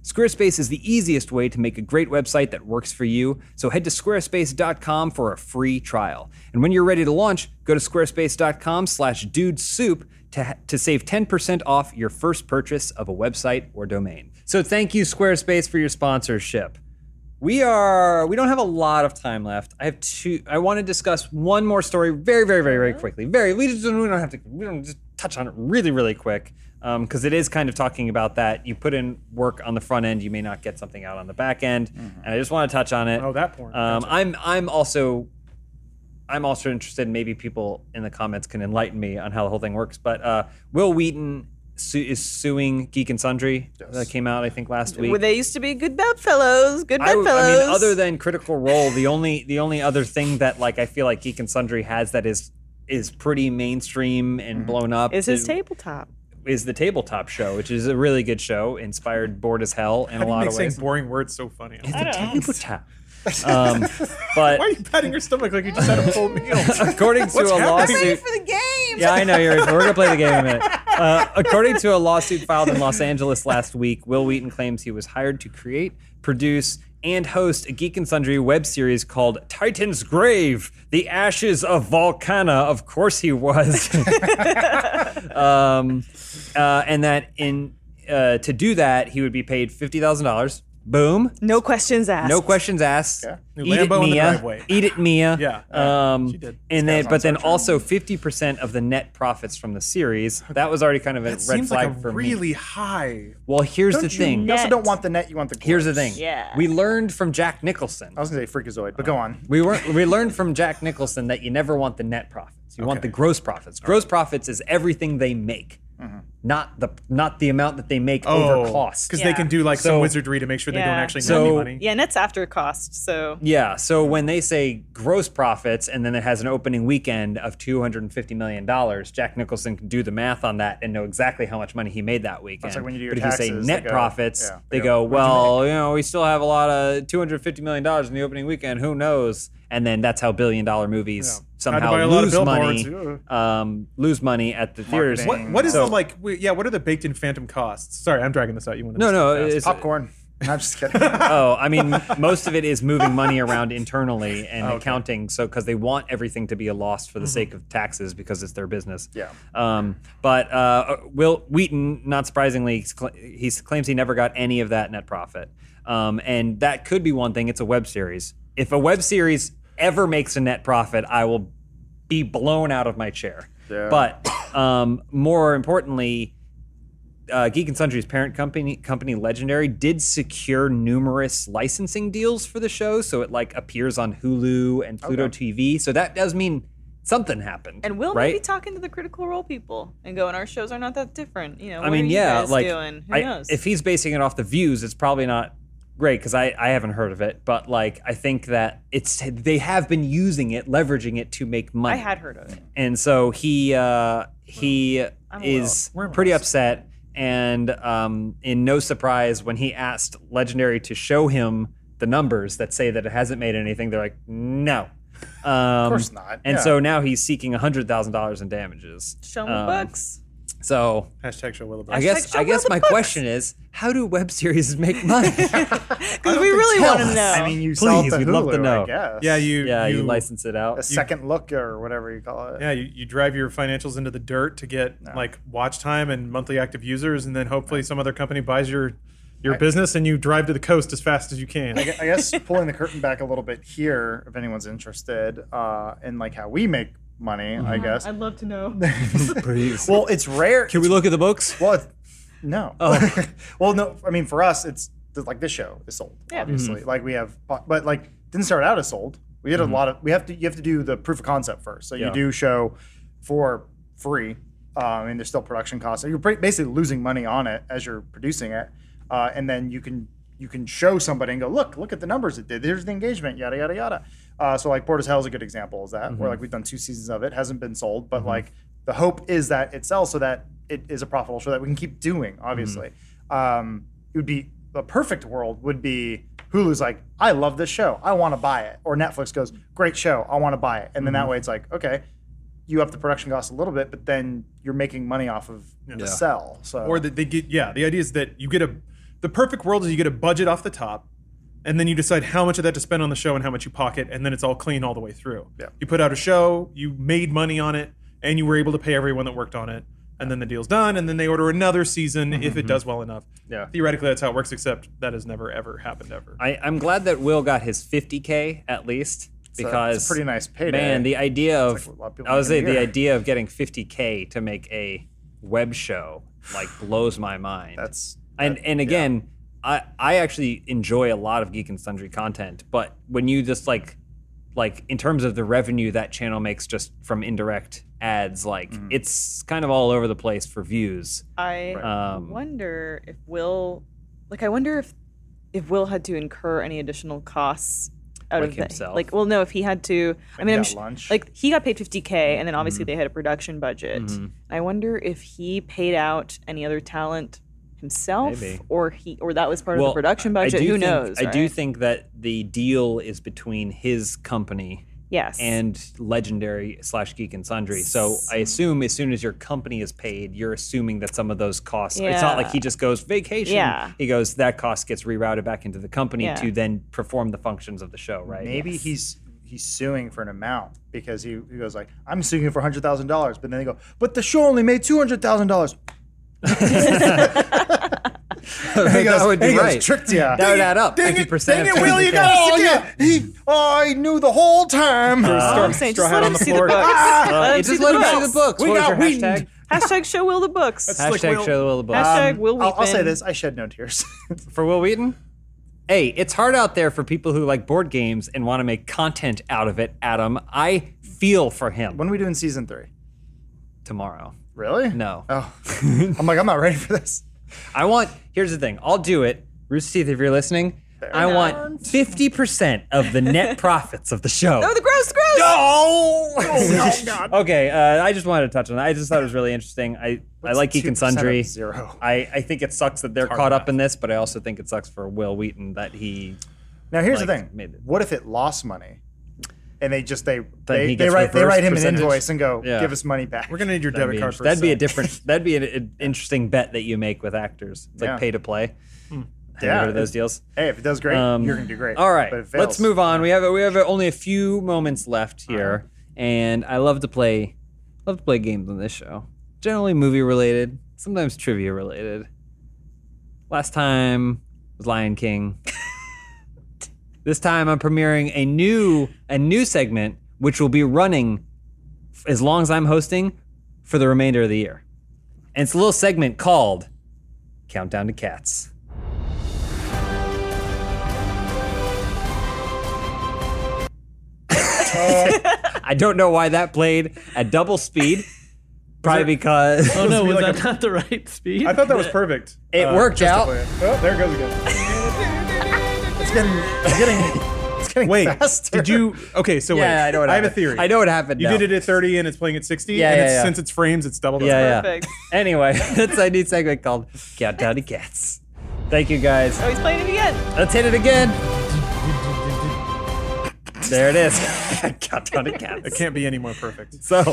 Speaker 1: Squarespace is the easiest way to make a great website that works for you, so head to squarespace.com for a free trial. And when you're ready to launch, go to squarespace.com slash dudesoup to, to save 10% off your first purchase of a website or domain. So thank you, Squarespace, for your sponsorship. We are we don't have a lot of time left. I have two I want to discuss one more story very, very, very, very
Speaker 2: Uh-huh.
Speaker 1: quickly. Very we just we don't have to we don't just touch on it really, really quick. because it is kind of talking about that. You put in work on the front end, you may not get something out on the back end. And I just want to touch on it.
Speaker 2: Mm-hmm. Oh, that porn.
Speaker 1: Um, I'm I'm also I'm also interested. Maybe people in the comments can enlighten me on how the whole thing works. But uh, Will Wheaton su- is suing Geek and Sundry. That came out I think last week.
Speaker 3: Well, they used to be good bedfellows. Good
Speaker 1: I, w-
Speaker 3: bedfellows.
Speaker 1: I mean, other than Critical Role, the only the only other thing that like I feel like Geek and Sundry has that is is pretty mainstream and blown up
Speaker 3: Mm. is his
Speaker 1: is-
Speaker 3: tabletop.
Speaker 1: is the tabletop show, which is a really good show, inspired bored as hell in
Speaker 2: How
Speaker 1: a
Speaker 2: do you
Speaker 1: lot
Speaker 2: make
Speaker 1: of
Speaker 2: saying
Speaker 1: ways.
Speaker 2: boring words so funny?
Speaker 1: The
Speaker 2: Why
Speaker 1: tabletop. um, but
Speaker 2: are you patting your stomach like you just had a full meal?
Speaker 1: according to
Speaker 2: What's
Speaker 1: a
Speaker 2: happening?
Speaker 1: lawsuit,
Speaker 3: the game.
Speaker 1: Yeah, I know you're. We're gonna play the game in a minute. Uh, according to a lawsuit filed in Los Angeles last week, Will Wheaton claims he was hired to create, produce, and host a Geek and Sundry web series called Titan's Grave: The Ashes of Volcana. Of course, he was. um, uh, and that in uh, to do that, he would be paid fifty thousand dollars Boom.
Speaker 3: No questions asked.
Speaker 1: No questions asked.
Speaker 4: Yeah.
Speaker 2: New
Speaker 1: Eat
Speaker 2: Lambo
Speaker 1: it,
Speaker 2: in the
Speaker 1: Mia.
Speaker 2: driveway.
Speaker 1: Eat it, Mia.
Speaker 2: Yeah,
Speaker 1: Um,
Speaker 2: she did.
Speaker 1: And
Speaker 4: This
Speaker 1: then,
Speaker 4: guy's on
Speaker 1: but then
Speaker 4: Star Trek.
Speaker 1: also 50% of the net profits from the series. That was already kind of a
Speaker 2: That
Speaker 1: red
Speaker 2: seems
Speaker 1: flag
Speaker 2: like a
Speaker 1: for me.
Speaker 2: really high.
Speaker 1: Well, here's
Speaker 4: Don't
Speaker 1: the
Speaker 4: you-
Speaker 1: thing.
Speaker 4: You also
Speaker 3: Net.
Speaker 4: don't want the net. You want the.
Speaker 1: Here's the
Speaker 4: cords.
Speaker 1: thing.
Speaker 3: Yeah.
Speaker 1: We learned from Jack Nicholson.
Speaker 4: I
Speaker 2: Oh.
Speaker 4: was gonna say freakazoid, but go on.
Speaker 1: We weren't. We learned from Jack Nicholson that you never want the net profits. You want the gross profits. Gross profits is everything they make, not the not the amount that they make over cost.
Speaker 2: Mm-hmm. Oh. because
Speaker 3: Yeah.
Speaker 2: they can do like
Speaker 1: So-
Speaker 2: some wizardry to make sure they don't
Speaker 3: Yeah.
Speaker 2: actually make
Speaker 1: So-
Speaker 2: any money.
Speaker 3: Yeah, net's after cost. So
Speaker 1: Yeah. So when they say gross profits, and then it has an opening weekend of two hundred and fifty million dollars, Jack Nicholson can do the math on that and know exactly how much money he made that weekend.
Speaker 4: like when you do your
Speaker 1: but if you
Speaker 4: taxes,
Speaker 1: say net
Speaker 4: they go-
Speaker 1: profits,
Speaker 4: yeah,
Speaker 1: they
Speaker 4: they
Speaker 1: go,
Speaker 4: go,
Speaker 1: well, you know, we still have a lot of two hundred fifty million dollars in the opening weekend. Who knows? And then that's how billion dollar movies
Speaker 2: Had to
Speaker 1: somehow
Speaker 2: buy a lot of
Speaker 1: lose money,
Speaker 2: billboards.
Speaker 1: um, lose money at the theaters.
Speaker 4: Marketing.
Speaker 2: What is
Speaker 1: So-
Speaker 2: the like? We, yeah, what are the baked-in phantom costs? Sorry, I'm dragging this out. You want to
Speaker 1: No, no, it's
Speaker 4: Popcorn. I'm just kidding.
Speaker 1: oh, I mean, most of it is moving money around internally and accounting. So, because they want everything to be a loss for the sake of taxes because it's their business.
Speaker 4: Yeah.
Speaker 1: Um, but uh, Will Wheaton, not surprisingly, he's cl- he claims he never got any of that net profit. Um, and that could be one thing. It's a web series. If a web series ever makes a net profit, I will be blown out of my chair.
Speaker 4: Yeah.
Speaker 1: But um, more importantly, uh, Geek and Sundry's parent company, company Legendary, did secure numerous licensing deals for the show, so it like appears on Hulu and Pluto TV. So that does mean something happened.
Speaker 3: and we'll
Speaker 1: right?
Speaker 3: maybe talking to the critical role people and going, our shows are not that different. You know,
Speaker 1: I
Speaker 3: what
Speaker 1: mean,
Speaker 3: are you
Speaker 1: yeah,
Speaker 3: guys
Speaker 1: like
Speaker 3: doing? Who
Speaker 1: I-
Speaker 3: knows?
Speaker 1: if he's basing it off the views, it's probably not great because I, I haven't heard of it. But like, I think that it's they have been using it, leveraging it to make money.
Speaker 3: I had heard of it.
Speaker 1: and so he uh, he
Speaker 3: I'm
Speaker 1: is pretty upset and um, in no surprise when he asked legendary to show him the numbers that say that it hasn't made anything they're like no um, of
Speaker 4: course not,
Speaker 1: and
Speaker 4: yeah.
Speaker 1: so now he's seeking $100000 in damages
Speaker 3: Show me
Speaker 1: Um,
Speaker 3: bucks.
Speaker 1: so
Speaker 2: hashtag show Willoughby.
Speaker 1: i guess
Speaker 3: show
Speaker 1: i guess
Speaker 3: the
Speaker 1: my
Speaker 3: books.
Speaker 1: question is how do web series make money
Speaker 3: Because we really
Speaker 1: tell
Speaker 3: want to
Speaker 1: us.
Speaker 3: know.
Speaker 4: I mean, you sell it
Speaker 1: Please,
Speaker 4: to
Speaker 1: we'd
Speaker 4: Hulu,
Speaker 1: love to know.
Speaker 4: I guess.
Speaker 2: yeah, you
Speaker 1: yeah
Speaker 2: you,
Speaker 1: you license it
Speaker 4: a
Speaker 1: out
Speaker 4: second look or whatever you call it.
Speaker 2: Yeah, you, you drive your financials into the dirt to get like watch time and monthly active users, and then hopefully some other company buys your your business and you drive to the coast as fast as you can.
Speaker 4: I gue- I guess pulling the curtain back a little bit here, if anyone's interested, uh, in like how we make money, I guess.
Speaker 3: I'd love to know.
Speaker 1: please
Speaker 4: Well, it's rare.
Speaker 1: can we look at the books
Speaker 4: Well, it's- no. well, no. I mean, for us, it's th- like this show is sold.
Speaker 3: Yeah.
Speaker 4: Obviously, like we have, but like didn't start out as sold. We did a lot of. We have to. You have to do the proof of concept first. So
Speaker 1: Yeah.
Speaker 4: you do show for free. Uh, I mean, there's still production costs. So you're pretty, basically losing money on it as you're producing it, uh, and then you can you can show somebody and go, look, look at the numbers it did. There's the engagement, yada yada yada. Uh, so like, Port as Hell is a good example. Is that where like we've done two seasons of it, hasn't been sold, but like the hope is that it sells so that it is a profitable show that we can keep doing.
Speaker 1: Mm-hmm.
Speaker 4: Obviously, um, it would be the perfect world would be Hulu's like, I love this show, I want to buy it, or Netflix goes, great show, I want to buy it, and then
Speaker 1: Mm-hmm.
Speaker 4: that way it's like, okay, you up the production cost a little bit, but then you're making money off of the sell. So
Speaker 2: or that they get yeah the idea is that you get a the perfect world is you get a budget off the top and then you decide how much of that to spend on the show and how much you pocket and then it's all clean all the way through
Speaker 4: Yeah.
Speaker 2: you put out a show you made money on it and you were able to pay everyone that worked on it and then the deal's done and then they order another season if
Speaker 4: Mm-hmm.
Speaker 2: it does well enough
Speaker 1: Yeah.
Speaker 2: theoretically that's how it works except that has never ever happened ever
Speaker 1: I, I'm glad that Will got his 50k at least
Speaker 4: a- it's a
Speaker 1: because
Speaker 4: pretty nice payday.
Speaker 1: Man, the idea of
Speaker 4: It's like what a lot of people
Speaker 1: I would
Speaker 4: make
Speaker 1: say
Speaker 4: in a
Speaker 1: the
Speaker 4: year.
Speaker 1: idea of getting 50k to make a web show like blows my mind.
Speaker 4: that's
Speaker 1: and and again, I I actually enjoy a lot of Geek and Sundry content, but when you just like like in terms of the revenue that channel makes just from indirect ads, like
Speaker 4: Mm-hmm.
Speaker 1: it's kind of all over the place for views.
Speaker 3: I
Speaker 1: Um,
Speaker 3: wonder if Will, like, I wonder if if Will had to incur any additional costs out
Speaker 1: Like
Speaker 3: of that.
Speaker 1: himself?
Speaker 3: Like, well, no, if he had to, I mean, I'm
Speaker 4: got
Speaker 3: sh-
Speaker 4: lunch.
Speaker 3: like he got paid 50k, and
Speaker 1: Mm-hmm.
Speaker 3: then obviously they had a production budget. I wonder if he paid out any other talent himself,
Speaker 1: Maybe.
Speaker 3: or he, or that was part
Speaker 1: well,
Speaker 3: of the production budget.
Speaker 1: I do
Speaker 3: Who
Speaker 1: think-
Speaker 3: knows?
Speaker 1: I do
Speaker 3: right?
Speaker 1: think that the deal is between his company
Speaker 3: yes,
Speaker 1: and legendary slash geek and sundry so i assume as soon as your company is paid you're assuming that some of those costs it's not like
Speaker 3: Yeah.
Speaker 1: he just goes vacation
Speaker 3: Yeah.
Speaker 1: he goes that cost gets rerouted back into the company
Speaker 3: Yeah.
Speaker 1: to then perform the functions of the show right
Speaker 4: Maybe he's he's suing for an amount because he, he goes like, I'm suing you for hundred thousand dollars, but then they go, but the show only made two hundred thousand dollars. He
Speaker 1: that
Speaker 4: goes-
Speaker 1: would be
Speaker 4: he goes,
Speaker 1: right.
Speaker 4: tricked you.
Speaker 1: That would add up.
Speaker 4: Dang
Speaker 1: Fifty
Speaker 4: it,
Speaker 1: percent.
Speaker 4: dang it, Will, you got us again. Oh, He, oh, I knew the whole time.
Speaker 3: That's what I'm saying.
Speaker 2: Straw
Speaker 3: Just
Speaker 2: hat
Speaker 3: let
Speaker 2: on
Speaker 3: him
Speaker 2: the
Speaker 3: see the
Speaker 2: floor.
Speaker 3: books. Let him
Speaker 1: uh, Just
Speaker 3: see
Speaker 1: let
Speaker 3: the
Speaker 1: him see the
Speaker 3: books.
Speaker 1: books.
Speaker 4: We
Speaker 1: what was
Speaker 4: got
Speaker 1: your hashtag?
Speaker 4: winged.
Speaker 3: Hashtag show Will the books.
Speaker 2: Slick
Speaker 1: Hashtag
Speaker 2: Will.
Speaker 1: show the books.
Speaker 3: Hashtag Will
Speaker 4: I'll, I'll say
Speaker 3: Wheaton.
Speaker 4: this. I shed no tears.
Speaker 1: for Will Wheaton. Hey, it's hard out there for people who like board games and want to make content out of it, Adam. I feel for him
Speaker 4: when are we doing season three?
Speaker 1: tomorrow.
Speaker 4: Really?
Speaker 1: No.
Speaker 4: Oh, I'm like, I'm not ready for this.
Speaker 1: I want, here's the thing I'll do it. Rooster Teeth, if you're listening, I want 50% of the net profits of the show.
Speaker 3: Oh, the gross, gross.
Speaker 1: Oh, okay, uh, I just wanted to touch on that. I just thought it was really interesting. I, I like Geek and
Speaker 4: 2% of
Speaker 1: Sundry.
Speaker 4: zero?
Speaker 1: I, I think it sucks that they're caught up in this, but I also think it sucks for Will Wheaton that he
Speaker 4: Now here's the
Speaker 1: Like,
Speaker 4: thing.
Speaker 1: made it-
Speaker 4: What if it lost money? And they just they they,
Speaker 1: he
Speaker 4: they
Speaker 1: gets
Speaker 4: write they
Speaker 1: reverse
Speaker 4: write him
Speaker 1: percentage.
Speaker 4: an invoice and go
Speaker 1: Yeah.
Speaker 4: give us money back.
Speaker 2: We're gonna need your
Speaker 1: That'd
Speaker 2: debit
Speaker 1: be,
Speaker 2: card
Speaker 1: inter-
Speaker 2: for
Speaker 1: that'd be a
Speaker 2: sec.
Speaker 1: different. That'd be an, an interesting bet that you make with actors. It's like
Speaker 4: Yeah. Hmm.
Speaker 1: pay to play. Have you
Speaker 4: Yeah.
Speaker 1: heard of those deals.
Speaker 4: Hey, if it does great,
Speaker 1: Um,
Speaker 4: you're gonna do great.
Speaker 1: All right,
Speaker 4: but if it
Speaker 1: let's
Speaker 4: fails- Uh-huh.
Speaker 1: move on. We have we have only a few moments left here, and I love to play love to play games on this show. Generally movie related, sometimes trivia related. Last time was Lion King. this time I'm premiering a new a new segment which will be running f- as long as I'm hosting for the remainder of the year. And it's a little segment called Countdown to Cats. I don't know why that played at double speed. Probably because
Speaker 5: Oh no,
Speaker 2: be
Speaker 5: was
Speaker 2: like
Speaker 5: that not the right speed?
Speaker 2: I thought that was perfect.
Speaker 1: It worked
Speaker 2: Uh, just to
Speaker 1: out.
Speaker 2: play it. Oh, there it goes again.
Speaker 4: It's getting it's getting it's getting
Speaker 2: Wait,
Speaker 4: faster.
Speaker 2: did you? Okay, so wait.
Speaker 1: yeah, I know what
Speaker 2: I have a
Speaker 1: happened.
Speaker 2: theory.
Speaker 1: I know what happened.
Speaker 2: You
Speaker 1: now.
Speaker 2: did it at 30 and it's playing at 60.
Speaker 1: Yeah,
Speaker 2: and
Speaker 1: yeah,
Speaker 2: it's,
Speaker 1: yeah.
Speaker 2: since it's frames, it's doubled.
Speaker 1: Yeah, yeah.
Speaker 3: Perfect.
Speaker 1: Anyway, that's our new segment called Countdown to Cats. Thank you guys.
Speaker 3: Oh, he's playing it again.
Speaker 1: Let's hit it again. There it is. Countdown to Cats.
Speaker 2: It can't be any more perfect.
Speaker 1: So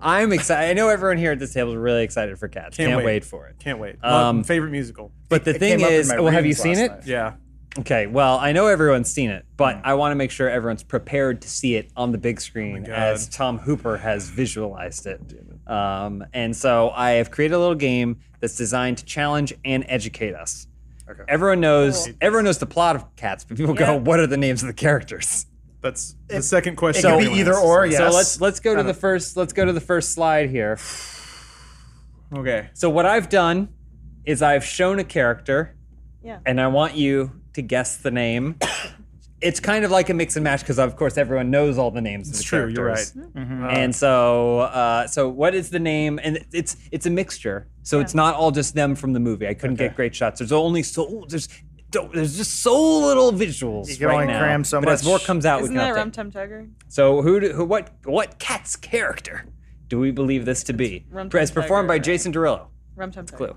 Speaker 1: I'm excited. I know everyone here at this table is really excited for Cats. Can't,
Speaker 2: Can't wait.
Speaker 1: wait for it.
Speaker 2: Can't wait.
Speaker 1: Um,
Speaker 2: My favorite musical.
Speaker 1: But the
Speaker 4: It
Speaker 1: thing
Speaker 4: came up in
Speaker 1: is,
Speaker 4: my
Speaker 1: well, have you
Speaker 4: readings
Speaker 1: seen
Speaker 4: last
Speaker 1: it?
Speaker 4: night. Mm.
Speaker 2: Yeah.
Speaker 1: Okay, well, I know everyone's seen it, but I want to make sure everyone's prepared to see it on the big screen
Speaker 4: Oh
Speaker 2: God.
Speaker 1: as Tom Hooper has visualized it. Um, and so I have created a little game that's designed to challenge and educate us.
Speaker 4: Okay.
Speaker 1: Everyone knows everyone knows the plot of Cats, but people go,
Speaker 3: Yeah.
Speaker 1: "What are the names of the characers?"
Speaker 2: That's the second question.
Speaker 4: It could be
Speaker 2: everyone
Speaker 4: either
Speaker 2: asks.
Speaker 4: or. Yes.
Speaker 1: So let's let's go to the first let's go to the first slide here.
Speaker 2: Okay.
Speaker 1: So what I've done is I've shown a character,
Speaker 3: Yeah.
Speaker 1: and I want you to guess the name. it's kind of like a mix and match because, of course, everyone knows all the names.
Speaker 2: It's
Speaker 1: of the
Speaker 2: true. You're right.
Speaker 1: characters.
Speaker 4: Mm-hmm.
Speaker 3: Mm-hmm.
Speaker 1: And so, uh, so what is the name? And it's it's a mixture. So it's not all just them from the movie. I couldn't get great shots. There's only so there's. don't- There's just so little visuals
Speaker 4: You can
Speaker 1: right
Speaker 4: only
Speaker 1: now.
Speaker 4: cram so
Speaker 1: but as
Speaker 4: much.
Speaker 1: more comes out,
Speaker 3: Isn't
Speaker 1: we can
Speaker 3: that
Speaker 1: update.
Speaker 3: Rum Tum Tugger?
Speaker 1: So who, do, who what what cat's character do we believe this to be?
Speaker 3: Rum Tum
Speaker 1: As performed by
Speaker 3: Tugger.
Speaker 1: Jason Derulo.
Speaker 3: Rum Tum Tugger.
Speaker 1: Clue.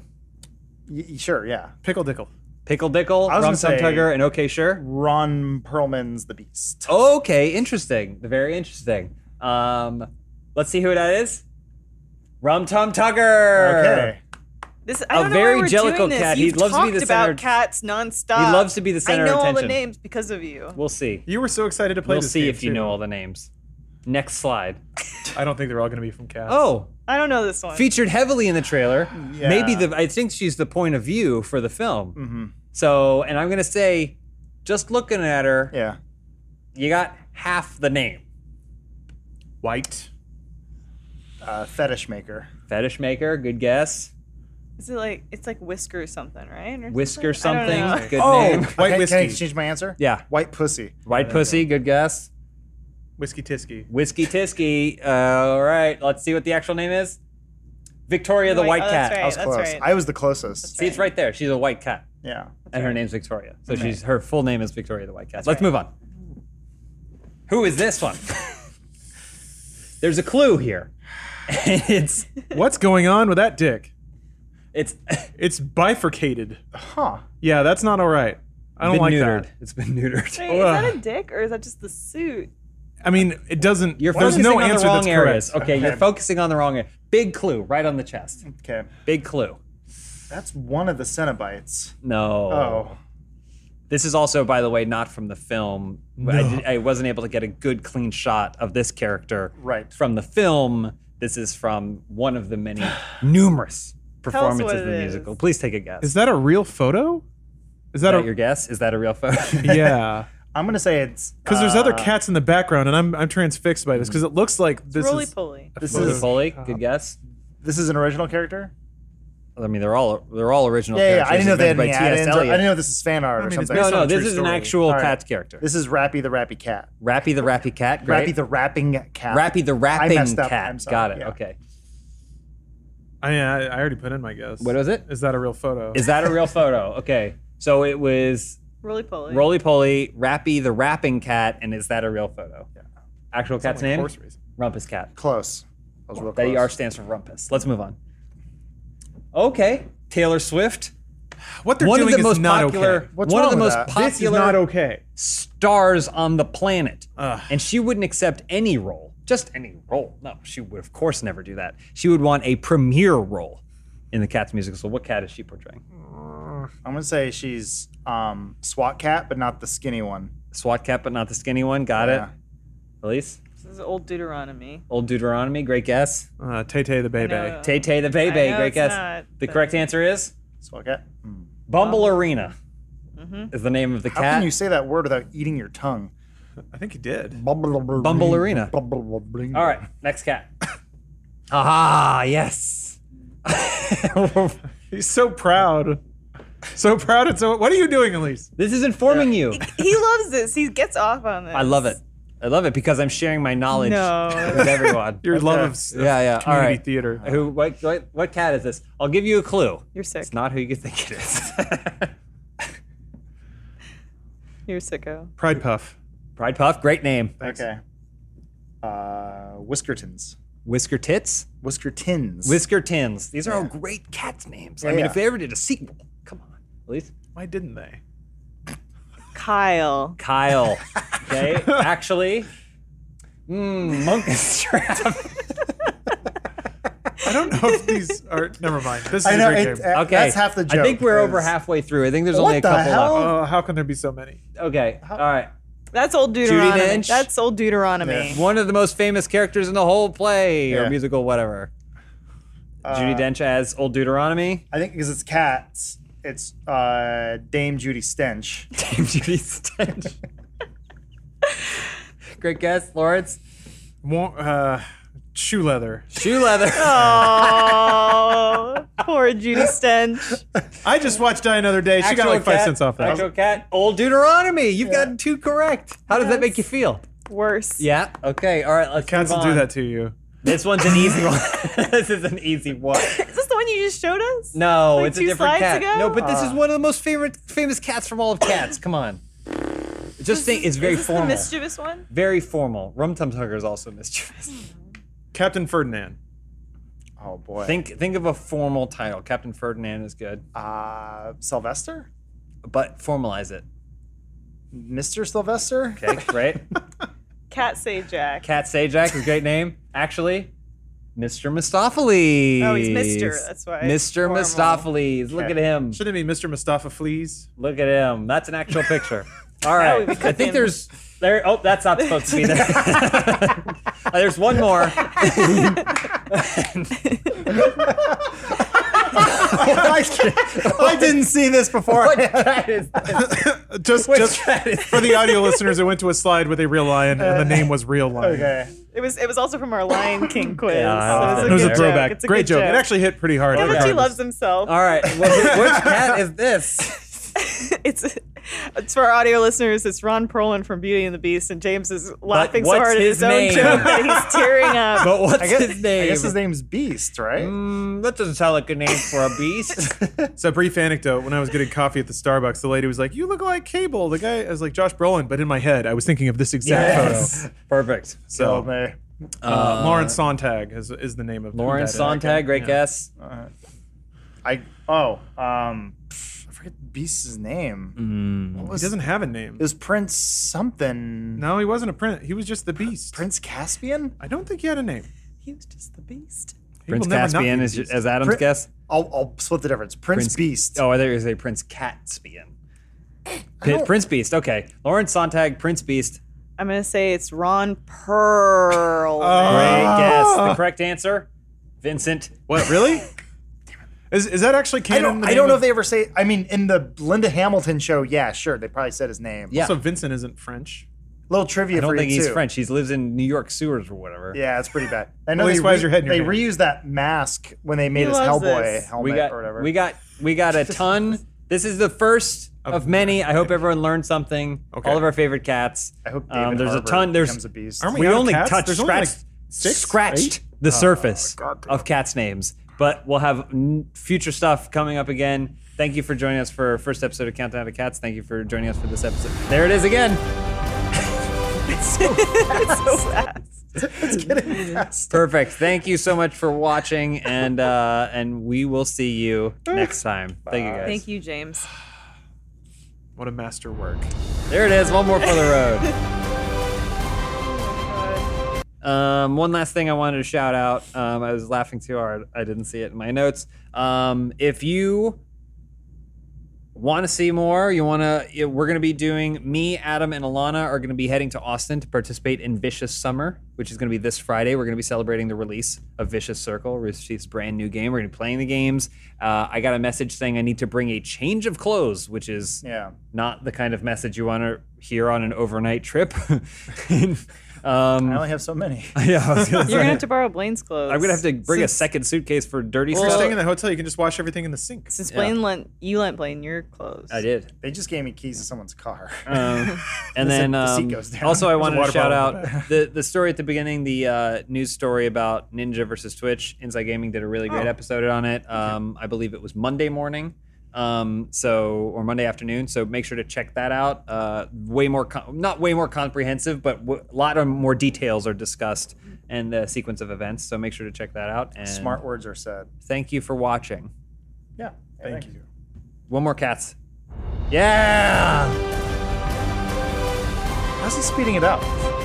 Speaker 4: Y- y- sure, yeah.
Speaker 2: Pickle Dickle.
Speaker 1: Pickle Dickle,
Speaker 4: I was
Speaker 1: Rum
Speaker 4: gonna
Speaker 1: Tum
Speaker 4: say-
Speaker 1: Tugger, and Okay Sure.
Speaker 4: Ron Perlman's the Beast.
Speaker 1: Okay, interesting. Very interesting. Um, let's see who that is. Rum Tum Tugger.
Speaker 4: Okay.
Speaker 3: This
Speaker 1: A
Speaker 3: I don't know
Speaker 1: very
Speaker 3: why we're
Speaker 1: Jellicle
Speaker 3: doing this.
Speaker 1: cat. He
Speaker 3: You've
Speaker 1: loves to be
Speaker 3: talked
Speaker 1: the
Speaker 3: about
Speaker 1: center-
Speaker 3: cats nonstop.
Speaker 1: He loves to be the center
Speaker 3: I
Speaker 1: of
Speaker 3: know all the
Speaker 1: attention.
Speaker 3: names because of you.
Speaker 1: We'll see.
Speaker 2: You were so excited to play
Speaker 1: We'll
Speaker 2: this
Speaker 1: see
Speaker 2: game,
Speaker 1: if you
Speaker 2: too.
Speaker 1: know all the names. Next slide.
Speaker 2: I don't think they're all going to be from Cats.
Speaker 1: Oh,
Speaker 3: I don't know this one.
Speaker 1: featured heavily in the trailer.
Speaker 4: Yeah. Mm.
Speaker 1: Maybe the I think she's the point of view for the film.
Speaker 4: Mm-hmm.
Speaker 1: So, and I'm gonna say, just looking at her,
Speaker 4: Yeah.
Speaker 1: you got half the name.
Speaker 2: White.
Speaker 4: Uh, fetish maker.
Speaker 1: Fetish maker, good guess.
Speaker 3: Is it like it's like whisker something, right? Or
Speaker 1: Whisker
Speaker 3: I
Speaker 1: something,
Speaker 3: don't know.
Speaker 1: good name.
Speaker 4: White Oh, can,
Speaker 2: whiskey.
Speaker 4: Can I change my answer?
Speaker 1: Yeah,
Speaker 4: White pussy.
Speaker 1: white pussy, good guess.
Speaker 2: Whiskey Tisky.
Speaker 1: Whiskey Tisky. Uh, all right, let's see what the actual name is. Victoria the
Speaker 3: White-
Speaker 1: White
Speaker 3: oh,
Speaker 1: Cat.
Speaker 3: that's right.
Speaker 4: I was
Speaker 3: that's
Speaker 4: close.
Speaker 3: right.
Speaker 4: I was the closest.
Speaker 1: See, it's right there. She's a white cat,
Speaker 4: Yeah.
Speaker 1: and her name's Victoria. So she's her full name is Victoria the White Cat. let's move on. Who is this one? There's a clue here. it's
Speaker 2: What's going on with that dick?
Speaker 1: it's
Speaker 2: It's bifurcated.
Speaker 4: Huh.
Speaker 2: Yeah, that's not all right. I don't
Speaker 1: been
Speaker 2: like
Speaker 1: neutered.
Speaker 2: that.
Speaker 1: It's been neutered.
Speaker 3: Wait, is
Speaker 1: uh,
Speaker 3: that a dick or is that just the suit?
Speaker 2: I mean, it doesn't.
Speaker 1: You're
Speaker 2: there's
Speaker 1: focusing
Speaker 2: no
Speaker 1: on
Speaker 2: answer
Speaker 1: the wrong
Speaker 2: that's
Speaker 1: areas.
Speaker 2: correct.
Speaker 1: Okay, you're
Speaker 4: Okay.
Speaker 1: focusing on the wrong area. Big clue, right on the chest.
Speaker 4: Okay.
Speaker 1: Big clue.
Speaker 4: That's one of the Cenobites.
Speaker 1: No.
Speaker 4: Oh.
Speaker 1: This is also, by the way, not from the film. I, did- I wasn't able to get a good, clean shot of this character
Speaker 4: Right.
Speaker 1: from the film. This is from one of the many numerous performance
Speaker 3: what
Speaker 1: is the
Speaker 3: it
Speaker 1: musical.
Speaker 3: is.
Speaker 1: Please take a guess.
Speaker 2: Is
Speaker 1: Is
Speaker 2: that a real photo? Is that,
Speaker 1: that
Speaker 2: a
Speaker 1: your guess? Is that a real photo?
Speaker 2: yeah?
Speaker 4: I'm gonna say it's
Speaker 2: Because there's other
Speaker 4: uh,
Speaker 2: cats in the background, and I'm I'm transfixed by this because it looks like this
Speaker 3: Roly
Speaker 2: is
Speaker 3: poly.
Speaker 4: This
Speaker 1: Roly
Speaker 4: is
Speaker 1: poly. Good guess.
Speaker 4: this is an original character.
Speaker 1: I mean, they're all they're all original.
Speaker 4: Yeah, yeah.
Speaker 1: characters
Speaker 4: I didn't know they had
Speaker 1: invented
Speaker 4: any
Speaker 1: by T.S.
Speaker 4: add-ins. or- I
Speaker 1: Eliot.
Speaker 4: didn't know this is fan art
Speaker 2: I
Speaker 4: or
Speaker 2: mean, it's
Speaker 4: something.
Speaker 2: based
Speaker 1: No,
Speaker 2: It's not
Speaker 1: no,
Speaker 2: a
Speaker 1: this
Speaker 2: true
Speaker 1: is an
Speaker 2: story.
Speaker 1: actual
Speaker 4: All right.
Speaker 1: cat character.
Speaker 4: This is Rappy the Rappy Cat.
Speaker 1: Rappy the Rappy Cat. Great.
Speaker 4: Rappy the Rapping Cat.
Speaker 1: Rappy the Rapping
Speaker 4: messed up.
Speaker 1: Cat.
Speaker 4: I'm sorry.
Speaker 1: Got it.
Speaker 4: Yeah.
Speaker 1: Okay.
Speaker 2: I, mean, I I already put in my guess.
Speaker 1: What was it?
Speaker 2: Is that a real photo?
Speaker 1: Is that a real photo? Okay. So it was
Speaker 3: Roly poly.
Speaker 1: Roly Poly, Rappy the Rapping Cat, and is that a real photo? Actual cat's name?
Speaker 2: Horse racing.
Speaker 1: Rumpus Cat.
Speaker 4: Close. That was real
Speaker 1: That
Speaker 4: close.
Speaker 1: ER stands for Rumpus. Let's move on. Okay. Taylor Swift.
Speaker 2: What they're
Speaker 1: one of
Speaker 2: doing
Speaker 1: the
Speaker 2: is
Speaker 1: most
Speaker 2: not
Speaker 1: popular
Speaker 2: okay.
Speaker 4: What's
Speaker 1: one of
Speaker 4: wrong
Speaker 1: the
Speaker 4: with
Speaker 1: most
Speaker 4: that?
Speaker 1: popular
Speaker 2: This is not okay.
Speaker 1: stars on the planet.
Speaker 2: Ugh.
Speaker 1: And she wouldn't accept any role, just any role. No, she would, of course, never do that. She would want a premier role in the Cats musical. So, what cat is she portraying?
Speaker 4: I'm gonna say she's um, SWAT cat, but not the skinny one.
Speaker 1: SWAT cat, but not the skinny one. Got
Speaker 4: Yeah.
Speaker 1: it. Elise?
Speaker 3: This is old Deuteronomy.
Speaker 1: Old Deuteronomy. Great guess.
Speaker 2: Uh, Tay Tay the baby.
Speaker 3: know, uh,
Speaker 1: Tay Tay the Bay Bay.
Speaker 3: know
Speaker 1: Great
Speaker 3: it's
Speaker 1: guess.
Speaker 3: not,
Speaker 1: the
Speaker 3: but-
Speaker 1: correct answer is
Speaker 4: SWAT cat. Hmm.
Speaker 1: Bumble Arena.
Speaker 3: Mm-hmm.
Speaker 1: Is the name of the
Speaker 4: How
Speaker 1: cat.
Speaker 4: can you say that word without eating your tongue?
Speaker 2: I think he did.
Speaker 1: Bumble
Speaker 4: Bumble
Speaker 1: Arena. All right, next cat. ah, yes.
Speaker 2: He's so proud. So proud. And so, what are you doing, Elise?
Speaker 1: this is informing you.
Speaker 3: He loves this. He gets off on this.
Speaker 1: I love it. I love it because I'm sharing my knowledge
Speaker 3: No.
Speaker 1: with everyone.
Speaker 2: Your love of s-
Speaker 1: yeah, yeah. All
Speaker 2: community
Speaker 1: right.
Speaker 2: theater.
Speaker 1: Who? What, what? What cat is this? I'll give you a clue.
Speaker 3: You're sick.
Speaker 1: It's not who you think it is.
Speaker 3: You're sicko.
Speaker 2: Pride Puff.
Speaker 1: Pride Puff, great name.
Speaker 4: Okay. Uh, Whiskertons.
Speaker 1: Whisker Tits,
Speaker 4: Whiskertins.
Speaker 1: Whisker Tins. These are all great cat names. I
Speaker 4: Yeah,
Speaker 1: mean,
Speaker 4: yeah.
Speaker 1: if they ever did a sequel, come on, please.
Speaker 2: Why didn't they?
Speaker 3: Kyle.
Speaker 1: Kyle. Okay, actually, mm, Monkus Trap.
Speaker 2: I don't know if these are. Never mind. This is
Speaker 4: I know.
Speaker 2: a great
Speaker 4: It,
Speaker 2: game.
Speaker 4: uh,
Speaker 1: Okay,
Speaker 4: That's half the joke.
Speaker 1: I think we're over
Speaker 4: is-
Speaker 1: halfway through. I think there's
Speaker 4: What
Speaker 1: only a
Speaker 4: the
Speaker 1: couple
Speaker 4: hell?
Speaker 2: oh, how can there be so many?
Speaker 1: left. Okay, all right.
Speaker 3: That's old Deuteronomy.
Speaker 1: Dench.
Speaker 3: That's old Deuteronomy.
Speaker 1: One of the most famous characters in the whole play or
Speaker 4: Yeah.
Speaker 1: musical, whatever.
Speaker 4: Uh,
Speaker 1: Judy Dench as Old Deuteronomy.
Speaker 4: I think because it's cats, it's uh, Dame Judy Stench.
Speaker 1: Dame Judy Stench. Great guess, Lawrence.
Speaker 2: Wa- uh, shoe leather.
Speaker 1: Shoe leather.
Speaker 3: Oh, poor Judy Stench.
Speaker 2: I just watched Die Another Day. She got
Speaker 1: Actual
Speaker 2: like five
Speaker 1: cat-
Speaker 2: cents off that.
Speaker 1: Actual cat. Old Deuteronomy. You've gotten two correct. How does that make you feel?
Speaker 3: Worse.
Speaker 1: Yeah. Okay. All right. Let's
Speaker 2: Cats
Speaker 1: move
Speaker 2: will do
Speaker 1: on.
Speaker 2: that to you.
Speaker 1: This one's an easy one. this is an easy one.
Speaker 3: Is this the one you just showed us?
Speaker 1: No,
Speaker 3: Like
Speaker 1: it's a
Speaker 3: two
Speaker 1: different
Speaker 3: slides
Speaker 1: cat.
Speaker 3: ago?
Speaker 1: No, but this is one of the most favorite famous cats from all of cats. Come on. Just think, it's very
Speaker 3: Is this
Speaker 1: formal.
Speaker 3: the mischievous one?
Speaker 1: Very formal. Rum Tum Tugger is also mischievous.
Speaker 2: Captain Ferdinand.
Speaker 4: Oh boy.
Speaker 1: think think of a formal title. Captain Ferdinand is good,
Speaker 4: uh, Sylvester,
Speaker 1: but formalize it.
Speaker 4: Mr. Sylvester.
Speaker 1: Okay, right?
Speaker 3: Cat say Jack.
Speaker 1: Cat Sajak is a great name. Actually, Mr. Mistopheles.
Speaker 3: Oh, he's Mr., that's why it's
Speaker 1: Mr.
Speaker 3: formal.
Speaker 1: Mistopheles. Look
Speaker 4: Okay.
Speaker 1: at him.
Speaker 2: Shouldn't it be Mr. Mustafa Fleas?
Speaker 1: Look at him. That's an actual picture. All
Speaker 3: That would
Speaker 1: right.
Speaker 3: be
Speaker 1: I think
Speaker 3: cooking.
Speaker 1: there's there. Oh, that's not supposed to be there. Uh, there's one more.
Speaker 4: I didn't see this before.
Speaker 1: What cat is this?
Speaker 2: just
Speaker 1: Which
Speaker 2: just
Speaker 1: cat is
Speaker 2: for the audio listeners, it went to a slide with a real lion, and the name was Real Lion.
Speaker 4: okay.
Speaker 3: It was it was also from our Lion King quiz.
Speaker 1: Yeah,
Speaker 3: so
Speaker 2: It
Speaker 3: it
Speaker 2: was
Speaker 3: was
Speaker 2: a
Speaker 3: good
Speaker 2: throwback.
Speaker 3: Joke. It's a
Speaker 2: Great
Speaker 3: good
Speaker 2: joke. It actually hit pretty hard.
Speaker 3: How much he
Speaker 2: regardless.
Speaker 3: loves himself.
Speaker 1: All right. Well, which cat is this?
Speaker 3: It's it's for our audio listeners. It's Ron Perlman from Beauty and the Beast, and James is laughing so
Speaker 1: what's
Speaker 3: hard at
Speaker 1: his
Speaker 3: his, own
Speaker 1: name?
Speaker 3: joke that he's tearing up.
Speaker 1: But what's
Speaker 4: I guess
Speaker 1: his name?
Speaker 4: I guess his name's Beast, right?
Speaker 1: Mm, that doesn't sound like a name for a beast.
Speaker 2: It's a brief anecdote. When I was getting coffee at the Starbucks, the lady was like, "You look like Cable." The guy, I was like, "Josh Brolin," but in my head, I was thinking of this exact photo.
Speaker 1: Perfect.
Speaker 2: So,
Speaker 4: Killed me.
Speaker 2: Oh, uh, Lauren Sontag is, is the name of who
Speaker 1: Lauren
Speaker 2: that is.
Speaker 1: Sontag, great guess.
Speaker 4: I oh um, pff, I forget the Beast's name.
Speaker 1: Mm.
Speaker 4: What
Speaker 2: He
Speaker 4: was
Speaker 2: doesn't have a name.
Speaker 4: It was Prince something.
Speaker 2: No, he wasn't a prince. He was just the Beast.
Speaker 4: Prince Caspian?
Speaker 2: I don't think he had a name.
Speaker 3: He was just the Beast.
Speaker 2: He
Speaker 1: Prince
Speaker 2: will never not be
Speaker 1: Caspian
Speaker 2: the
Speaker 1: is
Speaker 2: Beast.
Speaker 1: as Adam's
Speaker 4: Prin-
Speaker 1: guess.
Speaker 4: I'll, I'll split the difference. Prince, Beast.
Speaker 1: Oh, I thought you were gonna say Prince Catspian.
Speaker 4: don't-
Speaker 1: Prince Beast. Okay, Lauren Sontag, Prince Beast.
Speaker 3: I'm gonna say it's Ron Perl.
Speaker 1: Great
Speaker 2: Ah.
Speaker 1: guess. The correct answer, Vincent.
Speaker 2: What really? Is, is that actually
Speaker 4: I
Speaker 2: canon?
Speaker 4: don't,
Speaker 2: the
Speaker 4: I don't
Speaker 2: name
Speaker 4: know
Speaker 2: of-
Speaker 4: if they ever say. I mean, in the Linda Hamilton show, yeah, sure, they probably said his name.
Speaker 1: Yeah.
Speaker 2: Also, Vincent isn't French.
Speaker 4: little
Speaker 1: I
Speaker 4: trivia
Speaker 1: don't
Speaker 4: for
Speaker 1: think
Speaker 4: you
Speaker 1: he's
Speaker 4: too.
Speaker 1: French. He lives in New York sewers or whatever.
Speaker 4: Yeah, it's pretty bad. I know
Speaker 2: Well,
Speaker 4: they,
Speaker 2: that's why is your head in your
Speaker 4: they
Speaker 2: hand?
Speaker 4: reused that mask when they made
Speaker 3: He
Speaker 4: his
Speaker 3: loves
Speaker 4: Hellboy
Speaker 3: this.
Speaker 4: helmet
Speaker 1: we got
Speaker 4: or whatever.
Speaker 1: we got we got a ton. this is the first
Speaker 2: Of
Speaker 1: of many. I hope everyone learned something.
Speaker 2: Okay.
Speaker 1: All of our favorite cats.
Speaker 4: I hope David
Speaker 1: um, there's a
Speaker 4: Harbour
Speaker 1: ton. There's
Speaker 4: becomes a beast.
Speaker 2: Aren't
Speaker 1: we
Speaker 2: out of
Speaker 1: only
Speaker 2: cats?
Speaker 1: touched
Speaker 2: There's only, like,
Speaker 1: scratched
Speaker 2: six, Oh,
Speaker 1: scratched
Speaker 2: eight?
Speaker 1: the surface
Speaker 4: God damn.
Speaker 1: of cats names. But we'll have n- future stuff coming up again. Thank you for joining us for our first episode of Countdown to Cats. Thank you for joining us for this episode. There it is again.
Speaker 4: It's getting fast.
Speaker 1: Perfect. Thank you so much for watching, and uh, and we will see you next time. Thank you guys.
Speaker 3: Thank you, James.
Speaker 2: What a master work.
Speaker 1: There it is. One more for the road. Um, one last thing I wanted to shout out. Um, I was laughing too hard. I didn't see it in my notes. Um, if you want to see more, you want to, we're going to be doing, me, Adam, and Alana are going to be heading to Austin to participate in Vicious Summer, which is going to be this Friday. We're going to be celebrating the release of Vicious Circle, Rooster Teeth's brand new game. We're going to be playing the games. Uh, I got a message saying I need to bring a change of clothes, which is
Speaker 4: Yeah.
Speaker 1: not the kind of message you want to hear on an overnight trip.
Speaker 4: I
Speaker 1: um,
Speaker 4: only have so many.
Speaker 1: yeah, I was gonna
Speaker 3: You're
Speaker 1: say.
Speaker 3: gonna have to borrow Blaine's clothes.
Speaker 1: I'm gonna have to bring a
Speaker 2: Since-
Speaker 1: second suitcase for dirty
Speaker 2: If you're staying
Speaker 1: stuff.
Speaker 2: in the hotel, you can just wash everything in the sink.
Speaker 3: Since
Speaker 1: Yeah.
Speaker 3: Blaine lent you lent Blaine your clothes.
Speaker 1: I did.
Speaker 4: They just gave me keys to someone's car.
Speaker 1: Um, and then
Speaker 4: the seat
Speaker 1: um,
Speaker 4: goes down.
Speaker 1: also I
Speaker 4: There's a
Speaker 1: wanted to
Speaker 2: water
Speaker 1: shout
Speaker 2: bottle in
Speaker 1: out the the story at the beginning, the uh, news story about Ninja versus Twitch. Inside Gaming did a really great
Speaker 2: Oh.
Speaker 1: episode on it. Um, I believe it was Monday morning. Um, so or Monday afternoon. So make sure to check that out. Uh, way more, com- not way more comprehensive, but w- a lot of more details are discussed and the sequence of events. So make sure to check that out. And
Speaker 4: Smart words are said.
Speaker 1: Thank you for watching.
Speaker 4: Yeah.
Speaker 2: Thank you.
Speaker 1: One more cats. Yeah.
Speaker 4: How's he speeding it up?